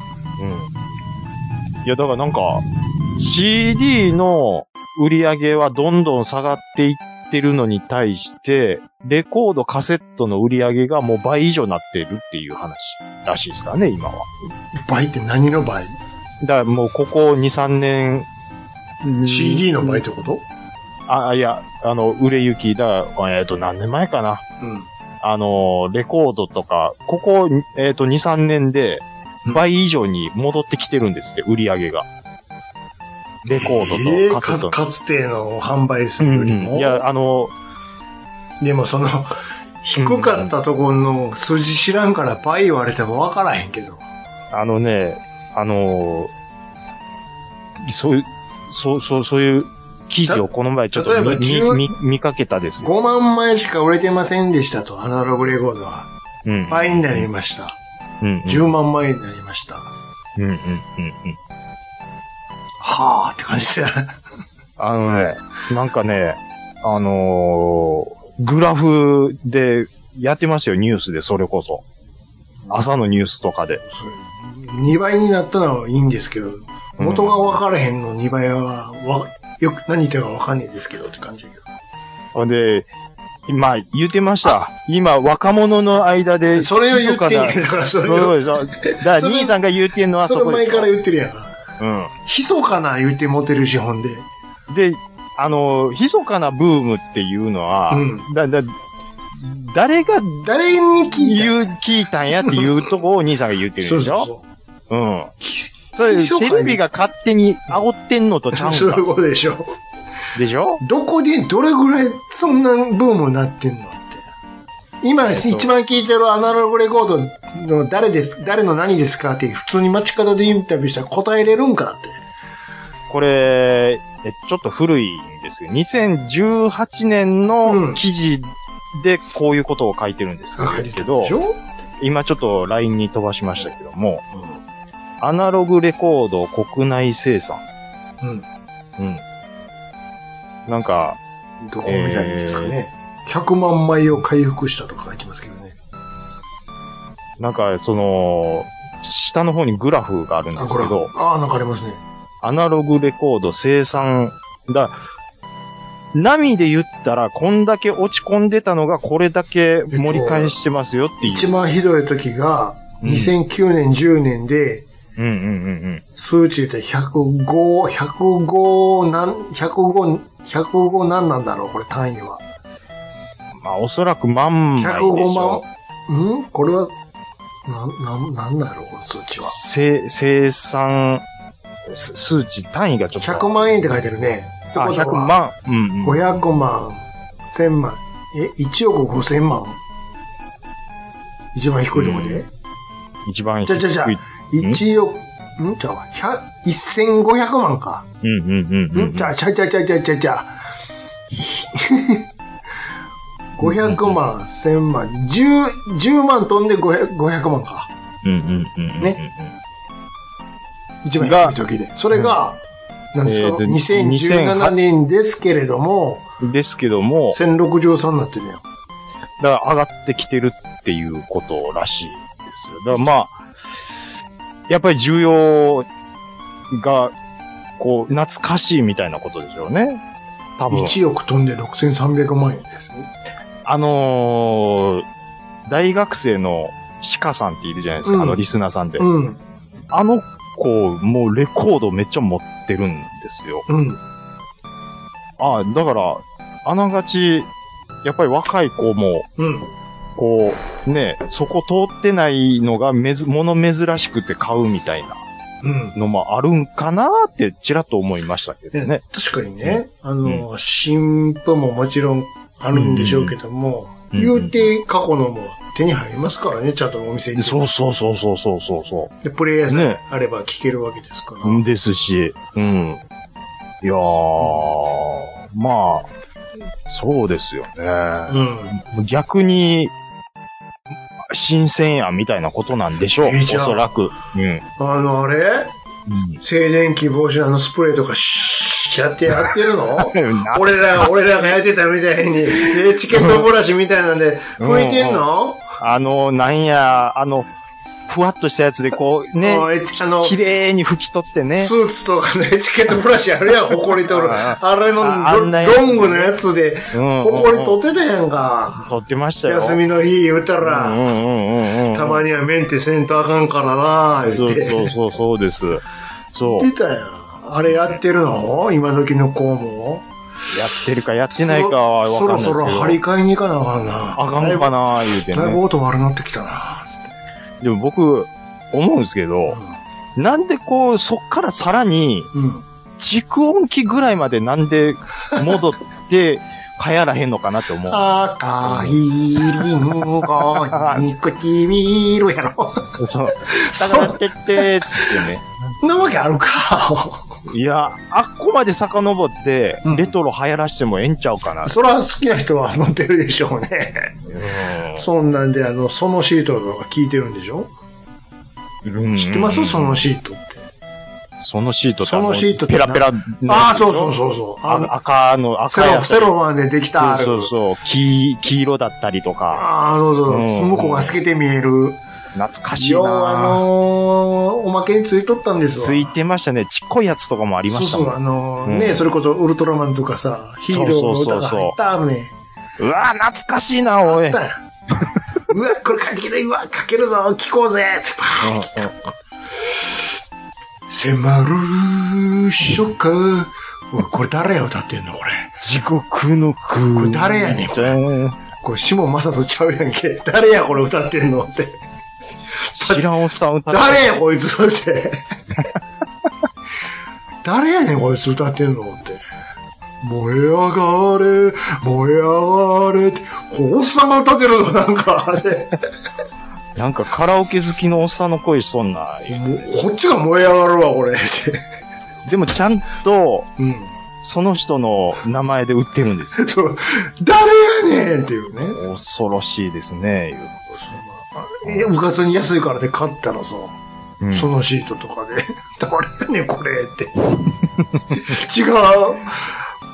S3: や、だからなんか、CD の売り上げはどんどん下がっていってるのに対して、レコード、カセットの売り上げがもう倍以上になってるっていう話らしいですからね、今は。
S1: 倍って何の倍
S3: だからもうここ2、3年。うん
S1: ?CD の倍ってこと
S3: あ、いや、あの、売れ行き、だから、えっ、と、何年前かな。
S1: うん。
S3: あの、レコードとか、ここ、えっ、と、2、3年で
S1: うん、
S3: 倍以上に戻ってきてるんですって、売り上げが。レコ
S1: え
S3: ードと
S1: ー
S3: カセ
S1: か
S3: ッ
S1: つ
S3: トの。
S1: かつての販売数
S3: う
S1: よ
S3: ん
S1: り
S3: うん、
S1: も。
S3: いや、あの、
S1: でもその、低かったところの数字知らんから倍言われても分からへんけど。
S3: あのね、あの、そういう、そう、そう、そういう記事をこの前ちょっ
S1: 例え
S3: と
S1: ば
S3: 見、見
S1: 10
S3: 見、見かけたです。
S1: 5万枚しか売れてませんでしたと、アナログレコードは。
S3: うん。
S1: 倍になりました。
S3: うんうん。
S1: 10万枚になりました。
S3: うんうんうんうん。
S1: はぁーって感じで。
S3: あのね、なんかね、あのーグラフでやってましたよ、ニュースで、それこそ。朝のニュースとかで。
S1: 2倍になったのはいいんですけど、
S3: うん
S1: 元が分からへんの2倍は、わよく何言ってるか分かんないですけどって感じだけど。
S3: ほんで、まあ、言ってました。今、若者の間で、
S1: それを言ってんねん
S3: 密かな
S1: だからそれ
S3: そう
S1: を。
S3: でしょ。だから、
S1: それ
S3: 兄さんが言うてんのは
S1: そ
S3: そ
S1: れ
S3: こで
S1: 前
S3: しょ。
S1: から言ってるやんか。
S3: うん。
S1: ひそかな言ってモテる資本で。
S3: で、あの、密かなブームっていうのは、
S1: うん
S3: だ、だ、誰が
S1: 誰に聞いた
S3: 言う、聞いたんやっていうとこを兄さんが言ってるでしょ
S1: そう
S3: うん。それ、
S1: 密か
S3: テ
S1: に
S3: レビが勝手に煽ってんのとちゃ
S1: そうう。
S3: ん
S1: そういう
S3: か。
S1: ことでしょ。
S3: でしょ
S1: どこで、どれぐらいそんなブームになってんのって。今、
S3: えっと
S1: 一番聴いてるアナログレコードの誰です、誰の何ですかって普通に街角でインタビューしたら答えれるんかって。
S3: これ、えちょっと古いんですけど、2018年
S1: うん
S3: の記事でこういうことを書いてるんですけど、
S1: でしょ
S3: 今ちょっと LINE に飛ばしましたけども、アナログレコード国内生産。
S1: うん。
S3: うん。なんか、
S1: どこ見たらいいんですかね。100万枚を回復したとか書いてますけどね。
S3: なんか、その、下の方にグラフがあるんで
S1: あ、
S3: す
S1: これ
S3: けど、。
S1: ああ、なんかありますね。
S3: アナログレコード生産、だ、波で言ったら、こんだけ落ち込んでたのが、これだけ盛り返してますよっていう。
S1: 一番ひどい時が、
S3: うん
S1: 2009年、10年で、
S3: うんうんうん
S1: 数値で105、105、なん、105、105なんなんだろうこれ単位は。
S3: うん。まあ、おそらく万枚でし
S1: 105万
S3: ょ。。
S1: んこれは、なん、なん、なんだろうこの数値は。
S3: せ生産、す数値単位がちょっと。
S1: 100万円って書いてるね。って
S3: あ、
S1: ことは
S3: 100万。うん、うん。
S1: 500万、1000万。え、1億5000万一番低いとこで、
S3: 一番
S1: じ
S3: 低
S1: ゃ
S3: い。
S1: じゃじゃ
S3: ん
S1: 一億、んじゃあ、100 1500万か。
S3: うんうんうんうんん
S1: じ。ゃあ、ちゃいちゃいちゃいちゃいちゃいちゃ い。500万、1000万、10、10万飛んで500 500万か。
S3: うんうんうんうんうん。
S1: ね一番低い時で。それが、何ですか、
S3: えーと
S1: 2017年ですけれども、
S3: ですけども、
S1: 1063になってるよ。
S3: だから上がってきてるっていうことらしいですよ。だからまあ、やっぱり需要が、こう、懐かしいみたいなことでしょうね。多分。
S1: 1億飛んで6300万円ですね。
S3: あのー大学生の鹿さんっているじゃないですか、
S1: うん
S3: あのリスナーさんで。
S1: うん、
S3: あの子、もうレコードめっちゃ持ってるんですよ。
S1: うん。
S3: ああ、だから、あながち、やっぱり若い子も、
S1: うん。
S3: こう、ね、そこ通ってないのがめず、もの珍しくて買うみたいな
S1: うん。
S3: のもあるんかなーってちらっと思いましたけどね。
S1: 確かにね、あの、新譜ももちろんあるんでしょうけども、
S3: うん
S1: 言うて過去のも手に入りますからね、ちゃんとお店に。
S3: そうそうそうそうそうそうそ
S1: で、プレイヤーさ
S3: ね
S1: んあれば聞けるわけですから。
S3: う。ですし、うん。いやー、まあ、そうですよ
S1: う
S3: ね。
S1: ん。
S3: 逆に、新鮮やみたいなことなんでしょう。
S1: えーじゃあ
S3: おそらく。うん。
S1: あの、あれ静電気防止のあのスプレーとかシーッやってやってるの俺ら、俺らがやってたみたいに、エチケットブラシみたいなんで、拭いてんの、
S3: あの、なんや、あの、ふわっとしたやつでこう、ね
S1: あ、のエチあの、
S3: 綺麗に拭き取ってね
S1: ス。ーツとかのエ チケットブラシあるやん、ほこり取る。
S3: あ
S1: あれの
S3: ああんなやつ
S1: ロングのやつで、
S3: うん
S1: ほこり取ってたやんか。
S3: 取ってましたよ。
S1: 休みの日言うた
S3: う
S1: ら、
S3: んうんうんうん。
S1: たまにはメンテせんとあかんからな
S3: そ
S1: 言
S3: う
S1: って。
S3: そうそう、そうです。そう。
S1: 言ってたやん。あれやってるの今時の子も。
S3: やってるかやってないかはわかんないですけ
S1: そ
S3: ど。
S1: ろそろ張り替えに行かなあかんな。
S3: あかんのかな言うて
S1: だいぶ
S3: ね。
S1: 音悪なってきたなつって。
S3: でも僕、思うんですけど、なんでこう、そっからさらに、
S1: うん。うん
S3: 蓄音機ぐらいまでなんで戻って、 流行らへんのかなって思う。
S1: 赤いリンゴに唇やろ。
S3: そう。だから、てって、つってね。
S1: そんなわけあ るか。
S3: いや、あっこまで遡って
S1: うん、
S3: レトロ流行らしてもええんちゃうかな。
S1: そら好きな人は乗ってるでしょうね。 そんなんで、あの、そのシートとか聞いてるんでしょ知ってますその
S3: シ
S1: シートって。
S3: ート。そのシートって
S1: そのシートって
S3: ペラペラ。
S1: ああ、そうそうそうそう。あ
S3: あの
S1: の、
S3: 赤の、
S1: セ
S3: 赤
S1: ロ、
S3: やつ
S1: セロファンでできた。
S3: そうそうそう。黄、黄色だったりとか。
S1: ああ、そうそうそう。
S3: うん
S1: 向こうが透けて見える。
S3: 懐かしい
S1: よう、あ
S3: な
S1: のー、おまけについとったんですわ。
S3: ついてましたね。ちっこいやつとかもありました
S1: そう
S3: も
S1: そう、あ
S3: ん。
S1: の
S3: う
S1: ー
S3: ん
S1: ね、それこそウルトラマンとかさ、ヒーローの歌が入ったね。
S3: うわ懐かしいなおい。
S1: あったやん うわ、これ帰ってきた、うわ、かけるぞ、聞こうぜ、つばー迫る初夏。うわ、これ誰や歌ってんのこれ。
S3: 地獄の空。
S1: これ誰やねんこれ
S3: ん。
S1: これ、下正人ちゃうやんけ。誰や、これ歌ってんのって。
S3: 知らんおっさん歌ってた
S1: 誰や、こいつって。誰やねん、こいつ歌ってんのって。燃え上がれ、燃え上がれって。こうおっさんが歌ってるの、なんか、あれ。
S3: なんかカラオケ好きのおっさんの声しそんな。
S1: もうこっちが燃え上がるわ、これ。って。
S3: でもちゃんと、
S1: うん。
S3: その人の名前で売ってるんですよ。
S1: そう、誰やねんっていうね。
S3: 恐ろしいですね、
S1: え、うかつに安いからで買ったらさ、
S3: 言う
S1: そ
S3: と。
S1: のシートとかで、誰やねんこれって。違う。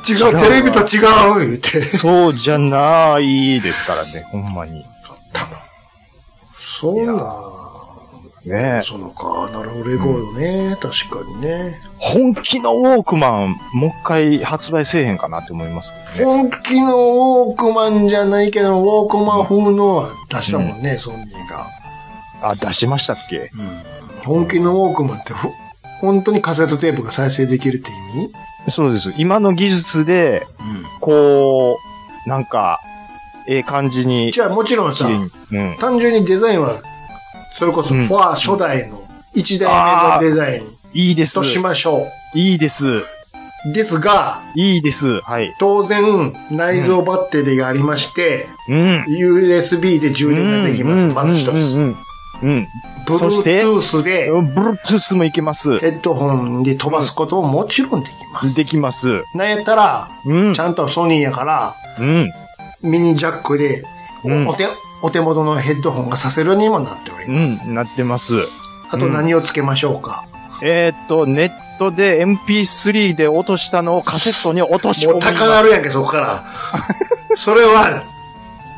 S1: 違う、テレビと違う言って。
S3: そうじゃないですからね、ほんまに。
S1: そうな
S3: ねえ
S1: そのか、なるほど、レコードね、確かにね。
S3: 本気のウォークマン、もう一回発売せえへんかなって思いますけどね。
S1: 本気のウォークマンじゃないけど、ウォークマン風のは出したもんね、ソニーが。
S3: あ、出しましたっけ
S1: 本気のウォークマンってほ、本当にカセットテープが再生できるって意味
S3: そうです。今の技術で、
S1: うん。
S3: こう、なんか、ええ感じに、
S1: じゃあもちろん
S3: 綺
S1: さ、
S3: 麗に。うん。
S1: 単純にデザインは、それこそ
S3: うん
S1: フォア初代の1代目のデザイン
S3: いいです
S1: と。しましょう。
S3: いいです。
S1: ですが、
S3: いいです。はい。
S1: 当然、内蔵バッテリーがありまして、
S3: うん。
S1: USB で充電ができます。まず一つ
S3: う。ん。うん。そして
S1: Bluetooth で、
S3: ブルートゥースもいけます。
S1: ヘッドホンで飛ばすことももちろんできます。
S3: できます。
S1: なんやったら、
S3: うん
S1: ち。ゃんとソニーやから、
S3: うん。
S1: ミニジャックで、
S3: うん
S1: お手、お手元のヘッドホンがさせるにもなっており
S3: う
S1: ます。
S3: ん。なってます。
S1: あと何をつけましょうか。
S3: えーっと、ネットで MP3 で落としたのをカセットに落とし込
S1: も
S3: む
S1: う。高なるやんけ、そこ から。それは、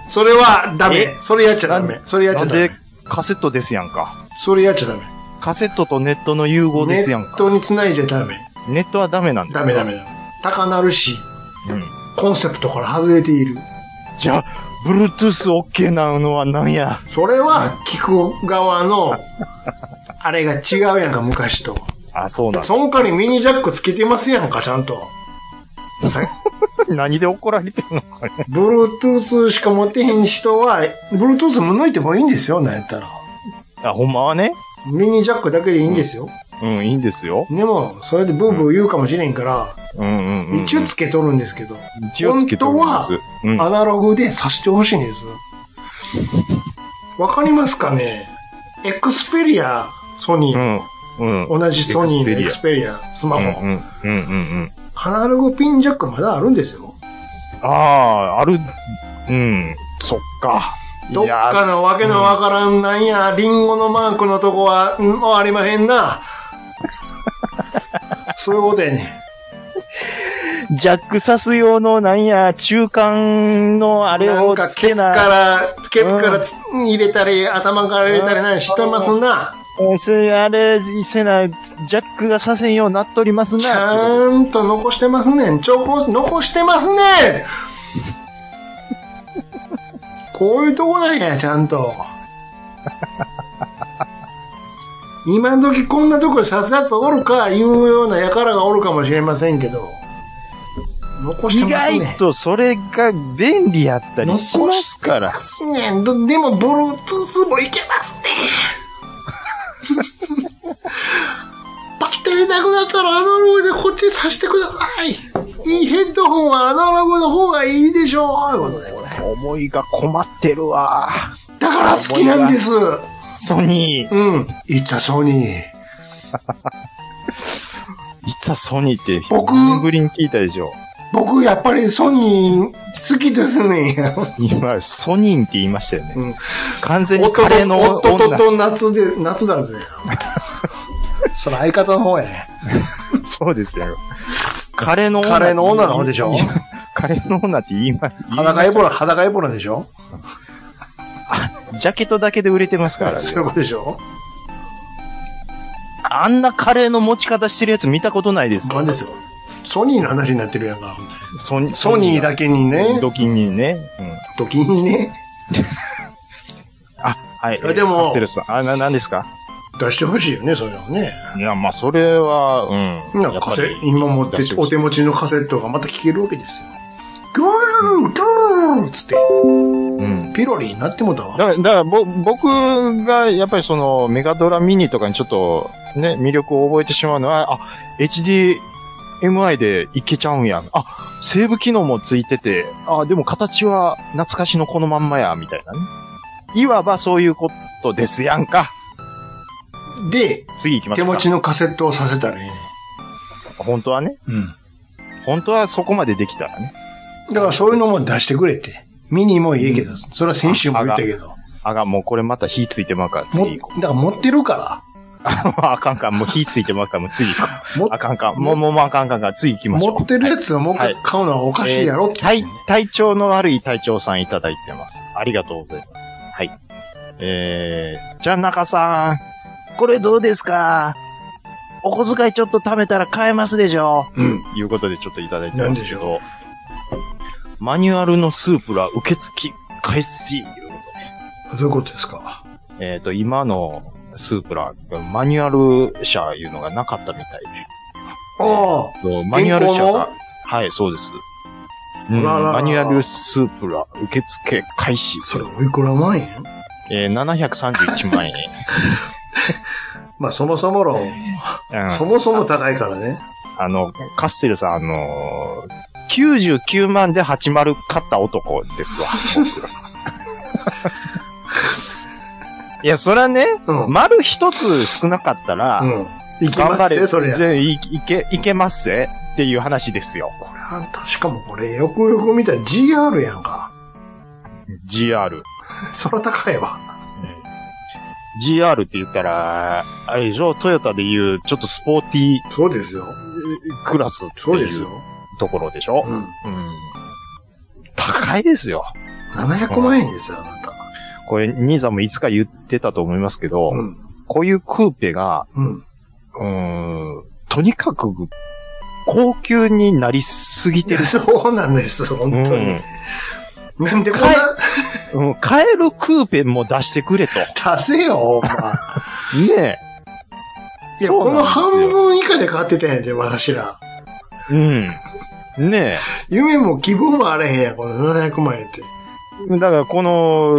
S1: それはダメ
S3: え。
S1: それやっちゃダメ。それやっち
S3: な
S1: ゃ
S3: ん
S1: ダ
S3: で
S1: メ。、
S3: カセットですやんか。
S1: それやっちゃダメ。
S3: カセットとネットの融合で
S1: ネ
S3: すやん
S1: ッ
S3: か。
S1: トに繋いじゃダメ。
S3: ネットはダメなんです
S1: ダメダメ。ダメ。高なるし、
S3: うん。
S1: コンセプトから外れている。
S3: じゃあ、Bluetooth OK なのは何や
S1: それは聞く側の、あれが違うやんか、昔と。
S3: あ、そうなんだ
S1: その代わりミニジャックつけてますやんか、ちゃんと。 さ
S3: 何で怒られてるのかね。
S1: Bluetooth しか持ってへん人は、Bluetooth も抜いてもいいんですよ、なんやったら。
S3: あ、ほんまはね。
S1: ミニジャックだけでいいんですよ。
S3: うん、いいんですよ。
S1: でも、それでブーブー言うかもしれんから、
S3: うんうんうんうん。
S1: 一応つけとるんですけど、
S3: 一応つけております
S1: 本。
S3: うん
S1: アナログでさしてほしいんです。わかりますかねエクスペリア、ソニー、
S3: うん。うん。
S1: 同じソニーのエクスペリア、スマ
S3: うん
S1: ホ、
S3: うんうんうんうん。
S1: アナログピンジャックまだあるんですよ。
S3: ああ、ある、うん。そっか。
S1: どっかのわけのわからん、なんや、リンゴのマークのとこは、んもうありまへん な。そういうことやね。
S3: いやジャックサス用のなんや、中間のあれ
S1: なん
S3: を
S1: か、
S3: つ
S1: ケ
S3: け
S1: ツ
S3: な。
S1: から、ケツからつ入れたり、頭から入れたりなんや知ってますな。
S3: えーせあれ、せな、ジャックがさせんようになっとりますな。
S1: ちゃんと残してますねん。ちょこ、残してます ねんこういうとこなんや、ちゃんと。今時こんなとこに刺すやつおるか、いうような輩がおるかもしれませんけど。残して
S3: 意
S1: ますねん。
S3: 外とそれが便利やったりしますから
S1: 残。してますねんどでも、ボルトゥースもいけますね んバッテリーなくなったらアナログでこっちにさしてください。いいヘッドホンはアナログの方がいいでしょう。ということで、これ。
S3: 思いが困ってるわ。
S1: だから好きなんです。う
S3: ソニー。
S1: ん。いっちゃソニー。
S3: いつはソニーって、
S1: 僕
S3: 何年ぶりに聞いたでしょ。
S1: 僕、やっぱりソニー好きですね。
S3: 今、ソニーって言いましたよね。
S1: うん
S3: 完全に
S1: 夫
S3: カレーの
S1: と、夫と
S3: 女。
S1: と夏で、夏 だぜ。それ相方の方やね。
S3: そうですよ。カレーの女。
S1: カレーの女の方でし ょ
S3: いやカレーの女って言いま、
S1: 裸エボラ、裸エボラでしょ
S3: ジャケットだけで売れてますからね。
S1: そういうことでしょ
S3: あんなカレーの持ち方してるやつ見たことないです
S1: なんですよ。ソニーの話になってるやんか。
S3: ソニ
S1: ソニーだけにね、
S3: ドキにね。うん。
S1: 時にね、
S3: あ、はい。
S1: あでも
S3: カステルさん。あ、な、なんですか
S1: 出してほしいよね、それはね。
S3: いや、まあ、それは、うん。
S1: なんかカセ
S3: やぱり
S1: 今持って
S3: 出して
S1: お
S3: ほしい
S1: 手持ちのカセットがまた聴けるわけですよ。ドゥードゥーっつって、
S3: うん。
S1: ピロリになってもだ
S3: だ
S1: わ。
S3: から、だからぼ、僕が、やっぱりその、メガドラミニとかにちょっと、ね、魅力を覚えてしまうのは、あ、HDMI でいけちゃうんや。あ、セーブ機能もついてて、あ、でも形は懐かしのこのまんまや、みたいなね。いわばそういうことですやんか。
S1: で、
S3: 次行きます
S1: 手
S3: か。
S1: 持ちのカセットをさせたらいいね。
S3: 本当はね。本当はそこまでできたらね。
S1: だからそういうのも出してくれて。ミニもいいけど、それは先週も言ったけど。
S3: あが、もうこれまた火ついてまうから、
S1: も
S3: 次行こ
S1: だから持ってるか
S3: う。あかんかん、もう火ついてまうから、もう次行こ
S1: ら、も
S3: う。あかんかん、もう、もうもうあかんかんかん、次行きましょう。
S1: 持ってるやつをもう一回買うのはおかしいやろって。
S3: 体、体調の悪い隊長さんいただいてます。ありがとうございます。はい。えー、じゃあ中さん、これどうですかお小遣いちょっと貯めたら買えますでしょ
S1: うん。
S3: いうことでちょっといただいてますけ
S1: なんでし
S3: ど、マニュアルのスープラ受付開始いうことで
S1: どういうことですか
S3: えっ、と、今のスープラ、マニュアル車いうのがなかったみたいで。
S1: ああ。
S3: とマニュアル車
S1: 現行の
S3: が、はい、そうです。うん
S1: あららら
S3: マニュアルスープラ受付開始。
S1: それおいくら万円
S3: えー、731万円。
S1: まあそもそも論、
S3: うん
S1: そもそも高いからね。
S3: あの、カッセルさん、あのー、99万で80買った男ですわ。僕いや、それはね、
S1: うん
S3: 丸一つ少なかったら、
S1: うん。行き
S3: 頑
S1: ま
S3: 張
S1: す
S3: れ、
S1: ね、それ。
S3: 全いいけ、いけますぜっていう話ですよ。
S1: これあんた、しかもこれ、よくよく見たら GR やんか。
S3: GR。
S1: そら高いわ。
S3: GR って言ったら、あれでしょ、トヨタでいう、ちょっとスポーティー
S1: そうですよ。
S3: クラスって
S1: そうです
S3: い
S1: よ
S3: う。ところでしょ
S1: うん。
S3: うん。高いですよ。
S1: 700万円ですよ、あなた。
S3: これ、兄さんもいつか言ってたと思いますけど、
S1: うん。
S3: こういうクーペが、
S1: うん。
S3: うーん、とにかく、高級になりすぎてる。
S1: そうなんです、本当に。なんでこん
S3: はい
S1: な、
S3: うん、うん買えるクーペも出してくれと。
S1: 出せよ、お前。
S3: ね
S1: い
S3: え。
S1: や、
S3: そう
S1: こ
S3: なん
S1: の
S3: ですよ
S1: 半分以下で買ってたんやで、私ら。
S3: うん。ね
S1: 夢も希望もあれへんやん、この700万円って。
S3: え。だから、この、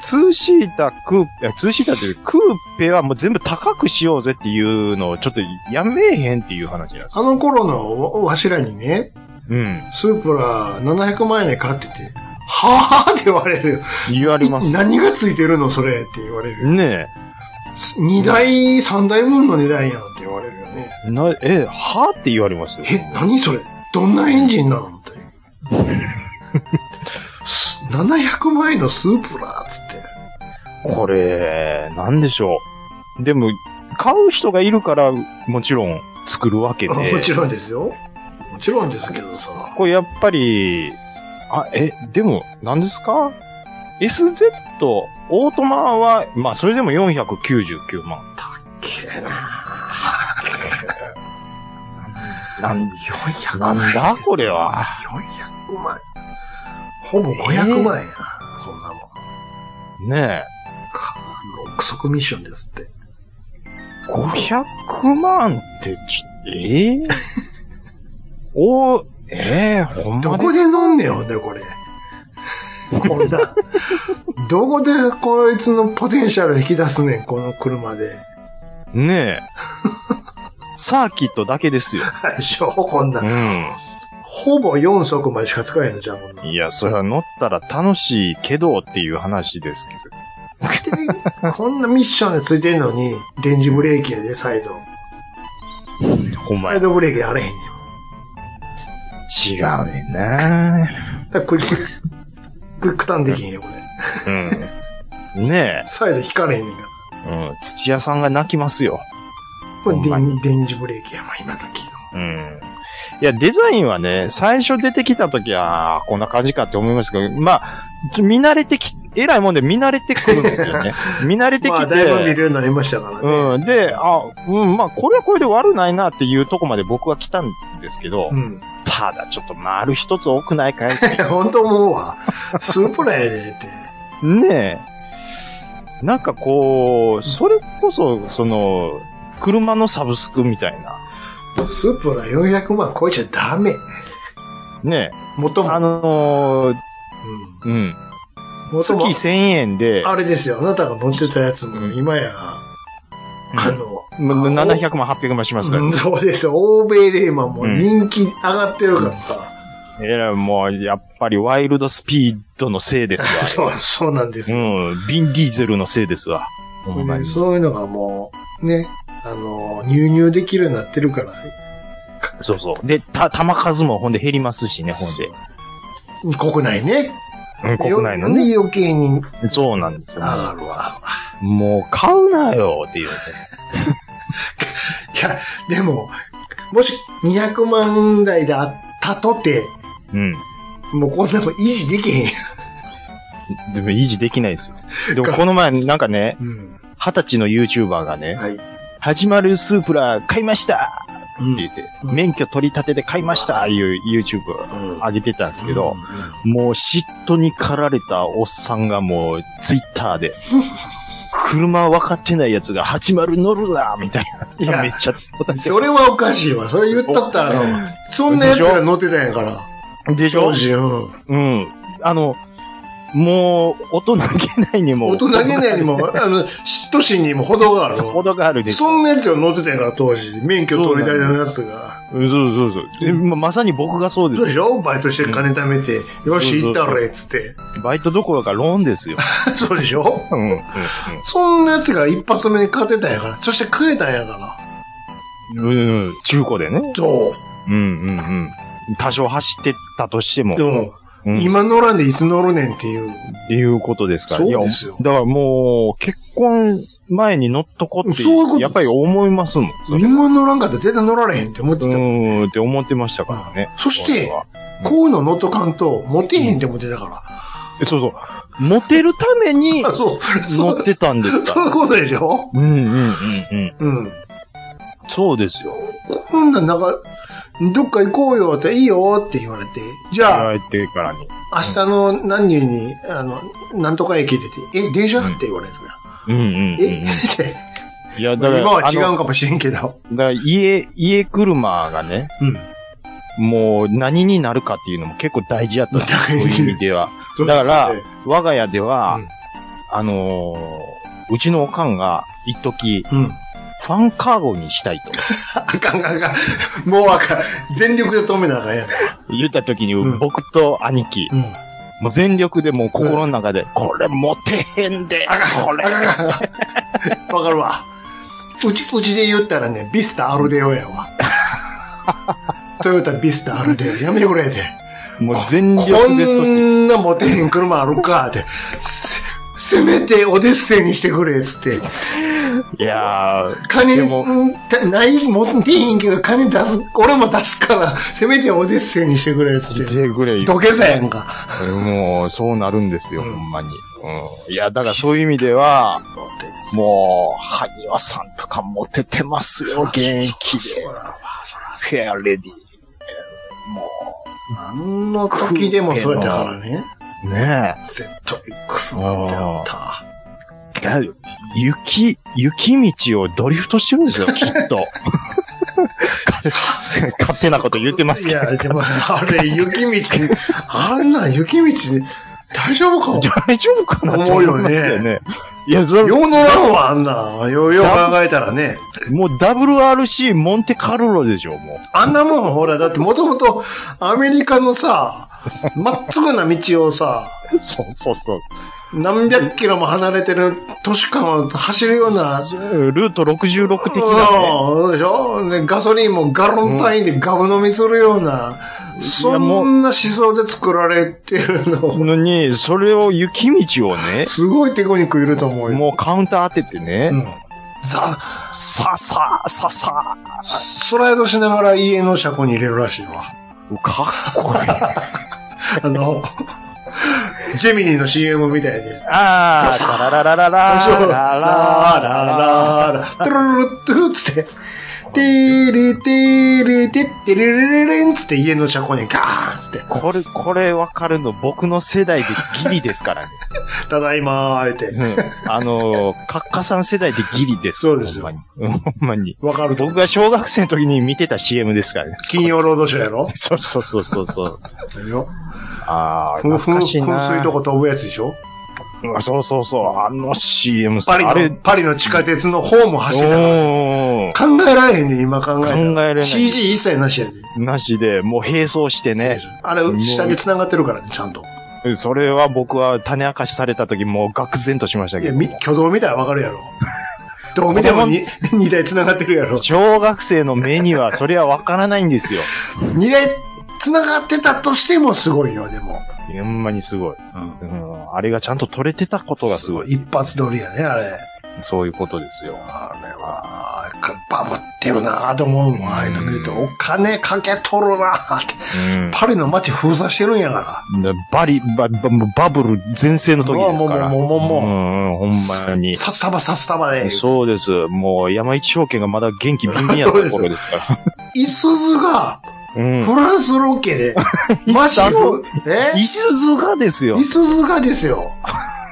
S3: ツーシータクーペ、あツーシータというクーペはもう全部高くしようぜっていうのをちょっとやめえへんっていう話なんです
S1: あ
S3: よ。
S1: の頃のわしらにね、
S3: うん。
S1: スープラ700万円で買ってて、はぁって言われるよ。
S3: 言われます
S1: い何がついてるの、それって言われるよ。
S3: ね
S1: 2台、3台分の値段やんって言われるよね。
S3: え。な、え、はって言われましたよ。
S1: え、何それどんなエンジンなのって。 す700万円のスープラつって。
S3: これ、なんでしょう。でも、買う人がいるから、もちろん作るわけで。
S1: もちろんですよ。もちろんですけどさ。
S3: これやっぱり、あ、え、でも、何ですか ?SZ、オートマは、まあ、それでも499万。
S1: けえな。
S3: なん、
S1: 400
S3: な
S1: 万
S3: ん
S1: 円。
S3: だこれは。
S1: 400万円。ほぼ500万円やな。そんなもん。
S3: ね
S1: かロックミッションですって。
S3: え。500万って、ちょ、ええ お、ええほんまです
S1: どこで飲んねよ、ね、これ。こんな。どこでこいつのポテンシャル引き出すねん、この車で。
S3: ねえ。サーキットだけですよ。
S1: 最初、こんな
S3: う。ん。
S1: ほぼ4足までしか使えんのじゃん、こんな。
S3: いや、それは乗ったら楽しいけどっていう話ですけど。
S1: こんなミッションでついてんのに、電磁ブレーキやで、サイド。
S3: お
S1: サ
S3: 前、
S1: イ
S3: 違
S1: ドブレーキやれへんねん。
S3: うねんな
S1: だからクイック、クイックターンできへんよ、これ。
S3: うん。ね
S1: サイド引かれへんねんから。
S3: え。うん。土屋さんが泣きますよ。
S1: これ
S3: ほんまに
S1: 電電磁ブレーキや、まあ、今時
S3: う
S1: の。
S3: ん。いや、デザインはね、最初出てきた時は、あーこんな感じかって思いますけど、まあ、ちょ見慣れてき、偉いもんで見慣れてくるんですよ ね。見慣れてきて。
S1: まあ、だいぶ見るようになりましたからね。
S3: うん。で、あ、うん、まあ、これはこれで悪ないなっていうとこまで僕は来たんですけど、
S1: うん。
S3: ただちょっと丸一つ多くないかい
S1: いや、本当思うわ。スープラやでっ て。
S3: ねえ。なんかこう、それこそ、その、車のサブスクみたいな。
S1: スープラ400万超えちゃダメ。
S3: ねえ。
S1: 元も。
S3: あのーうん。
S1: うん、
S3: 月
S1: 元も。
S3: 1000円で、
S1: あれですよ。あなたが乗ってたやつ
S3: う
S1: も、
S3: ん
S1: 今や、あ
S3: うん
S1: の、
S3: ま
S1: あの
S3: 700万、800万しますか
S1: うんそうですよ。欧米で今もう人気上がってるからさ。
S3: ら。えらいもう、やっぱりワイルドスピードのせいです
S1: そう、そうなんです
S3: わ。
S1: よ。
S3: うん。ビンディーゼルのせいですわ。ほんまに。
S1: そういうのがもう、ね、あの、入入できるようになってるから。
S3: そうそう。で、た、弾数もほんで減りますしね、ほんで。
S1: 国内ね。
S3: うん、国内のね。
S1: で余計に
S3: そうなんですよ。
S1: 上がるわ。
S3: もう買うなよっていうね。
S1: いや、でも、もし200万台であったとて、
S3: うん。
S1: もうこんなの維持できへんや
S3: でも維持できないですよ。でもこの前なんかね、
S1: うん。
S3: 二十歳の YouTuber がね、
S1: はい。
S3: 始まるスープラ買いました
S1: う
S3: って言って、免許取り立てで買いましたいう YouTube
S1: うん
S3: 上げてたんですけど、もう嫉妬に駆られたおっさんがもう Twitter で、車分かってないやつが80乗るなみたい
S1: いや
S3: な。めっちゃ、
S1: うんそれはおかしいわ。それ言ったったら、そんなやつが乗ってたんやから。
S3: でしょ
S1: 当時、うん。
S3: うん。あの、もう、音投げないにも。
S1: 大人げないにも、あの、嫉妬心にも程がある
S3: ほどがあるでしょ。
S1: そんなやつが乗ってたんやから、当時。免許取りたいのやつが。
S3: そうそうそうえま。まさに僕がそうで。
S1: そうですしょバイトして金貯めて、よし、行ったれ、つって。
S3: バイトどころかローンですよ。
S1: そうでしょ
S3: うん。うん
S1: そんなやつが一発目に勝てたんやから。そして食えたんやから。
S3: うん。うん中古でね。
S1: そ
S3: うんうんうん。多少走ってったとしても。
S1: う。でも、
S3: うん
S1: 今乗らんでいつ乗るねんっていう。
S3: っていうことですから。
S1: そうですよ
S3: いやだからもう、結婚前に乗っとこって、
S1: そういうこと
S3: やっぱり思いますもん。それ
S1: 今乗らんかったら絶対乗られへんって思って
S3: う
S1: た。
S3: ーんって思ってましたからね。
S1: そし
S3: これ
S1: て
S3: は
S1: こういうの乗っとかんと、持てへんって思ってたか
S3: えそうそう。モテるために
S1: ら。あ、そう、 そ
S3: 乗っ
S1: う、
S3: てたんですか
S1: そうい
S3: ら。
S1: うことでしょ
S3: うんうんうんうん。
S1: うん。
S3: そうですよ。
S1: こんなんなんか、どっか行こうよって、いいよって言われて、じ
S3: や
S1: ゃあ、
S3: られてからに。
S1: 明日の何時に、あの、なんとか駅出て、え、電車って言われる
S3: うんうんうん
S1: やん。え、
S3: うん。いや、だ
S1: 今
S3: から、
S1: は違
S3: あ
S1: う
S3: の
S1: かもしれんけど。
S3: だから家、家車がね、
S1: うん。
S3: もう何になるかっていうのも結構大事やったんです。そう
S1: 大事
S3: いう意味では。だから
S1: そうですね、
S3: 我が家では、
S1: うん
S3: あのーうちのおかんが、一時
S1: うん。
S3: ファンカーゴにしたいと。
S1: あかんあかんあかん。もうあかん。全力で止めなあかんやん。
S3: 言った時に、
S1: うん
S3: 僕と兄貴、
S1: うん。
S3: もう全力でもう心の中で、これモテへんで、これ。
S1: わかるわ。うち、うちで言ったらね、ビスタアルデオや わ。トヨタビスタアルデオ。やめてくれて。
S3: もう全
S1: こ
S3: 力で、そして、
S1: んなモテへん車あるかって。せせめてオデッセイにしてくれ、つって。
S3: いやー、
S1: 金、
S3: でも
S1: うんたない、持ってへんけど金出す、俺も出すから、せめてオデッセイにしてくれ、つ
S3: 来
S1: って。
S3: てくれ、
S1: 土下座やんか。
S3: もう、そうなるんですよ、
S1: うん
S3: ほんまに。うん。いや、だからそういう意味では、もう、埴輪さんとかモテてますよ、現役で。フェアレディ。も
S1: 何の時でもそうやったからね。
S3: う、ね
S1: ZX なんてあった。
S3: え。だ雪、雪道をドリフトしてるんですよ、きっと。勝手なこと言ってます
S1: い
S3: けど。
S1: や、でも、あれ、雪道に、あんなん雪道に、大丈夫か
S3: 大丈夫かなと思います
S1: 思う
S3: よ
S1: よ
S3: ね。いや、それ
S1: よう乗らんわ、あんなん。ようよう考えたらね。
S3: もう WRC モンテカルロでしょ、も
S1: あんなもん、ほら、だってもともと、アメリカのさ、まっすぐな道をさ、
S3: う。そうそうそう。
S1: 何百キロも離れてる都市間を走るような、
S3: ルート66的なね。
S1: うんでしょでガソリンもガロン単位でガブ飲みするような、そん
S3: もう
S1: な思想で作られてるの、
S3: のに、それを雪道をね、
S1: すごいテクニックいると思うよ。
S3: もうカウンター当ててね、
S1: うんさ
S3: さあさあさあさ
S1: スライドしながら家の車庫に入れるらしいわ。
S3: あ、かっこいい。
S1: あの、ジェミニーの CM みたいです。
S3: ああ、タラララララ
S1: そうラ
S3: ラ
S1: ラ
S3: ララ
S1: ララ、トゥルルルットゥつって、テーレテーレテッテレレレレンつって家の車庫にガーンつって、
S3: これ、これわかるの僕の世代でギリですからね。
S1: ただいまーって。
S3: うん、あのー、カッカさん世代でギリです。
S1: そうですよ
S3: ほんまに。うんほんまに。
S1: わかると
S3: 僕が小学生の時に見てた CM ですからね。
S1: 金曜ロードショーやろ
S3: そうそうそうそうそう。
S1: よ。
S3: ああ、
S1: 噴
S3: 懐かしい
S1: 水
S3: な。
S1: とこ飛ぶやつでしょ
S3: うんそうそうそう。あの CM さ
S1: パリ
S3: あれ
S1: の、、パリの地下鉄のホーム走ってたから
S3: おー
S1: 考えられへんねん今考えたら。
S3: 考えられない
S1: CG 一切なしやで。
S3: なしで、もう並走してね。
S1: あれ、下に繋がってるからね、ちゃんと。
S3: それは僕は種明かしされた時もう愕然としました
S1: い
S3: け
S1: や、
S3: ど。
S1: み挙動見たらわかる やろ。どう見てもに 二台繋がってるやろ。
S3: 小学生の目にはそれはわからないんですよ。
S1: 二台繋がってたとしてもすごいよ、でも。
S3: ほんまにすごい、うんあれがちゃんと取れてたことがすごい。
S1: 一発撮りやね、あれ。
S3: そういうことですよ。
S1: あれは、バブってるなぁと思うもん、ああいうの見ると。お金かけとるなぁって。
S3: うん
S1: パリの街封鎖してるんやか
S3: バリ、バババブル全盛の時ですから。
S1: もうもうもうもう
S3: うんうん、ほんま
S1: ら。
S3: に。
S1: さっさばさっさばで。
S3: そうです。もう山一証券がまだ元気ビンビンやった頃ですから。
S1: イスズが、
S3: うん。
S1: フランスロケ で、マシを、え
S3: いすずがですよ
S1: い。すずがですよ。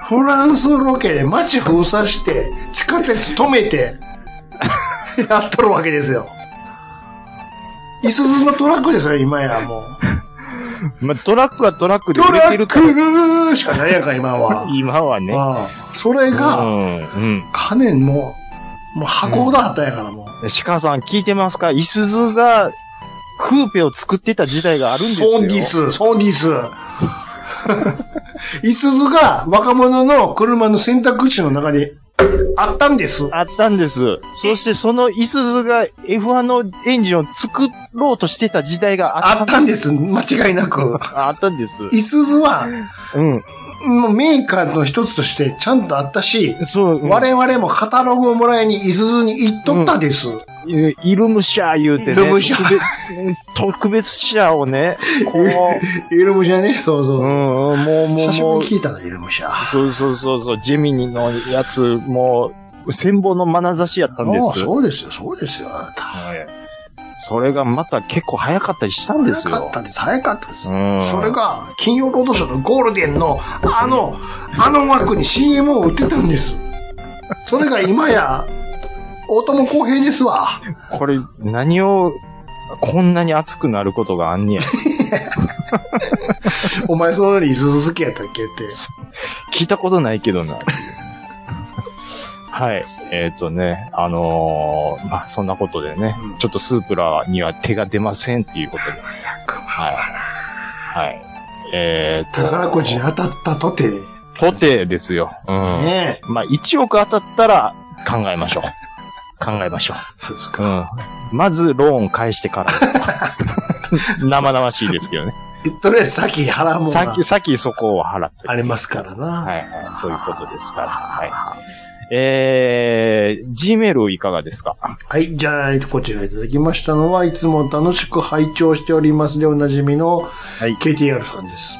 S1: フランスロケで街封鎖して、地下鉄止めて、 やっとるわけですよ。いすずのトラックですよ、今やもう。
S3: まあ、トラックはトラックで
S1: ド
S3: 売れ
S1: ラ
S3: て
S1: ッ
S3: るから。
S1: グしかないやんか、今は。
S3: 今はね。
S1: ああそれ
S3: う
S1: が、
S3: ん。うん。
S1: 可燃もう、もう箱ほどあったんやから、もう。
S3: 鹿さん聞いてますかイスズがクーペを作ってた時代があるんですよ。
S1: そうです、そうです。 いすずが若者の車の選択肢の中にあったんです。
S3: あったんです。そしてそのイスズが F1 のエンジンを作ろうとしてた時代が
S1: あ
S3: あ
S1: っ
S3: ったた
S1: んです、間違いなく。
S3: あったんです。
S1: いすずは、
S3: うん。
S1: もうメーカーの一つとしてちゃんとあったし、
S3: そう。うん
S1: 我々もカタログをもらいにいすずに行っとったです。
S3: イイルムシャー言うてね。
S1: イルムシャー
S3: 特別。特別シャーをね、こう、
S1: イルムシャね、そうそうう。
S3: ん、うんもう、もう、
S1: 久しぶ
S3: も
S1: り
S3: う
S1: に、聞いたな、イルムシャ。
S3: そうそうそう、そうジェミニのやつ、もう、戦望の眼差しやったんです。
S1: もうそうですよ、そうですよ、あなた。
S3: はいそれがまた結構早かったりしたんですよ。
S1: 早かったです、早かったです。
S3: うん
S1: それが、金曜ロードショーのゴールデンの、あの、あの枠に CM を売ってたんです。それが今や、大友康平ですわ。
S3: これ、何を、こんなに熱くなることがあんねや。
S1: お前そのように鈴鈴木やったっけって。
S3: 聞いたことないけどな。はい。えっ、とね、あのーまあ、そんなことでね、
S1: うん
S3: ちょっとスープラには手が出ませんっていうことで。はい。はい。えっ、
S1: 宝くじ当たったとて、
S3: と、とてですよ。うん。
S1: ねえ。
S3: まあ、1億当たったら考えましょう。考えましょ
S1: そうです
S3: う。う
S1: か。
S3: ん。まず、ローン返してからですよ。生々しいですけどね。
S1: とりあえず先払うもん
S3: さっ
S1: が
S3: き、さっきそこを払って。
S1: ありますからな。。
S3: はいいはい。そういうことですから。はい。えー、Gmail いかがですか
S1: はい、じゃあ、こちらいただきましたのは、いつも楽しく拝聴しておりますでおなじみの
S3: い
S1: KTR さんです。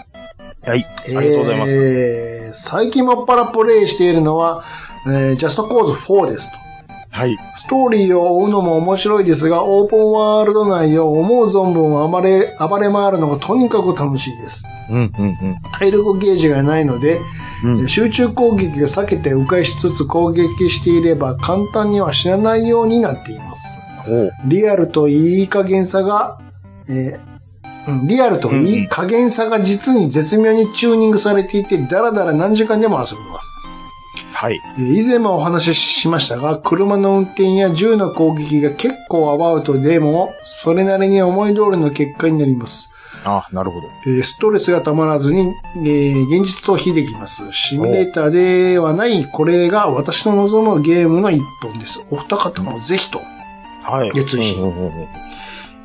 S3: はい。ありがとうございます。
S1: えー最近もっぱらプレイしているのは、えー、ジャストコーズ4ですと。
S3: はい。
S1: ストーリーを追うのも面白いですが、オープンワールド内を思う存分暴れ、暴れ回るのがとにかく楽しいです。
S3: うん、うん、
S1: 体力ゲージがないので、
S3: うん。うん。
S1: 集中攻撃を避けて迂回しつつ攻撃していれば簡単には死なないようになっています。
S3: おう
S1: リアルといい加減さが、えーうんリアルといい加減さが実に絶妙にチューニングされていて、だらだら何時間でも遊びます。
S3: はい。
S1: えー以前もお話ししましたが、車の運転や銃の攻撃が結構アバウトでも、それなりに思い通りの結果になります。
S3: あ、なるほど。
S1: えーストレスがたまらずに、えー現実逃避できます。シミュレーターではない、これが私の望むゲームの一本です。お二方もぜひと。
S3: はい。
S1: 月日
S3: うんうんうん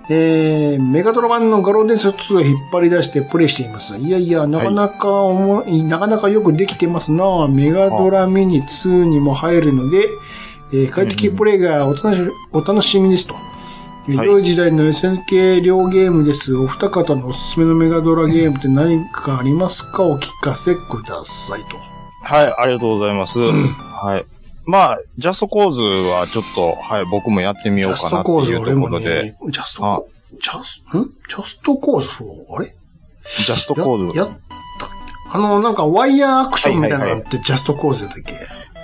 S1: えー、メガドラ版の画廊伝説2を引っ張り出してプレイしています。いやいや、なかなか思い、なかなかよくできてますなぁメガドラミニ2にも入るので、えー、快適プレイがお楽しみ、お楽しみですと。
S3: はい
S1: 良い時代の SNK 両ゲームです。お二方のおすすめのメガドラゲームって何かありますかお聞かせくださいと。
S3: はい、ありがとうございます。はい。まあ、ジャストコーズはちょっと、はい、僕もやってみ
S1: ジ
S3: よう
S1: ャ
S3: か
S1: ス
S3: な
S1: ト
S3: って
S1: コー
S3: い
S1: ズ、
S3: う
S1: 俺
S3: とこ
S1: も
S3: ろで、
S1: ね、ジャストコーズ、ジャス、んジャストコーズ4、あれ
S3: ジャストコーズ
S1: や、やったっけあの、なんかワイヤーアクションみたいなのってジャストコーズだったっけ、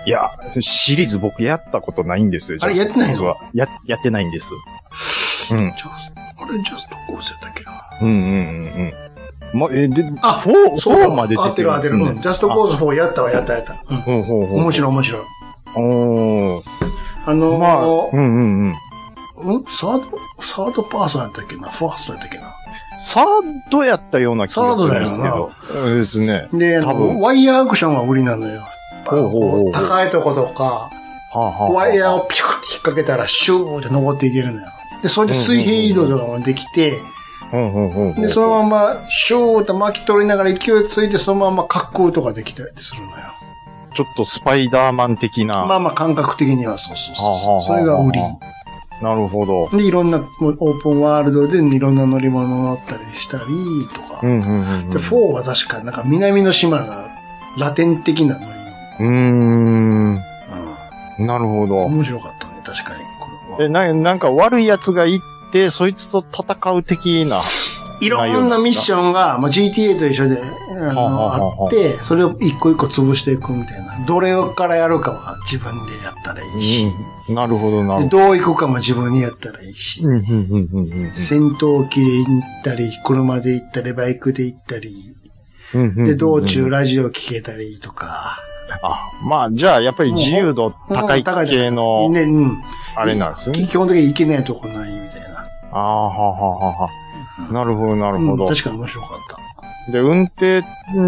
S3: いや、シリーズ僕やったことないんですよ、
S1: あれ
S3: ジャストコーズ
S1: や
S3: は。や、やってないんです。うん。
S1: ジャスあれジャストコーズだったっけな
S3: うんうんうんうん。ま、え、で、
S1: あ
S3: フォー、フ
S1: そう
S3: ォーまで出
S1: 合って
S3: て
S1: る
S3: る
S1: 合
S3: んで
S1: って
S3: す
S1: る。
S3: ね
S1: うん。ジャストコーズ4やったわ、やったやった。うん。
S3: ほうほうほう。
S1: 面白い面白い。
S3: おー。
S1: あのー、
S3: まあ、うんうんうん。
S1: んサード、サードパーソンやったっけなファーストやったっけな
S3: サードやったような気がするんですけど。うんですね。
S1: で、あ
S3: 多分
S1: の、ワイヤーアクションは売りなのよ。
S3: ほうほうほうほう
S1: 高いとことか、
S3: はあ、はあはあ
S1: ワイヤーをピクッて引っ掛けたらシューって登っていけるのよ。で、それで水平移動とかもできて、
S3: うんうんうんうん。
S1: で、そのまま、シューッと巻き取りながら勢いついて、そのまま滑空とかできたりするのよ。
S3: ちょっとスパイダーマン的な。
S1: まあまあ、感覚的にはそうそうそうそう。そ
S3: はあ
S1: れ
S3: はあ
S1: が
S3: はあ
S1: 売り。
S3: なるほど。
S1: で、いろんなもうオープンワールドでいろんな乗り物乗ったりしたりとか。
S3: うんうんうんうん。
S1: で、4は確か、なんか南の島がラテン的な乗り
S3: うーん。
S1: 物。
S3: なるほ
S1: うん。
S3: ど。
S1: 面白かったね、確かに。これ
S3: え、
S1: は。
S3: な、なんか悪い奴が行って、そいつと戦う的な。
S1: いろんなミッションが、まあ、GTA と一緒で、あ
S3: はあはあはあ
S1: の、あって、それを一個一個潰していくみたいな。どれからやるかは自分でやったらいいし、
S3: うん。なるほど、な
S1: で
S3: るほど。
S1: どう行くかも自分でやったらいいし、
S3: うん、うん、うん、うんうん。
S1: 戦闘機で行ったり、車で行ったり、バイクで行ったり、
S3: うんうんうん
S1: で、道中ラジオ聞けたりとか。
S3: あ、まあ、じゃあ、やっぱり自由度高い系の、
S1: ね、うん。
S3: あれなんですね。
S1: 基本的に行けないとこないみたいな。
S3: ああ、はあはあはあはあ。なるほど、なるほ
S1: う
S3: ど
S1: ん、。確かに面白かった。
S3: で、運転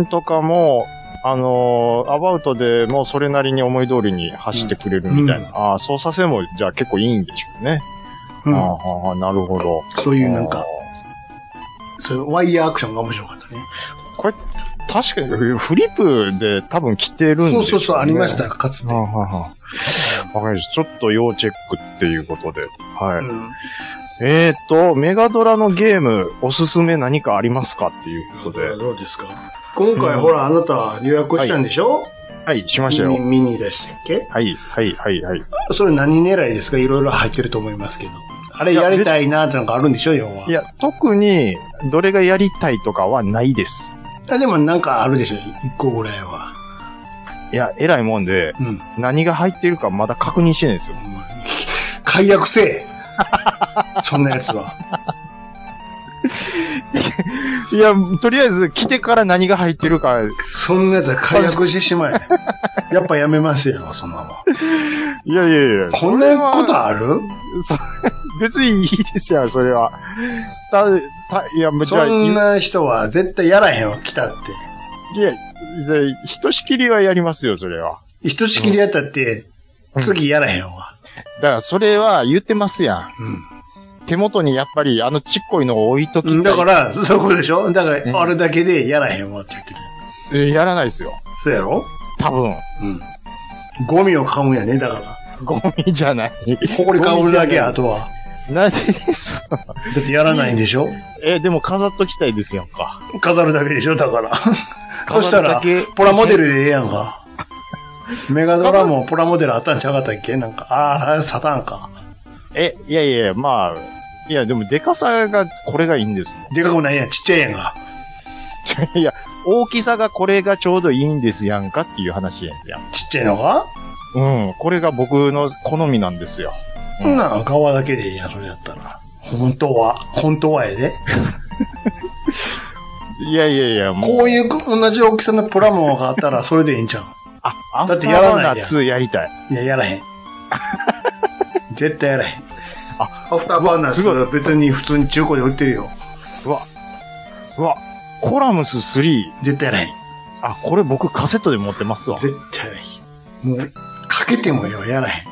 S3: とかも、あのーアバウトでもうそれなりに思い通りに走ってくれるみたいな。
S1: う
S3: ああ、操作性もじゃあ結構いいんでしょうね。
S1: うん
S3: ああはあはあ、なるほど。
S1: そういうなんか、そういうワイヤーアクションが面白かったね。
S3: これ、確かにフリップで多分来てるんです
S1: そ
S3: よ、
S1: う
S3: ね。
S1: そうそう、ありまし。た、かつ
S3: あ
S1: て。
S3: あはあはあわかりました。ちょっと要チェックっていうことで。はい。
S1: うん
S3: えっ、と、メガドラのゲーム、おすすめ何かありますかっていうことで。
S1: どうですか今回ほら、あなた予約したんでしょ
S3: はい、しましたよ。
S1: ミミニでしたっけ
S3: はい、はい、はい、はい。。
S1: それ何狙いですかいろいろ入ってると思いますけど。あれやりたいなってのがあるんでしょ要はい
S3: や、特に、どれがやりたいとかはないです。
S1: あでもなんかあるでしょ一個ぐらいは。
S3: いや、偉いもんで、
S1: うん。
S3: 何が入ってるかまだ確認してないんですよ。
S1: 解約せ えそんなやつは。
S3: いや、とりあえず来てから何が入ってるか、
S1: そんなやつは解約してし まえ。やっぱやめますよ、そんなもん。
S3: いやいやいや、
S1: こんなことある
S3: そ 別にいいですよ、それは。た、た、いや、じゃ
S1: そ
S3: あ、
S1: んな人は絶対やらへんわ、来たって。
S3: いや、じゃあひとしきりはやりますよ、それは。
S1: ひとしきりやったって、次やらへんわ。
S3: だから、それは言ってますやん。
S1: うん。
S3: 手元にやっぱりあのちっこいのを置いときたい
S1: だから、そこでしょだか
S3: うん
S1: ら、あれだけでやらへんわって言ってる。
S3: えやらないですよ。
S1: そうやろ
S3: 多分。
S1: うん。ゴミを買うんやね、だから。
S3: ゴミじゃない。
S1: ここに買うだけ、
S3: ゴミ
S1: あとは。
S3: じゃない。なんでです。
S1: だってやらないんでしょ
S3: え、でも飾っときたいですやんか。
S1: 飾るだけでしょだ から。そし
S3: 飾
S1: た
S3: るだ
S1: ら
S3: け、
S1: プラモデルでええやんか。メガドラもプラモデルあったんちゃうかったっけなんか、ああ、サタンか。
S3: え、いやいやいや、まあ、いや、でもデカさが、これがいいんです
S1: でかくないやん、ちっちゃいやんか。
S3: よ。いや、大きさがこれがちょうどいいんですやんかっていう話やんすやん。
S1: ちっちゃいのか
S3: うん、これが僕の好みなんですよ。
S1: そんなん側だけでええやん、それやったら。本当は、本当はやで。
S3: いやいやいや、もう。
S1: こういう同じ大きさのプラモがあったらそれでいいんちゃう
S3: あ、アンパ
S1: だっ
S3: ン
S1: てやらない
S3: マ
S1: や
S3: ン
S1: ん
S3: ナ2やりたい。
S1: いや、や らへん。絶対やらへん。
S3: あ
S1: アフターバーナー
S3: うわ
S1: 2は別に普通に中古で売ってるよ。
S3: うわ、うわ、コラムス3。
S1: 絶対やらへん。
S3: あ、これ僕カセットで持ってますわ。
S1: 絶対やらへん。もう、かけてもよ、やらへん。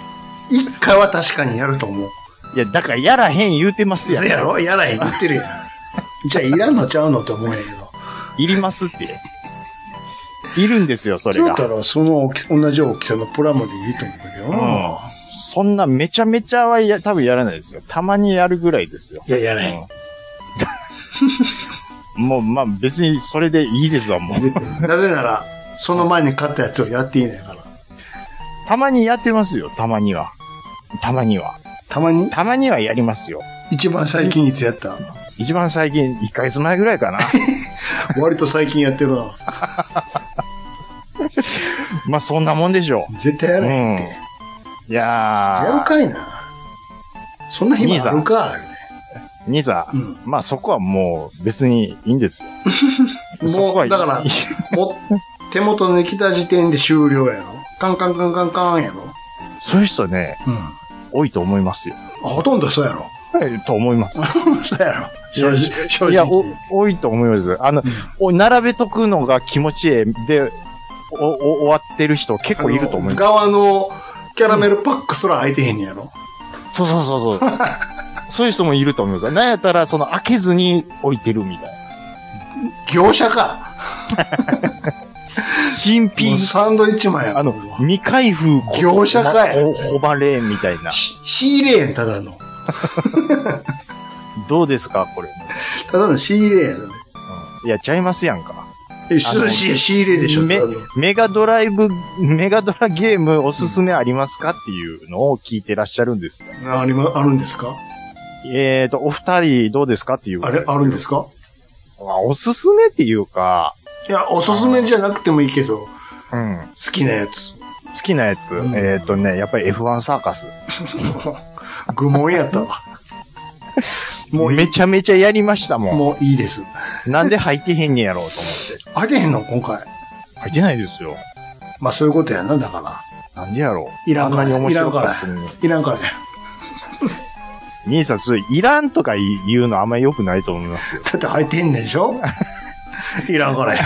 S1: 一回は確かにやると思う。
S3: いや、だからやらへん言うてますや
S1: せ
S3: ん。
S1: やろやらへん言ってるやん。 じゃあ、いらんのちゃうのって思うんやけど。
S3: いりますって。いるんですよ、それ
S1: そう
S3: が
S1: やっ。たら、その大き同じ大きさのプラモでいいと思うけどな。
S3: そんなめちゃめちゃはや、多分やらないですよ。たまにやるぐらいですよ。
S1: いや、やらへん。
S3: もう、まあ別にそれでいいですわ、もう。
S1: 絶対なぜなら、その前に買ったやつをやっていないから。
S3: たまにやってますよ、たまには。たまには。
S1: たまに、
S3: たまにはやりますよ。
S1: 一番最近いつやった
S3: 一番最近、1ヶ月前ぐらい かな。
S1: 割と最近やってるな。
S3: まあそんなもんでしょ
S1: 絶対やらへんって。
S3: う。いやー。
S1: やるかいな。そんな暇あるか。
S3: 兄さん、
S1: うん
S3: まあそこはもう別にいいんです よ。そこ
S1: も、
S3: はいう
S1: だから、 も手元に来た時点で終了やろ。カンカンカンカンカンやろ。
S3: そういう人ね、
S1: うん。
S3: 多いと思いますよ。
S1: ほとんどそうやろ。
S3: と 思います。
S1: そうやろ。正
S3: いや
S1: 直。正
S3: いや、お
S1: 直。
S3: 多いと思います。あの、お並べとくのが気持ちええで、お、お、終わってる人結構いると思いま
S1: 側のキャラメルパックすら開いてへんねやろ。
S3: す。そうそうそう そう。そういう人もいると思います。なんやったら、その開けずに置いてるみたいな。
S1: 業者か。
S3: 新
S1: も
S3: 品
S1: う、サンドイッチマンやろ。
S3: あの
S1: これ、は
S3: 未開封、
S1: 業者かい
S3: おほばれ、みたいな。
S1: し仕入れやん、ただの。
S3: どうですか、これ。
S1: ただの仕入れやん。
S3: いや、ちゃいますやんか。
S1: え、
S3: あの
S1: し仕入れでしょ、た
S3: メ
S1: だの。
S3: メガドライブ、メガドラゲームおすすめありますかっていうのを聞いてらっしゃるんですよ。
S1: あありま、あるんですか
S3: えーと、お二人どうですかっていう。
S1: あれ、あるんですか
S3: まあ、おすすめっていうか、
S1: いや、おすすめじゃなくてもいいけど、
S3: うん。
S1: 好きなやつ。
S3: 好きなやつ、
S1: うん
S3: えっ、とね、やっぱり F1 サーカス。
S1: 愚問やっ たわ。もういい
S3: めちゃめちゃやりましたもん。
S1: もういいです。
S3: なんで入ってへんねやろうと思って。
S1: あげへんの今回。
S3: 入ってないですよ。
S1: まあそういうことやな、だから。
S3: なんでやろう。
S1: いらん
S3: あん
S1: か
S3: なに
S1: ら。
S3: 面
S1: いら
S3: 白
S1: んか
S3: からったのに。。
S1: いらんからだよ。
S3: 兄さん、それいらんとか言うのあんまり良くないと思いますよ。
S1: だって入ってんねんでし ょいらんからや。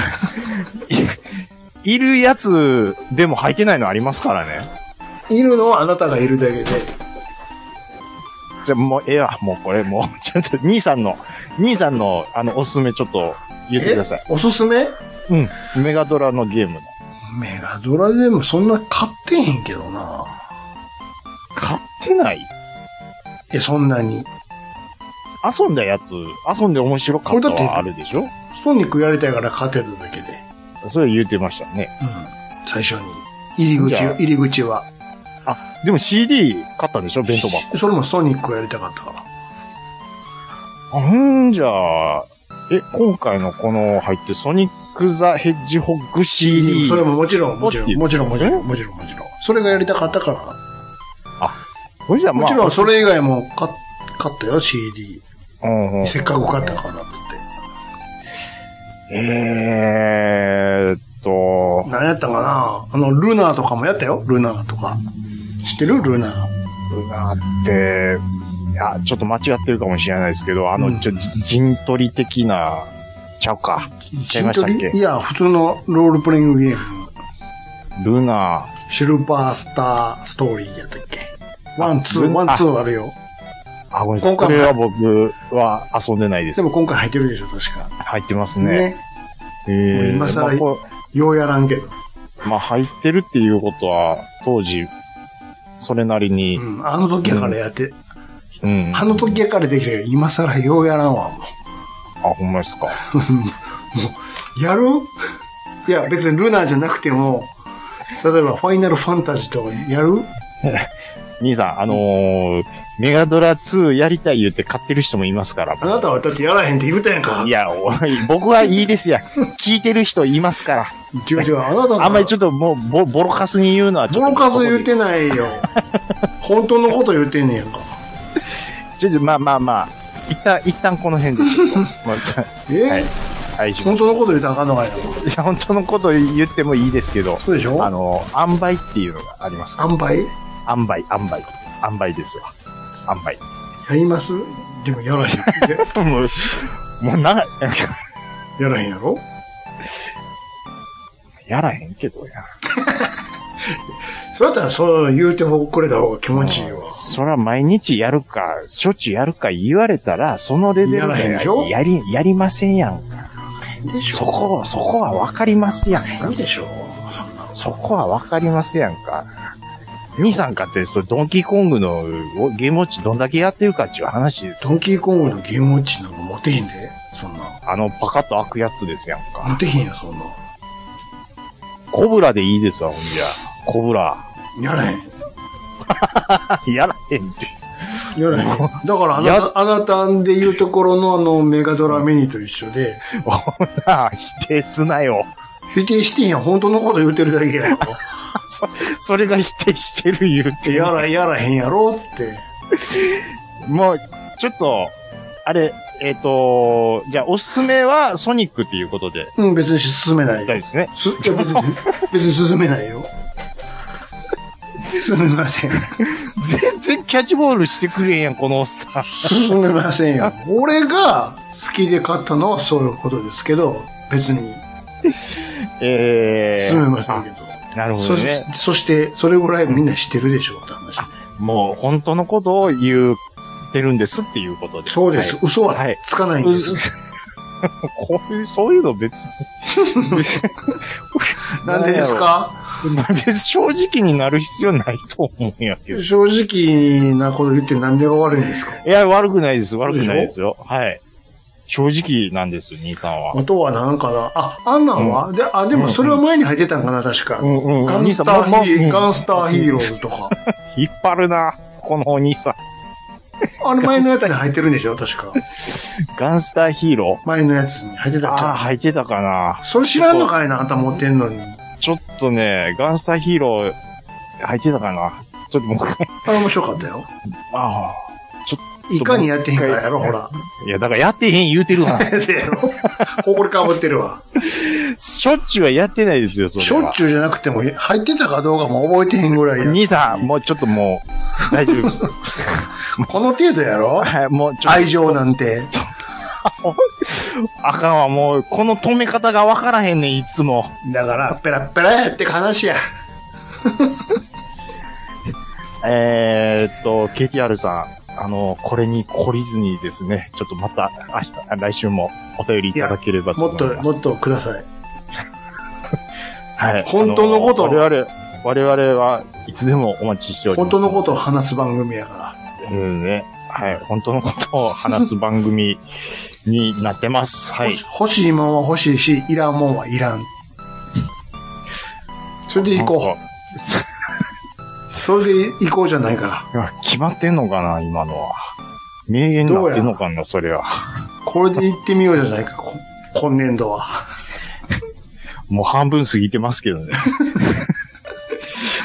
S3: いるやつでも入ってないのありますからね。
S1: いるのはあなたがいるだけで。
S3: じゃあもう、ええわ、もうこれもう、ちょっと、兄さんの、兄さんの、あの、おすすめちょっと言ってください。
S1: おすすめ
S3: うん。メガドラのゲームの。
S1: メガドラでもそんな買ってへんけどな。
S3: 買ってない
S1: え、そんなに。
S3: 遊んだやつ、遊んで面白かったはあるでしょ
S1: ソニックやりたいから買ってただけで。
S3: それ言うてましたね。
S1: うん。最初に。入り口
S3: じゃ
S1: を、
S3: あ
S1: 入り口は。
S3: あ、でも CD 買ったんでしょ弁当箱。
S1: それもソニックやりたかったから。
S3: あんじゃあ、え、今回のこの入って、ソニック・ザ・ヘッジホッグ CD。
S1: それももちろん、もちろ
S3: 持って
S1: ん、
S3: る
S1: もちろん、もちろ
S3: そ
S1: ん、もちろん、もちろん。それがやりたかったから。
S3: これじゃあまあ、
S1: もちろん、それ以外も買っ買ったよ、CD。
S3: うんうん
S1: せっかく買ったから、つって。
S3: えーっと、
S1: 何やったかなあの、ルナーとかもやったよ、ルナーとか。知ってるルナー。
S3: うなって、いや、ちょっと間違ってるかもしれないですけど、あの、
S1: うん
S3: ちょ、じ陣取り的な、ちゃうか。ちゃいましたっけ
S1: 陣取りいや、普通のロールプレイングゲーム。
S3: ルナ
S1: シルバースターストーリーやったっけワン、
S3: ル
S1: ツー、
S3: ナ
S1: ワン、ツーあるよ。
S3: あ、ごめんなさい。
S1: 今回
S3: これは僕は遊んでないで。
S1: ですも今回入ってるでしょ、確か。
S3: 入ってますね。
S1: ね。
S3: え
S1: もう
S3: ー、
S1: 今更
S3: まあこ
S1: ようやらんけど。
S3: うまあ、入ってるっていうことは、当時、それなりに
S1: う、ん。あの時やからやって、
S3: うん。
S1: あの時やからできたけど、今更ようやらんわ、も
S3: あ、ほんまですか。
S1: う。やるいや、別にルナーじゃなくても、例えばファイナルファンタジーとかやる
S3: 兄さん、あのー、メガドラ2やりたい言って買ってる人もいますから。
S1: あなたはだってやらへんって言うたやんか。
S3: いや、おい僕はいいですや。聞いてる人いますから。
S1: 違う違う、あなたの
S3: あんまりちょっともうボ、ボロカスに言うのはち
S1: ボ
S3: ょっと。
S1: ロカス言うて
S3: ん
S1: ないよ。本当のこと言うてんねやんか。
S3: ちょっとまあまあまあ、一旦、一旦この 辺でちょっと。まあちょ
S1: え
S3: はい。はい、しま
S1: 本当のこと言うたらあかんのかいな。
S3: すいや、本当のこと言ってもいいですけど、
S1: そうでしょ
S3: あの、塩梅っていうのがありますか
S1: 販売や
S3: 塩梅、塩梅。塩梅ですよ。塩梅。
S1: りますでもやらへん。や
S3: もう、もうな、
S1: やらへんやろ
S3: やらへんけどや。
S1: そうやったらそう言うてくれた方が気持ちいいわ。
S3: そら毎日やるか、しょっちゅうやるか言われたら、そのレベル
S1: やらへんでしょ
S3: やり、やりませんやんか。
S1: でし
S3: そ
S1: ょ
S3: こ、そこはわかりますやんか
S1: 変。でしょそんな
S3: そこはわかりますやんか。兄さんかって、そう、ドンキーコングのおゲームウォッチどんだけやってるかっていう話ですよ
S1: ドンキーコングのゲームウォッチなんか持てへんで。そんな。
S3: あの、パカッと開くやつですやん
S1: 持
S3: か。
S1: てへんよ、そんな。
S3: コブラでいいですわ、ほんじゃ。コブラ。
S1: やらへん。
S3: やらへんって。
S1: やらへん。だからあな
S3: や
S1: た、あなたんで言うところのあのメガドラミニと一緒で、
S3: ほら、否定すなよ。
S1: 否定してへんやん。本当のこと言うてるだけやんか。
S3: そ、それが否定してる言うて。
S1: やら、やらへんやろつって。
S3: もう、ちょっと、あれ、えっ、と、じゃあ、おすすめはソニックっていうことで、
S1: うん、別に進めな
S3: 大
S1: い
S3: 丈夫
S1: よ。
S3: ですね。
S1: すいや別に、別に進めないよ。進めません。
S3: 全然キャッチボールしてくれんやん、このおっさん。
S1: 進めませんよ。俺が好きで買ったのはそういうことですけど、別に
S3: ええー。
S1: 進めませんけど。
S3: なるほどね。
S1: そそして、それぐらいみんな知ってるでしょうって話ね。
S3: もう本当のことを言ってるんですっていうことで。
S1: そうです。
S3: は
S1: 嘘は
S3: はい
S1: つかない
S3: い。
S1: んです。
S3: こういう、そういうの別 に。別に
S1: なんでですか
S3: まあ別に正直になる必要ないと思うんやけど。
S1: 正直なこと言ってなんでが悪いんですか
S3: いや、悪くないです。悪くないですよ。はい。正直なんです、兄さんは。
S1: あとはなんかな。あ、あんなんは、で、あ、でもそれは前に入ってたんかな、確か。
S3: んう
S1: ガン
S3: 兄
S1: ス
S3: さん
S1: ターヒー、
S3: もうもう
S1: ガンスターヒーローズとか。
S3: 引っ張るな。このお兄さん。
S1: あれ前のやつに入ってるんでしょ確か。
S3: ガンスターヒーロ
S1: 前のやつに入って
S3: ー
S1: たんち
S3: ああ、
S1: ゃ
S3: 入ってたかな
S1: う。それ知らんのかいな、あんた持ってんのに。
S3: ちょっとね、ガンスターヒーロー、入ってたかなちょっともう一回。
S1: あれ面白かったよ。
S3: ああ。
S1: いかにやってへんからやろ、ほら。。
S3: いや、だからやってへん言うてるわ
S1: せやろ。ほこりかぶってるわ。
S3: しょっちゅうはやってないですよ、それは。
S1: しょっちゅうじゃなくても、入ってたかどうかも覚えてへんぐらいや。
S3: 兄さん、もうちょっともう、大丈夫 です。
S1: この程度や ろ
S3: はい、もうちょっと。
S1: 愛情なんて。
S3: あかんわ、もう、この止め方がわからへんねん、いつも。
S1: だから、ペラペラやって話や。
S3: えー、っと、KTR さん、あの、これに懲りずにですね、ちょっとまた明日、来週もお便りいただければと
S1: も
S3: 思
S1: っ
S3: います。
S1: と、もっとください。
S3: はい。
S1: 本当のことを
S3: あ我々、我々はいつでもお待ちしております。
S1: 本当のことを話す番組やから。
S3: と。うんね。はい。本当のことを話す番組になってます。はい。
S1: 欲しいもんは欲しいし、いらんもんはいらん。それで行こう。それで行こうじゃないか。
S3: いや決まってんのかな、今のは。名言になってんのかな、それは。
S1: これで行ってみようじゃな いか、こ今年度は。
S3: もう半分過ぎてますけどね。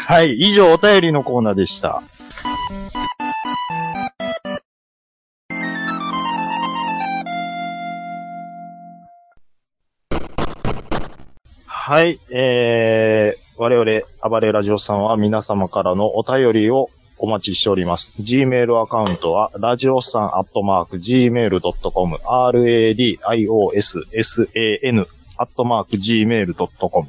S3: はい。以上、お便りのコーナーでした。はい、えー、我々、暴れラジオさんは皆様からのお便りをお待ちしております。Gmail アカウントは、ラジオさんアットマーク Gmail.com、radiossan アットマーク Gmail.com。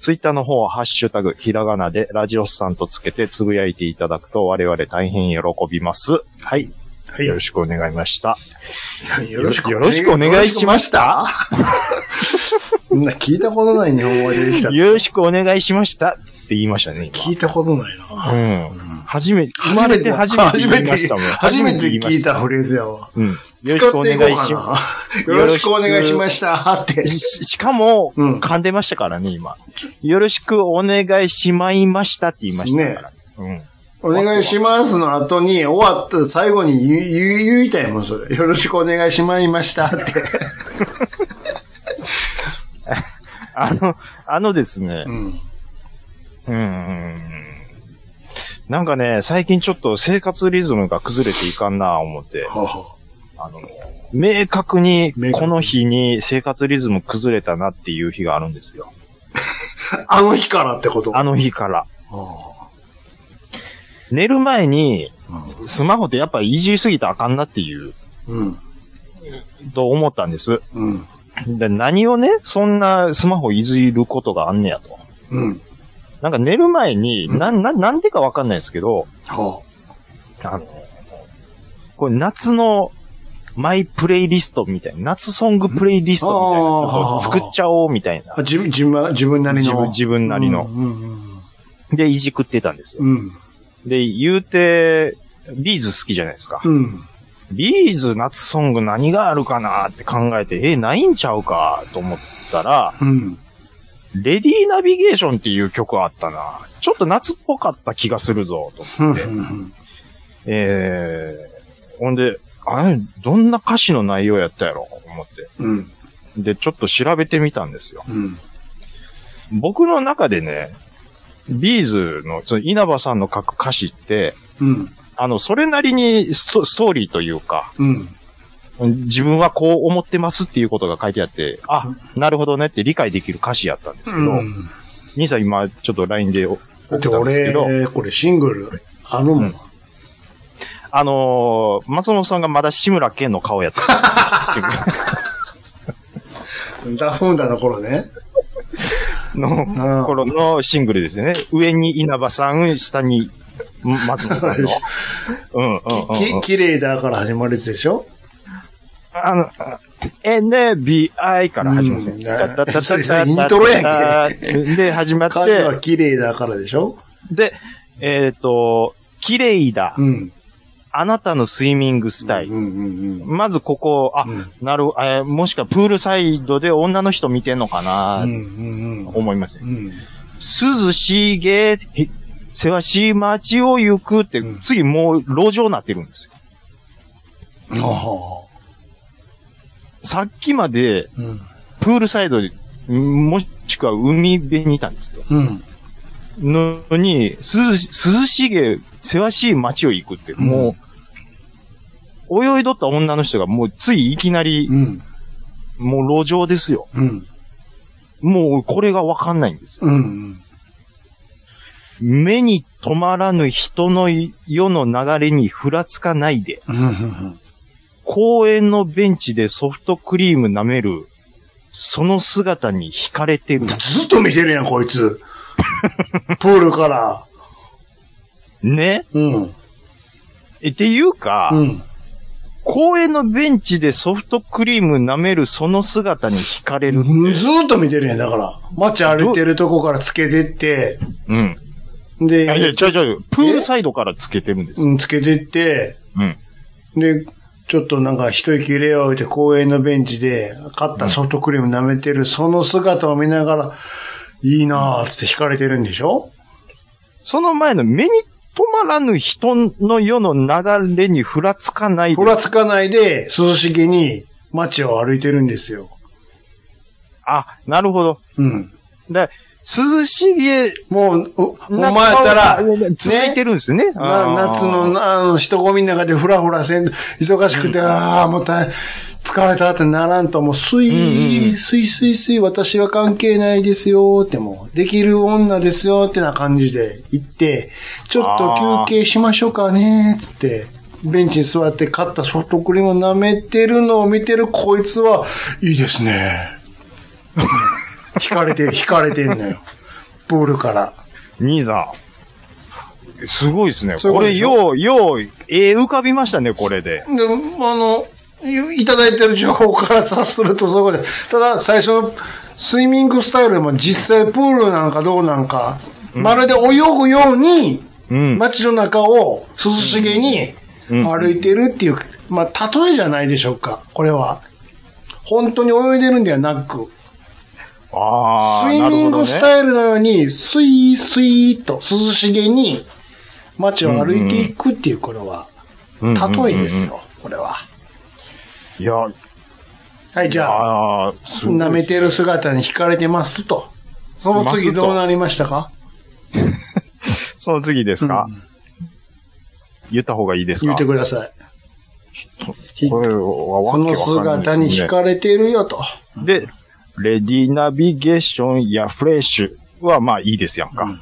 S3: ツイッターの方は、ハッシュタグ、ひらがなで、ラジオさんとつけてつぶやいていただくと、我々大変喜びます。はい。
S1: は
S3: よろしくお願いしました。
S1: い。
S3: よろしくお願いしました。
S1: そんな聞いたことない日本語が出てきた。
S3: よろしくお願いしましたって言いましたね、
S1: 聞いたことない
S3: 今。
S1: な。
S3: うん。
S1: うん
S3: 初めて、生まれて初めて言いましたもん。
S1: 初めて聞い
S3: た。
S1: たフレーズやわ。
S3: うん。よ
S1: 使
S3: ろ
S1: っ
S3: しくお
S1: ていこ
S3: 願
S1: う
S3: いしま
S1: かな。よろしくお願いしました。って
S3: す。。ししかも、
S1: うん
S3: 噛んでましたからね、今。よろしくお願いしまいましたって言いましたから。うん。
S1: お願いしますの後に、終わった最後に言う言う言いたいもん、それ。よろしくお願いしまいましたって。
S3: あの、あのですね
S1: う、ん。
S3: うんうんうん。なんかね、最近ちょっと生活リズムが崩れていかんな思って、
S1: はは
S3: あの、明確に
S1: 明確に
S3: この日に生活リズム崩れたなっていう日があるんですよ。
S1: あの日からってこと
S3: あの日から。
S1: あ
S3: 寝る前に、
S1: あ
S3: スマホってやっぱいじりすぎたらあかんなっていう、
S1: うん。
S3: と思ったんです。
S1: うん。
S3: で何をね、そんなスマホいじることがあんねやと。
S1: うん。
S3: なんか寝る前に、
S1: うん
S3: な、な、なんでかわかんないですけど、
S1: は
S3: あの、これ夏のマイプレイリストみたいな、夏ソングプレイリストみたいなのを作っちゃおうみたいな
S1: あ。。自分、自分、自分なりの。
S3: 自分自分なりの
S1: うん。うん
S3: で、いじくってたんですよ。
S1: うん。
S3: で、言うて、ビーズ好きじゃないですか。
S1: うん。
S3: ビーズ夏ソング何があるかなって考えて、え、ないんちゃうかと思ったら、
S1: うん。
S3: レディーナビゲーションっていう曲あったな。ちょっと夏っぽかった気がするぞ、と。
S1: うん。うん。
S3: えー、ほんで、あれ、どんな歌詞の内容やったやろ、思って。
S1: うん。
S3: で、ちょっと調べてみたんですよ。
S1: うん。
S3: 僕の中でね、ビーズの、その稲葉さんの書く歌詞って、
S1: うん。
S3: あの、それなりにストストーリーというか、
S1: うん。
S3: 自分はこう思ってますっていうことが書いてあって、あ、なるほどねって理解できる歌詞やったんですけど、
S1: うん。
S3: 兄さん今ちょっと LINE で送
S1: だ
S3: っ
S1: って
S3: てたんですけど、
S1: 俺、これシングル、あのもん。
S3: あのー松本さんがまだ志村けんの顔やった。
S1: ダフンダの頃ね。
S3: の
S1: うん
S3: 頃のシングルですよね。上に稲葉さん、下に松本さんの。うんうんうんうん
S1: き、綺麗だから始まるやつでしょ
S3: あの、NBI から始まるんですよ。
S1: うん
S3: だだだだ
S1: それそれイントロや
S3: で、始まっ
S1: 彼女は
S3: て、
S1: 綺麗だからでしょ
S3: で、えっ、と、綺麗だ、
S1: うん。
S3: あなたのスイミングスタイ
S1: う
S3: ル。
S1: んうんうん。
S3: まずここ、あ、
S1: うん
S3: なる、えーもしくはプールサイドで女の人見てんのかな、
S1: うんうんうん。
S3: 思いますね。
S1: うん。
S3: 涼しげ、へせわしい街を行くって、
S1: うん
S3: 次もう路上になってるんですよ。
S1: ああ。
S3: さっきまで、
S1: うん。
S3: プールサイドで、もしくは海辺にいたんですよ。
S1: うん。
S3: のに、涼し、涼しげ、せわしい街を行くって、もう、泳いどった女の人がもうついいきなり
S1: う、ん。
S3: もう路上ですよ。
S1: うん。
S3: もうこれがわかんないんですよ。
S1: うん。
S3: 目に止まらぬ人の世の流れにふらつかないで、
S1: うん。うん。
S3: 公園のベンチでソフトクリーム舐める、その姿に惹かれてる。
S1: ずっと見てるやん、こ いつ。プールから。
S3: ね
S1: うん。
S3: えっていうか、
S1: うん。
S3: 公園のベンチでソフトクリーム舐めるその姿に惹かれるって。
S1: ずーっと見てるやん、だから。街歩いてるとこからつけてって、
S3: うん。いやい
S1: で
S3: や、、ちょいちょい、プールサイドからつけてるんですよ。
S1: うんつけてって、
S3: うん。
S1: で、ちょっとなんか一息入れようって公園のベンチで、買ったソフトクリーム舐めてる、その姿を見ながら、いいなーっつって惹かれてるんでしょ
S3: その前の目に止まらぬ人の世の流れにふらつかないで
S1: ふらつかないで、涼しげに街を歩いてるんですよ。
S3: あ、なるほど。
S1: うん。
S3: だ涼しげ
S1: もう、おお
S3: な
S1: 前やったら、
S3: 顔が続いてるんですね。
S1: な
S3: あー
S1: 夏のな、あの、人混みの中でフラフラせん、忙しくて、ああ、もう大疲れたってならんと、もう、すい、
S3: うんうんうん
S1: すいすいすい、私は関係ないですよってもう、できる女ですよってな感じで行って、ちょっと休憩しましょうかね、つって、ベンチに座って買ったソフトクリームを舐めてるのを見てるこいつは、いいですね。 惹かれて、惹かれてんのよ。プールから。
S3: 兄さん。すごいですね。
S1: そういう
S3: こ
S1: こと
S3: れ、
S1: でしょ
S3: よう、よう、絵浮かびましたね、これで。
S1: で、あの、いいただいてる情報から察するとそういうことで、ただ最初のスイミングスタイルも実際プールなんかどうなんか、まるで泳ぐように、
S3: うん
S1: 街の中を涼しげに
S3: うん
S1: 歩いてるっていう、まあ、例えじゃないでしょうか、これは。本当に泳いでるんではなく、
S3: ああ、
S1: スイミングス
S3: イ
S1: タイルのように、スイースイーと涼しげに街を歩いていくっていう、これは、例えです。よ、これは。
S3: いや、
S1: はい、じゃあ。
S3: ああ、すごい
S1: 舐めてる姿に惹かれてますと。その次どうなりましたか
S3: その次ですか、言った方がいいですか
S1: 言ってください。ひ
S3: これはわ
S1: そ
S3: けわかんな
S1: の
S3: い
S1: 姿に惹かれてるよと。
S3: で、レディナビゲーションやフレッシュはまあいいですやんか。
S1: うん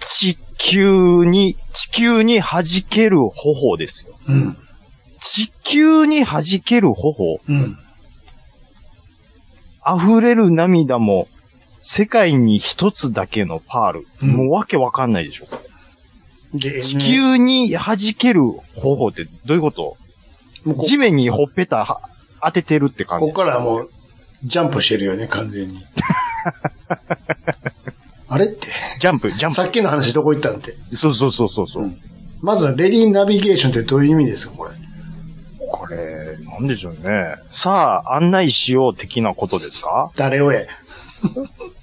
S3: 地球に、地球に弾ける頬ですよ。
S1: うん。
S3: 地球に弾ける頬、
S1: うん。
S3: 溢れる涙も、世界に一つだけのパール。
S1: うん
S3: もうわけわかんないでしょ。
S1: で
S3: 地球に弾ける頬ってどういうこと
S1: もうこ
S3: 地面にほっぺたは当ててるって感じ。
S1: ここからはもう、ジャンプしてるよね、完全に。 あれって。
S3: ジャンプ、ジャン
S1: さっきの話どこ行ったんって。
S3: プ。そうそうそうそうそう、
S1: うんまず、レディーナビゲーションってどういう意味ですか、これ。
S3: これ、なんでしょうね。さあ、案内しよう的なことですか
S1: 誰をや。い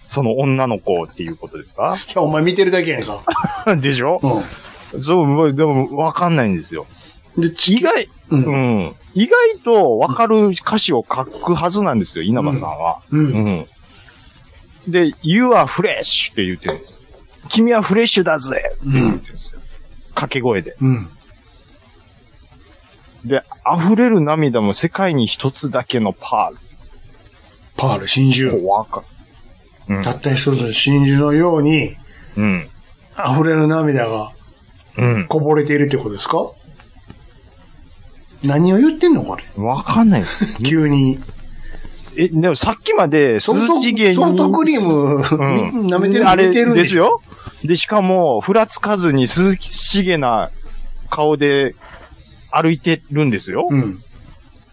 S3: その女の子っていうことですか
S1: や、お前見てるだけやんか。
S3: でしょ
S1: う
S3: そうもう、でも、わかんないんですよ。
S1: ん。で、地
S3: 意
S1: 球、
S3: 外、
S1: う。
S3: うんん。意外とわかる歌詞を書くはずなんですよ、稲葉さんは。
S1: うんうん
S3: うんで、You are fresh って言ってるんです。君はフレッシュだぜって言ってるんですよ。掛け声で。
S1: うん。
S3: で、溢れる涙も世界に一つだけのパ
S1: パール、真
S3: ール。
S1: 珠。
S3: もうわかうん
S1: たった一つの真珠のように、
S3: うん。
S1: 溢れる涙が
S3: うん。
S1: こぼれているってことですか何を言ってんのこれ。
S3: わかんないです。
S1: 急に。
S3: え、でもさっきまで、涼
S1: ソフト
S3: しげに。
S1: ソフトクリーム、
S3: うん
S1: 舐めてる、
S3: あ
S1: 見
S3: れ
S1: てるん
S3: です。よ。で、しかも、ふらつかずに涼しげな顔で歩いてるんですよ。
S1: うん。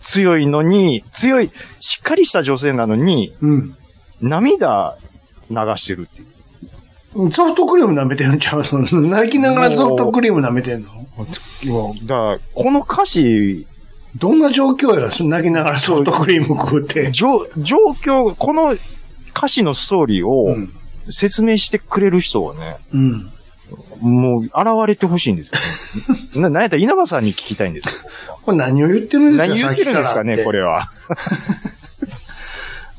S3: 強いのに、強い、しっかりした女性なのに、
S1: う
S3: 涙流してるっていう。
S1: ん。ソフトクリーム舐めてるんちゃうの泣きながらソフトクリーム舐めてんの
S3: だから、この歌詞、
S1: どんな状況や泣きながらソフトクリーム食うって。
S3: 状状況、この歌詞のストーリー
S1: う
S3: を
S1: ん。
S3: 説明してくれる人はね、
S1: うん。
S3: もう、現れてほしいんです よ、ね。な、なんやったら稲葉さんに聞きたいんですよ。
S1: これ何を言ってるんですか
S3: 何言ってるんですかね、こ。
S1: さっきら
S3: れは。
S1: って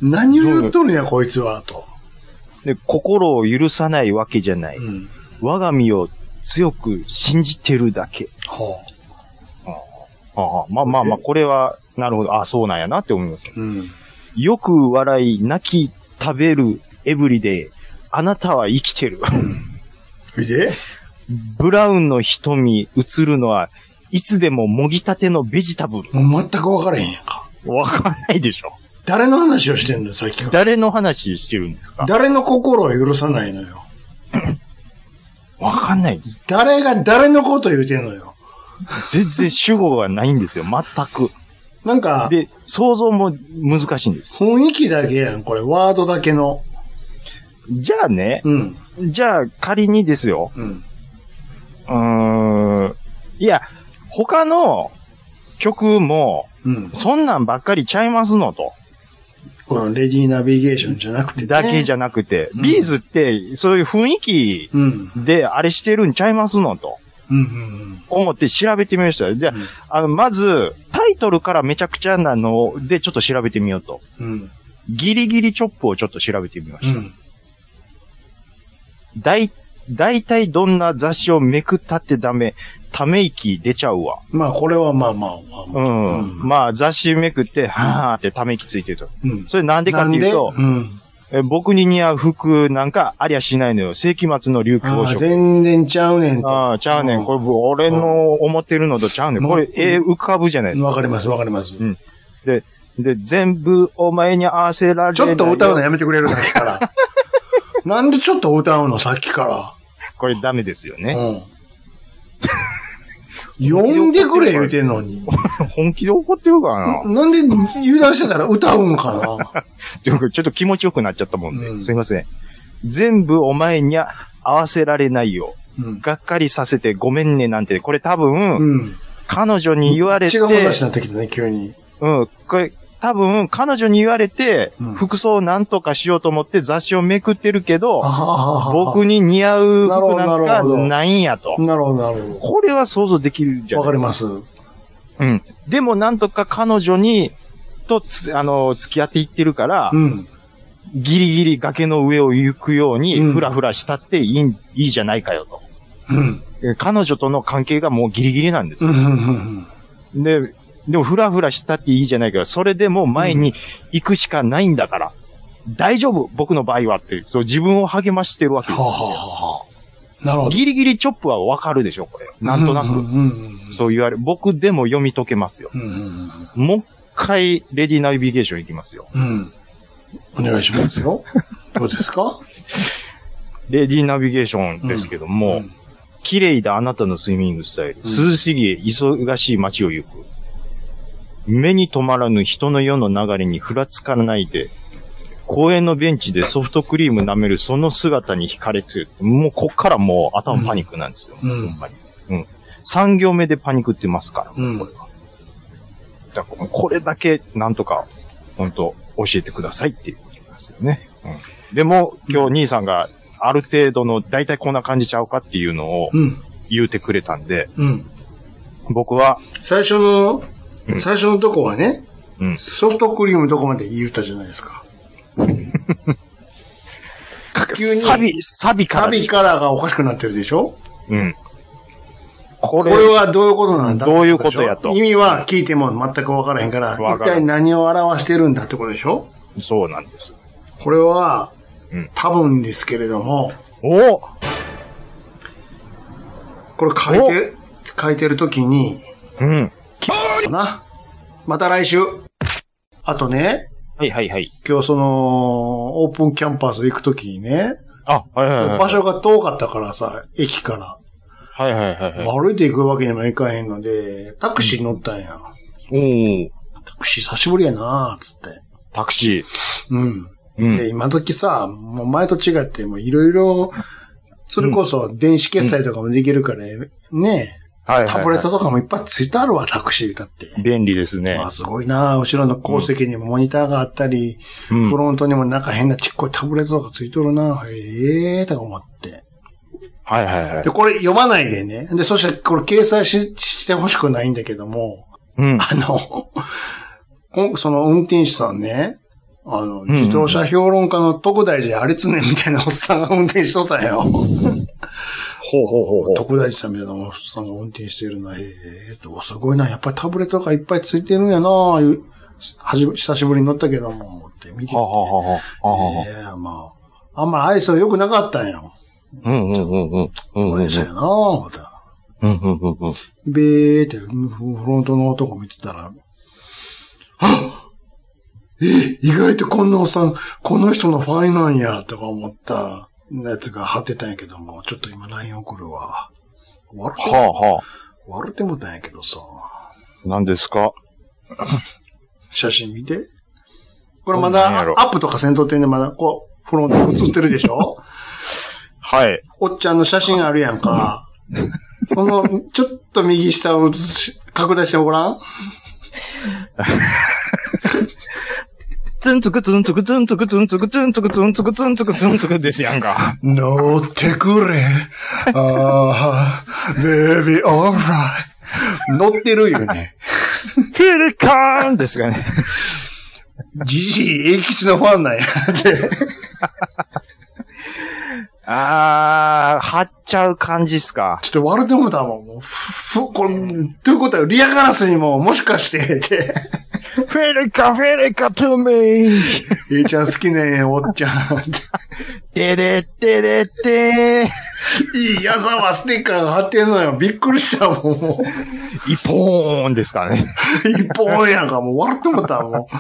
S1: 何を言っとるんや、こいつは、と。
S3: で、心を許さないわけじゃない。
S1: うん。
S3: 我が身を強く信じてるだけ。
S1: はあ。
S3: ああまあまあまあ、これは、なるほど。ああ、そうなんやなって思います。
S1: うん。
S3: よく笑い、泣き、食べる、エブリデイ。あなたは生きてる。
S1: それで
S3: ブラウンの瞳映るのは、いつでももぎたてのベジタブル。
S1: もう全く分からへんやんか。
S3: わかんないでしょ。
S1: 誰の話をしてんのよ、さっきから。
S3: 誰の話してるんですか
S1: 誰の心を許さないのよ。
S3: わかんないです。
S1: 誰が誰のこと言うてんのよ。
S3: 全然主語がないんですよ。全く。
S1: なんか、
S3: で、想像も難しいんですよ。
S1: 雰囲気だけやん、これ。ワードだけの。
S3: じゃあね、
S1: うん。
S3: じゃあ仮にですよ。
S1: うん。
S3: うーん。いや、他の曲も、
S1: うん。
S3: そんなんばっかりちゃいますのと。
S1: このレディーナビゲーションじゃなくて、
S3: だけじ
S1: ゃ。
S3: ゃなくて、
S1: うん
S3: ビーズって、そういう雰囲気
S1: うん。
S3: であれしてるんちゃいますのと。
S1: うんうん
S3: 思って調べてみました。じゃあ、
S1: うん
S3: あの、まず、タイトルからめちゃくちゃなので、ちょっと調べてみようと。
S1: うん。うん。
S3: ギリギリチョップをちょっと調べてみま
S1: う
S3: した。
S1: ん。
S3: だい、だいたいどんな雑誌をめくったってダメ。ため息出ちゃうわ。
S1: まあ、これはまあまあまあ
S3: う
S1: まあ。
S3: ん。
S1: うん
S3: まあ、雑誌めくって、はーってため息ついてると。
S1: うん。
S3: それなんでかっていうと
S1: な、ん
S3: え僕に似合う服なんかありゃしないのよ。世紀末の流
S1: で、うん。
S3: 行
S1: ああ
S3: 色。
S1: 全然ちゃうねんと。
S3: ああ、ちゃうね
S1: うん
S3: ん。これ、俺の思ってるのとちゃうねん。
S1: うん
S3: これ、絵浮かぶじゃないですか。
S1: わかります、わかります。
S3: んで、全部お前に合わせられ
S1: ちょっと歌うの
S3: よ。
S1: やめてくれるさっ きから。なんでちょっと歌うのさっきか
S3: これダメですよ
S1: ら。
S3: ね。
S1: うん。呼んでくれ言うてん のに。
S3: 本気で怒ってるからな。
S1: なんで油断してたら歌うんかな。
S3: というかちょっと気持ちよくなっちゃったもんで、
S1: うん
S3: すいません。全部お前に合わせられないよ。
S1: うん。
S3: がっかりさせてごめんねなんて、これ多分、
S1: うん。
S3: 彼女に言われて、
S1: 違う話になってきたね、急に。
S3: うん、これ、多分、彼女に言われて、
S1: うん
S3: 服装をなんとかしようと思って雑誌をめくってるけど、
S1: あははは
S3: 僕に似合う服なん
S1: なる
S3: か
S1: ほど
S3: ないんやと。
S1: なるほど、なるほ
S3: これは想像できるじ
S1: ど。
S3: ゃ
S1: わ
S3: な
S1: か
S3: いで
S1: り
S3: すか。
S1: ます。
S3: うん。でもなんとか彼女に、とつ、あの、付き合っていってるから、
S1: うん。
S3: ギリギリ崖の上を行くように、
S1: うん
S3: ふらふらしたっていいん、いいじゃないかよと。
S1: うん。
S3: え彼女との関係がもうギリギリなんです
S1: うん。う
S3: よ。
S1: んうん。
S3: で、でもふらふらしたっていいじゃないかよ。それでも前に行くしかないんだから。大丈夫僕の場合はって、そう自分を励ましてるわけ
S1: は
S3: で
S1: あ、
S3: すよ
S1: はあはあ、なるほど。
S3: ギリギリチョップはわかるでしょ、これ。なんとな
S1: うん
S3: く。
S1: うんうん。
S3: そう言われ、僕でも読み解けますよ。
S1: うんうん
S3: もう一回、レディナビゲーション行きますよ。
S1: うん。うん。お願いしますよ。どうですか
S3: レディナビゲーションですけども、
S1: うん
S3: 綺麗だあなたのスイミングスタイル。涼しげ、忙しい街を行く。目に留まらぬ人の世の流れにふらつかないで、公園のベンチでソフトクリーム舐めるその姿に惹かれてる。もうこっからもう頭パニックなんですよ。
S1: うん
S3: ほんまに。うん。3行目でパニックってますから。
S1: うん
S3: これはだからこれだけなんとか、本当教えてくださいっていうことなんですよね。うん。でも、今日兄さんがある程度の、だいたいこんな感じちゃうかっていうのを
S1: うん。
S3: 言うてくれたんで、
S1: うん。
S3: 僕は、
S1: 最初の、
S3: うん
S1: 最初のとこはね、
S3: うん
S1: ソフトクリームのとこまで言ったじゃないですか。急に
S3: サビ、サビから
S1: カ
S3: で。
S1: ビからがおかしくなってるでしょ
S3: うん。こ
S1: こ
S3: れ、
S1: れはどういうことなんだ
S3: どういうことやと
S1: 意味は聞いても全くわからへんから、
S3: わから
S1: 一
S3: ん
S1: 体何を表してるんだってことでしょ
S3: そうなんです。
S1: これは
S3: うん、
S1: 多分ですけれども、
S3: お
S1: これ書いて、書いてるときに、
S3: うん。
S1: な。また来週。あとね、
S3: はいはいはい。
S1: 今日その、オープンキャンパス行くときにね、
S3: あ、はいはいはい。
S1: 場所が遠かったからさ、駅から。
S3: はいはいはいはい。
S1: 歩いていくわけにもいかへんので、タクシーに乗ったんや。
S3: おー
S1: タクシー久しぶりやなーつって。
S3: タクシー。
S1: うん。
S3: うん。
S1: で、今時さ、もう前と違って、もういろいろ、それこそ電子決済とかもできるから、ね
S3: はいはい、
S1: タブレットとかもいっぱいついてあるわ、タクシーだって。
S3: 便利ですね。
S1: まあすごいな後ろの後席にもモニターがあったり、
S3: うん
S1: フロントにもなんか変なちっこいタブレットとかついとるなへえーとか思って。
S3: はいはいはい
S1: で、。これ読まないでね。で、そしてこれ掲載ししてほしくないんだけども、
S3: うん。
S1: あの、こその運転手さんね、あ
S3: ん
S1: の、
S3: うん
S1: 自動車評論家の徳大寺有常みたいなおっさんが運転しとったんよ。
S3: ほうほうほうほう。
S1: 徳大寺さんみたいなおっさんが運転してるな。ええと、すごいな。やっぱりタブレットがいっぱいついてるんやな。いうはじ久しぶりに乗ったけども、って見てて。
S3: はあはあはあはあはあはあ
S1: ええまあ、あんまり愛想良くなかったんや。
S3: うんうんうんうん。うんうんうん。うん
S1: 愛想やな、思ったら
S3: うんうんうん。
S1: べーって、フロントの男見てたら、はっえ、意外とこんなおっさん、この人のファンなんや、とか思ったやつが貼ってたんやけども、ちょっと今 LINE 送るわ。
S3: は
S1: 悪て、
S3: あは
S1: 悪てもたんやけどさ、
S3: あ。何ですか
S1: 写真見て。これま
S3: 何や
S1: だ
S3: ろ
S1: アップとか戦闘点でまだこう、フロント映ってるでしょ
S3: はい。
S1: おっちゃんの写真あるやんか。その、ちょっと右下を映し拡大してごらん
S3: つんつくつんつくつんつくつんつくつんつくつんつくつんつくつんつくですやんか。
S1: 乗ってくれ。ああ、ベイビー、オーライ。乗ってるよね。
S3: ピリカーンですがね。
S1: じじい、英吉のファンなんや。
S3: あー、張っちゃう感じっすか。
S1: ちょっと悪でもだもん。もうふ、ふこれ、ということは、リアガラスにも、もしかして、って。
S3: ピリカ、ピリカ、トゥミー。
S1: えいちゃん好きねおっちゃん。
S3: でで、でで、で
S1: いい矢沢ステッカーが貼ってんのよ。びっくりしたもん、もう。
S3: 一本ですからね。
S1: 一本やんか、もう笑ってもた、もう。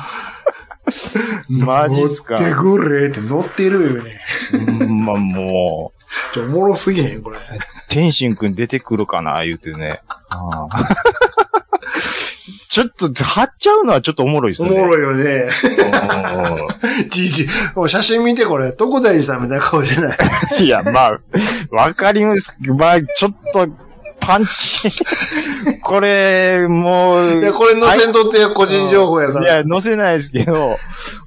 S3: マジっすか
S1: 乗ってくれって乗ってるよね。
S3: うんまあもう、
S1: ちょ、おもろすぎへん、これ。
S3: 天心くん出てくるかな、言うてね。あーちょっと、張っちゃうのはちょっとおもろいっす
S1: お
S3: ね。
S1: も
S3: い。
S1: ろいよね。 じじい、もう写真見てこれ、どこ大事さんみたいな顔して ない。
S3: いや、まあ、わかります。まあ、ちょっと、パンチ。これ、もう。
S1: いや、これ載せんとって個人情報やか
S3: い
S1: ら。
S3: や、載せないですけど、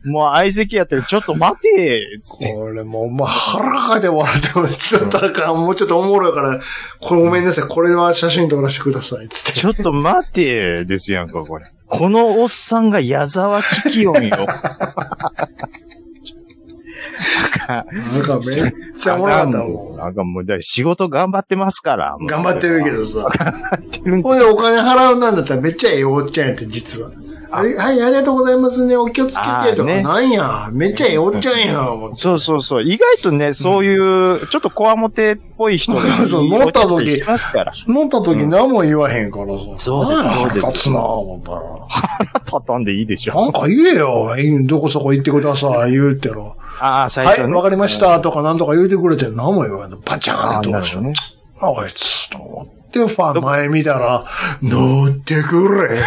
S3: もう相席やってる、ちょっと待てつって。
S1: これもう、まあ、腹かいて笑っても、ちょっとあかん、もうちょっとおもろいから、これごめんなさい、これは写真撮らせてください、つって。
S3: ちょっと待てですやんか、これ。このおっさんが矢沢キキヨンよ。
S1: なんかめっちゃおもろかったもん。
S3: なんかもう、だから仕事頑張ってますから。もう
S1: 頑張ってるけ。どさ。
S3: るん
S1: ほんでお金払うなんだったらめっちゃええおっちゃんやって、実は。あれ、はい、ありがとうございますね、お気をつけ
S3: あ
S1: て、
S3: ー
S1: とか、
S3: ね
S1: なんや、めっちゃええおっちゃんや、思って。
S3: そうそうそう。意外とね、そういう、ちょっとこわもてっぽい人が
S1: そう乗った時
S3: いいお茶しますから。
S1: 乗った時何も言わへんからさ。
S3: そうです
S1: なんや
S3: そうです
S1: 腹立つな、思ったら。
S3: 畳んでいいでしょ。
S1: なんか言えよ。いいどこそこ行ってください、言うてろ。
S3: ああ、最
S1: は
S3: 初
S1: い、
S3: ね。
S1: わかりました、とかなんとか言うてくれて、何も言わない。バチャーン
S3: あ
S1: と
S3: ーな
S1: か
S3: る
S1: し
S3: ほ
S1: て
S3: どね。
S1: あ、こいつ、と思って、ファン前見たら、乗ってくれ。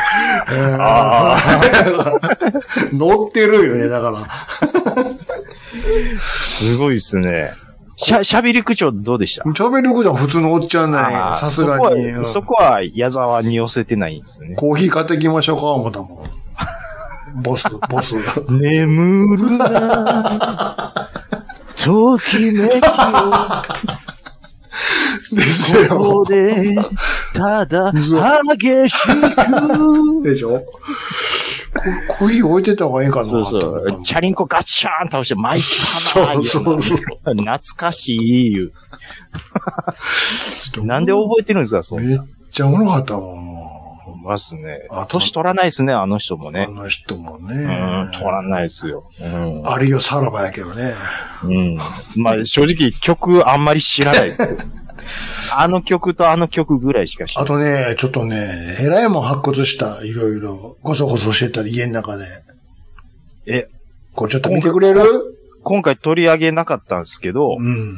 S1: 乗ってるよね、だから。
S3: すごいですね。しゃ、しゃべり口調どうでした
S1: 喋り口じゃ普通のおっちゃんなんや。さすが
S3: そこ
S1: に。う
S3: は
S1: ん
S3: そこは矢沢に寄せてないんですね。
S1: コーヒー買ってきましょうか、思ったもん。ボス、ボス。
S3: 眠るなときめき
S1: ですよ。
S3: で、ただ、激しく。
S1: でしょココーヒー置いてた方がいいかな。
S3: そうそ
S1: と思ったも
S3: う。
S1: ん
S3: チャリンコガッシャーン倒して、マイクかな
S1: そうそうそう。
S3: 懐かしい言う。 なんで覚えてるんですか、そう。
S1: めっちゃおもろかったもん、も
S3: 思いますね
S1: あ。
S3: 年取らないですね、あの人も
S1: う。あ
S3: ね。
S1: の人も
S3: う
S1: ね
S3: ん、。取らないですよ。うん。
S1: あれよ、さらばやけどね。
S3: うん。まあ、正直、曲あんまり知らない。 あの曲とあの曲ぐらいしか知ら
S1: あ
S3: ない。
S1: とね、ちょっとね、えらいもん発掘した、いろいろ。ごそごそしてたり、家の中で。
S3: え、
S1: これちょっと見てくれる
S3: 今回取り上げなかったんですけど、
S1: うん。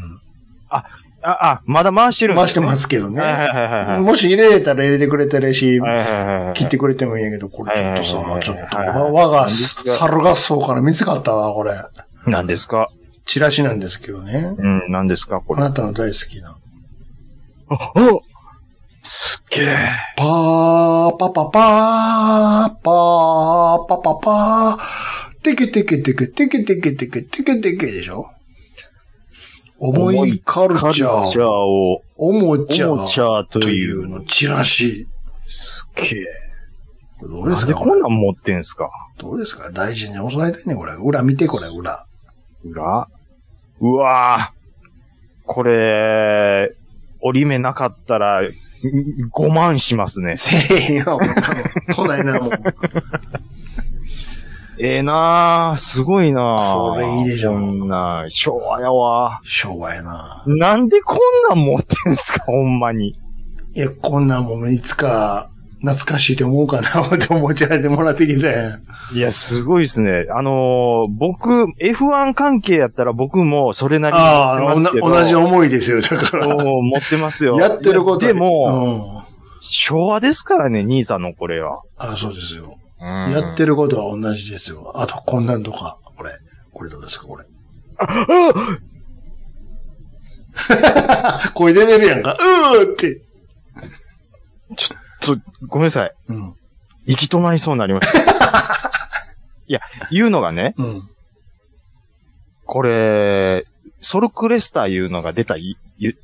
S3: あ、あ、まだ回してるんで
S1: 回し
S3: す
S1: て
S3: ね、
S1: ますけど
S3: はいはいはいはいは
S1: ね。
S3: い
S1: もし入れれたら入れてくれたらいいし、
S3: はいはいはいはい。
S1: 切ってくれてもいいんやけど、これちょっと
S3: はいはい
S1: さ、
S3: はい
S1: ちょっと、
S3: はいはい
S1: わ我が
S3: ですが
S1: 猿合奏から見つかったわ、これ。
S3: 何ですか
S1: チラシなんですけどね。
S3: うん、何ですかこ
S1: あ
S3: れ。
S1: なたの大好きな。
S3: あ、すっげえ。
S1: パーパパパー、パーパパパー、テケテケテケテケテケテケテケテケでしょ重いカルチャ
S3: カルチャ
S1: ー、
S3: ーを、
S1: おもちゃ、
S3: おもちゃと
S1: とい
S3: いうう
S1: の
S3: の。
S1: チラシ。
S3: すっげえ。
S1: これどうで
S3: な
S1: す
S3: んで
S1: か
S3: こんなん持ってんすか
S1: どうですか大事に押さえたいね、これ。裏見て、これ、裏。
S3: 裏うわぁ。これ、折り目なかったら、ん5万しますね。
S1: せえへん よ、もう来ないな、もう。
S3: ええなぁ。すごいなぁ。
S1: これいいでしょ
S3: こんな、昭和やわ。
S1: 昭和やな。
S3: なんでこんなん持ってんすか、ほんまに。
S1: いや、こんなんもんいつか、懐かしいと思うかな、って持ち上げてもらってきて。
S3: いや、すごいですね。あのー僕、F1 関係やったら僕もそれなりに
S1: ああ、
S3: 持ってますけど。
S1: 同じ思いですよ、だから。
S3: もう持ってますよ。
S1: やってること
S3: いやでも、
S1: うん、
S3: 昭和ですからね、兄さんのこれは。
S1: あそうですよ。やってることは同じですよ。あと、こんなんとか、これ。これどうですか、これ。 声出てるやんか。うーって。
S3: ちょごめんなさい。
S1: うん。
S3: 行き止まりそうになりました。 いや、言うのがね、
S1: うん。
S3: これ、ソルクレスターいうのが出たい、ゆ、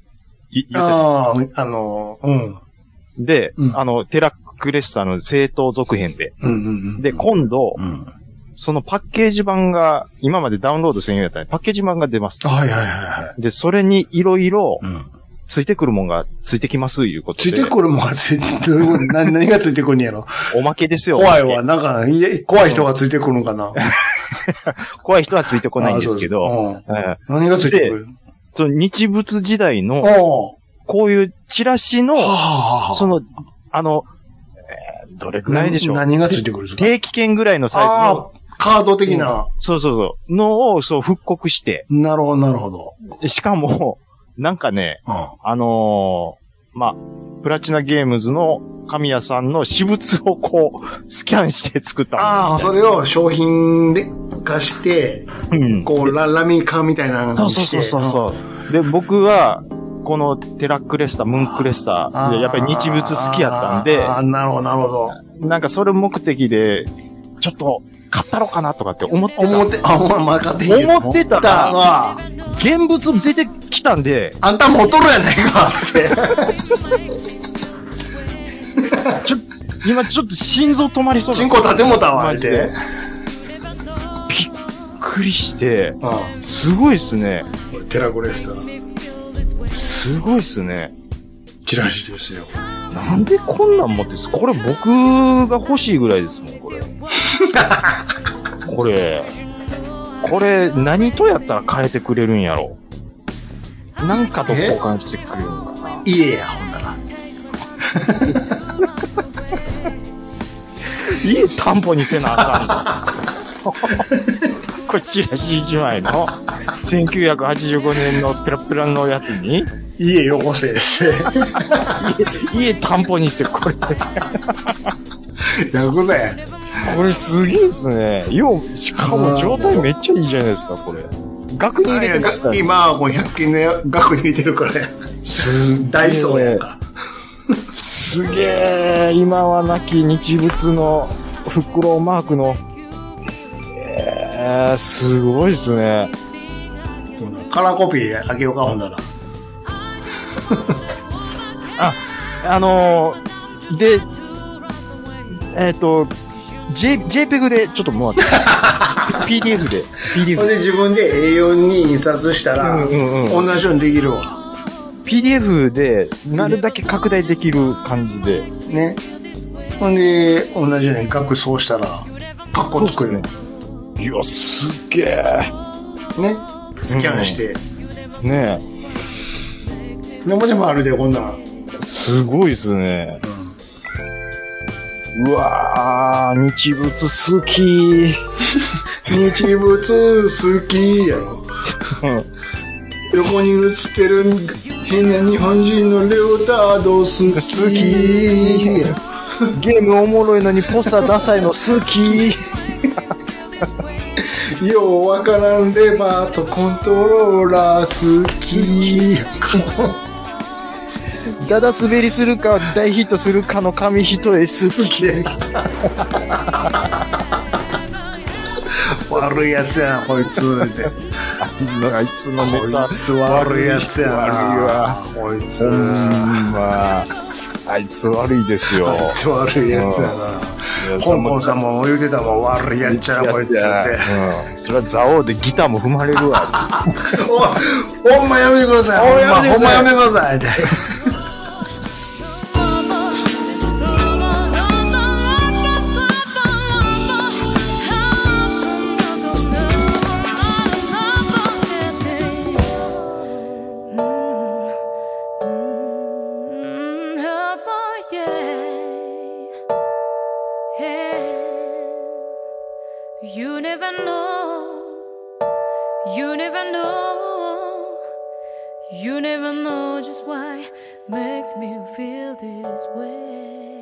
S3: ゆ、言うて
S1: ああ、あの、うん。
S3: で、
S1: うん
S3: あの、テラックレスターの正当続編で。
S1: うんうんうん。
S3: で、今度、
S1: うん。
S3: そのパッケージ版が、今までダウンロード専用やったね。パッケージ版が出ます。
S1: はいはいはいはい。
S3: で、それにいろいろ
S1: うん。
S3: ついてくるもんがついてきます、いうこと
S1: つ
S3: で。
S1: いてくるもんがついて、ど ういうこと何何がついてくんやろ
S3: おまけですよ。
S1: 怖い
S3: おま
S1: わ。なんか、いや怖い人がついてくるのかな。
S3: け怖い人はついてこないんですけ
S1: あ
S3: ど、
S1: そうです
S3: うん
S1: うん何がついてくる
S3: その日仏時代
S1: お
S3: の、
S1: お
S3: こういうチラシの
S1: はあ、はあはあ
S3: その、あの、えーどれくらいでしょう。
S1: 何何がついてくるんですか
S3: 定期券ぐらいのサイズ
S1: あ
S3: の
S1: あ、カード的な。
S3: そうそうそう、のをそう復刻して、
S1: なるほど、なるほど。
S3: しかも、なんかね、
S1: うん。
S3: あのーまあ、プラチナゲームズの神谷さんの私物をこう、スキャンして作ったもの
S1: ああ、それを商品化して、
S3: うん
S1: こう、ララミカみたいなの
S3: そう
S1: に
S3: そう
S1: して。
S3: そうそうそう。で、僕は、このテラックレスター、ムーンクレスタ
S1: あ
S3: ー、
S1: ー
S3: やっぱり日物好きやったんで、
S1: ああ、なるほど、なるほど。
S3: なんかそれ目的で、ちょっと、買ったろかなとかって思ってた。
S1: 思って、あ、お前、勝手に。
S3: 思ってた
S1: 思ったわ
S3: 現物出てきたんで、
S1: あんた持っとるやないか、つって。
S3: ちょ、今ちょっと心臓止まりそう
S1: チン
S3: だ。
S1: コ立てもたわ、
S3: マ
S1: っ
S3: ジ
S1: て。
S3: でびっくりして、
S1: うん。
S3: すごいっすね。
S1: これ、テラコレスター。
S3: すごいっすね。
S1: チラシですよ。
S3: なんでこんなん持ってるんですこれ僕が欲しいぐらいですもん、これ。これ、これ何とやったら変えてくれるんやろ。なんかと交換してくれるのかな。
S1: 家や、ほんなら。
S3: 家担保にせなあか んの。これチラシ一枚の1985年のペラペラのやつに
S1: 家よこせ、つ って。
S3: 家家担保にしてこれ。
S1: やくざや。
S3: これすげえっすね。よう、しかも状態めっちゃいいじゃないですか、これ。額に入れてますからね。
S1: 今はもう100均のや額に入れてるからね。ダイソーやんか。
S3: すげえ、今はなき日仏のフクロウマークの。えー、すごいですね。
S1: カラーコピー開けようか、ほんなら。
S3: あのー、で、えっ、と、J、JPEG でちょっともらって。PDF で。
S1: ほ
S3: PDF。
S1: んで自分で A4 に印刷したら、
S3: うんうんうん
S1: 同じようにできるわ。
S3: PDF で、なるだけ拡大できる感じで。
S1: ね。ほんで、同じように額そうしたら、カッコ作れる。
S3: いや、すっげえ。
S1: ね。スキャンして。
S3: ね
S1: でもでもあるで、こんなん。
S3: え、すごいですね。うわー、日仏好き。
S1: 日仏好きやろ。横に映ってる変な日本人のレオタード好
S3: 好
S1: き
S3: き
S1: やろ。
S3: ゲームおもろいのにポスターダサいの好 き。
S1: ようわからんレバーとコントローラー好きや
S3: ダダ滑りするか大ヒットするかの紙一重好き。
S1: 好きや悪いやつやん、こいつ。って
S3: あいつの
S1: こ
S3: ネタ
S1: いつ悪いやつやな。
S3: 悪いわ。
S1: こいつ。
S3: ほんま。あいつ悪いです よ。
S1: こいつ悪いやつやな。香港さんも言うてたもん、悪いやっちゃう、こいつって。
S3: うん、それは蔵王でギターも踏まれるわ。
S1: おほんまやめてください。ほんまほんまやめてください。って。
S5: You never know, you never know. You never know just why makes me feel this way.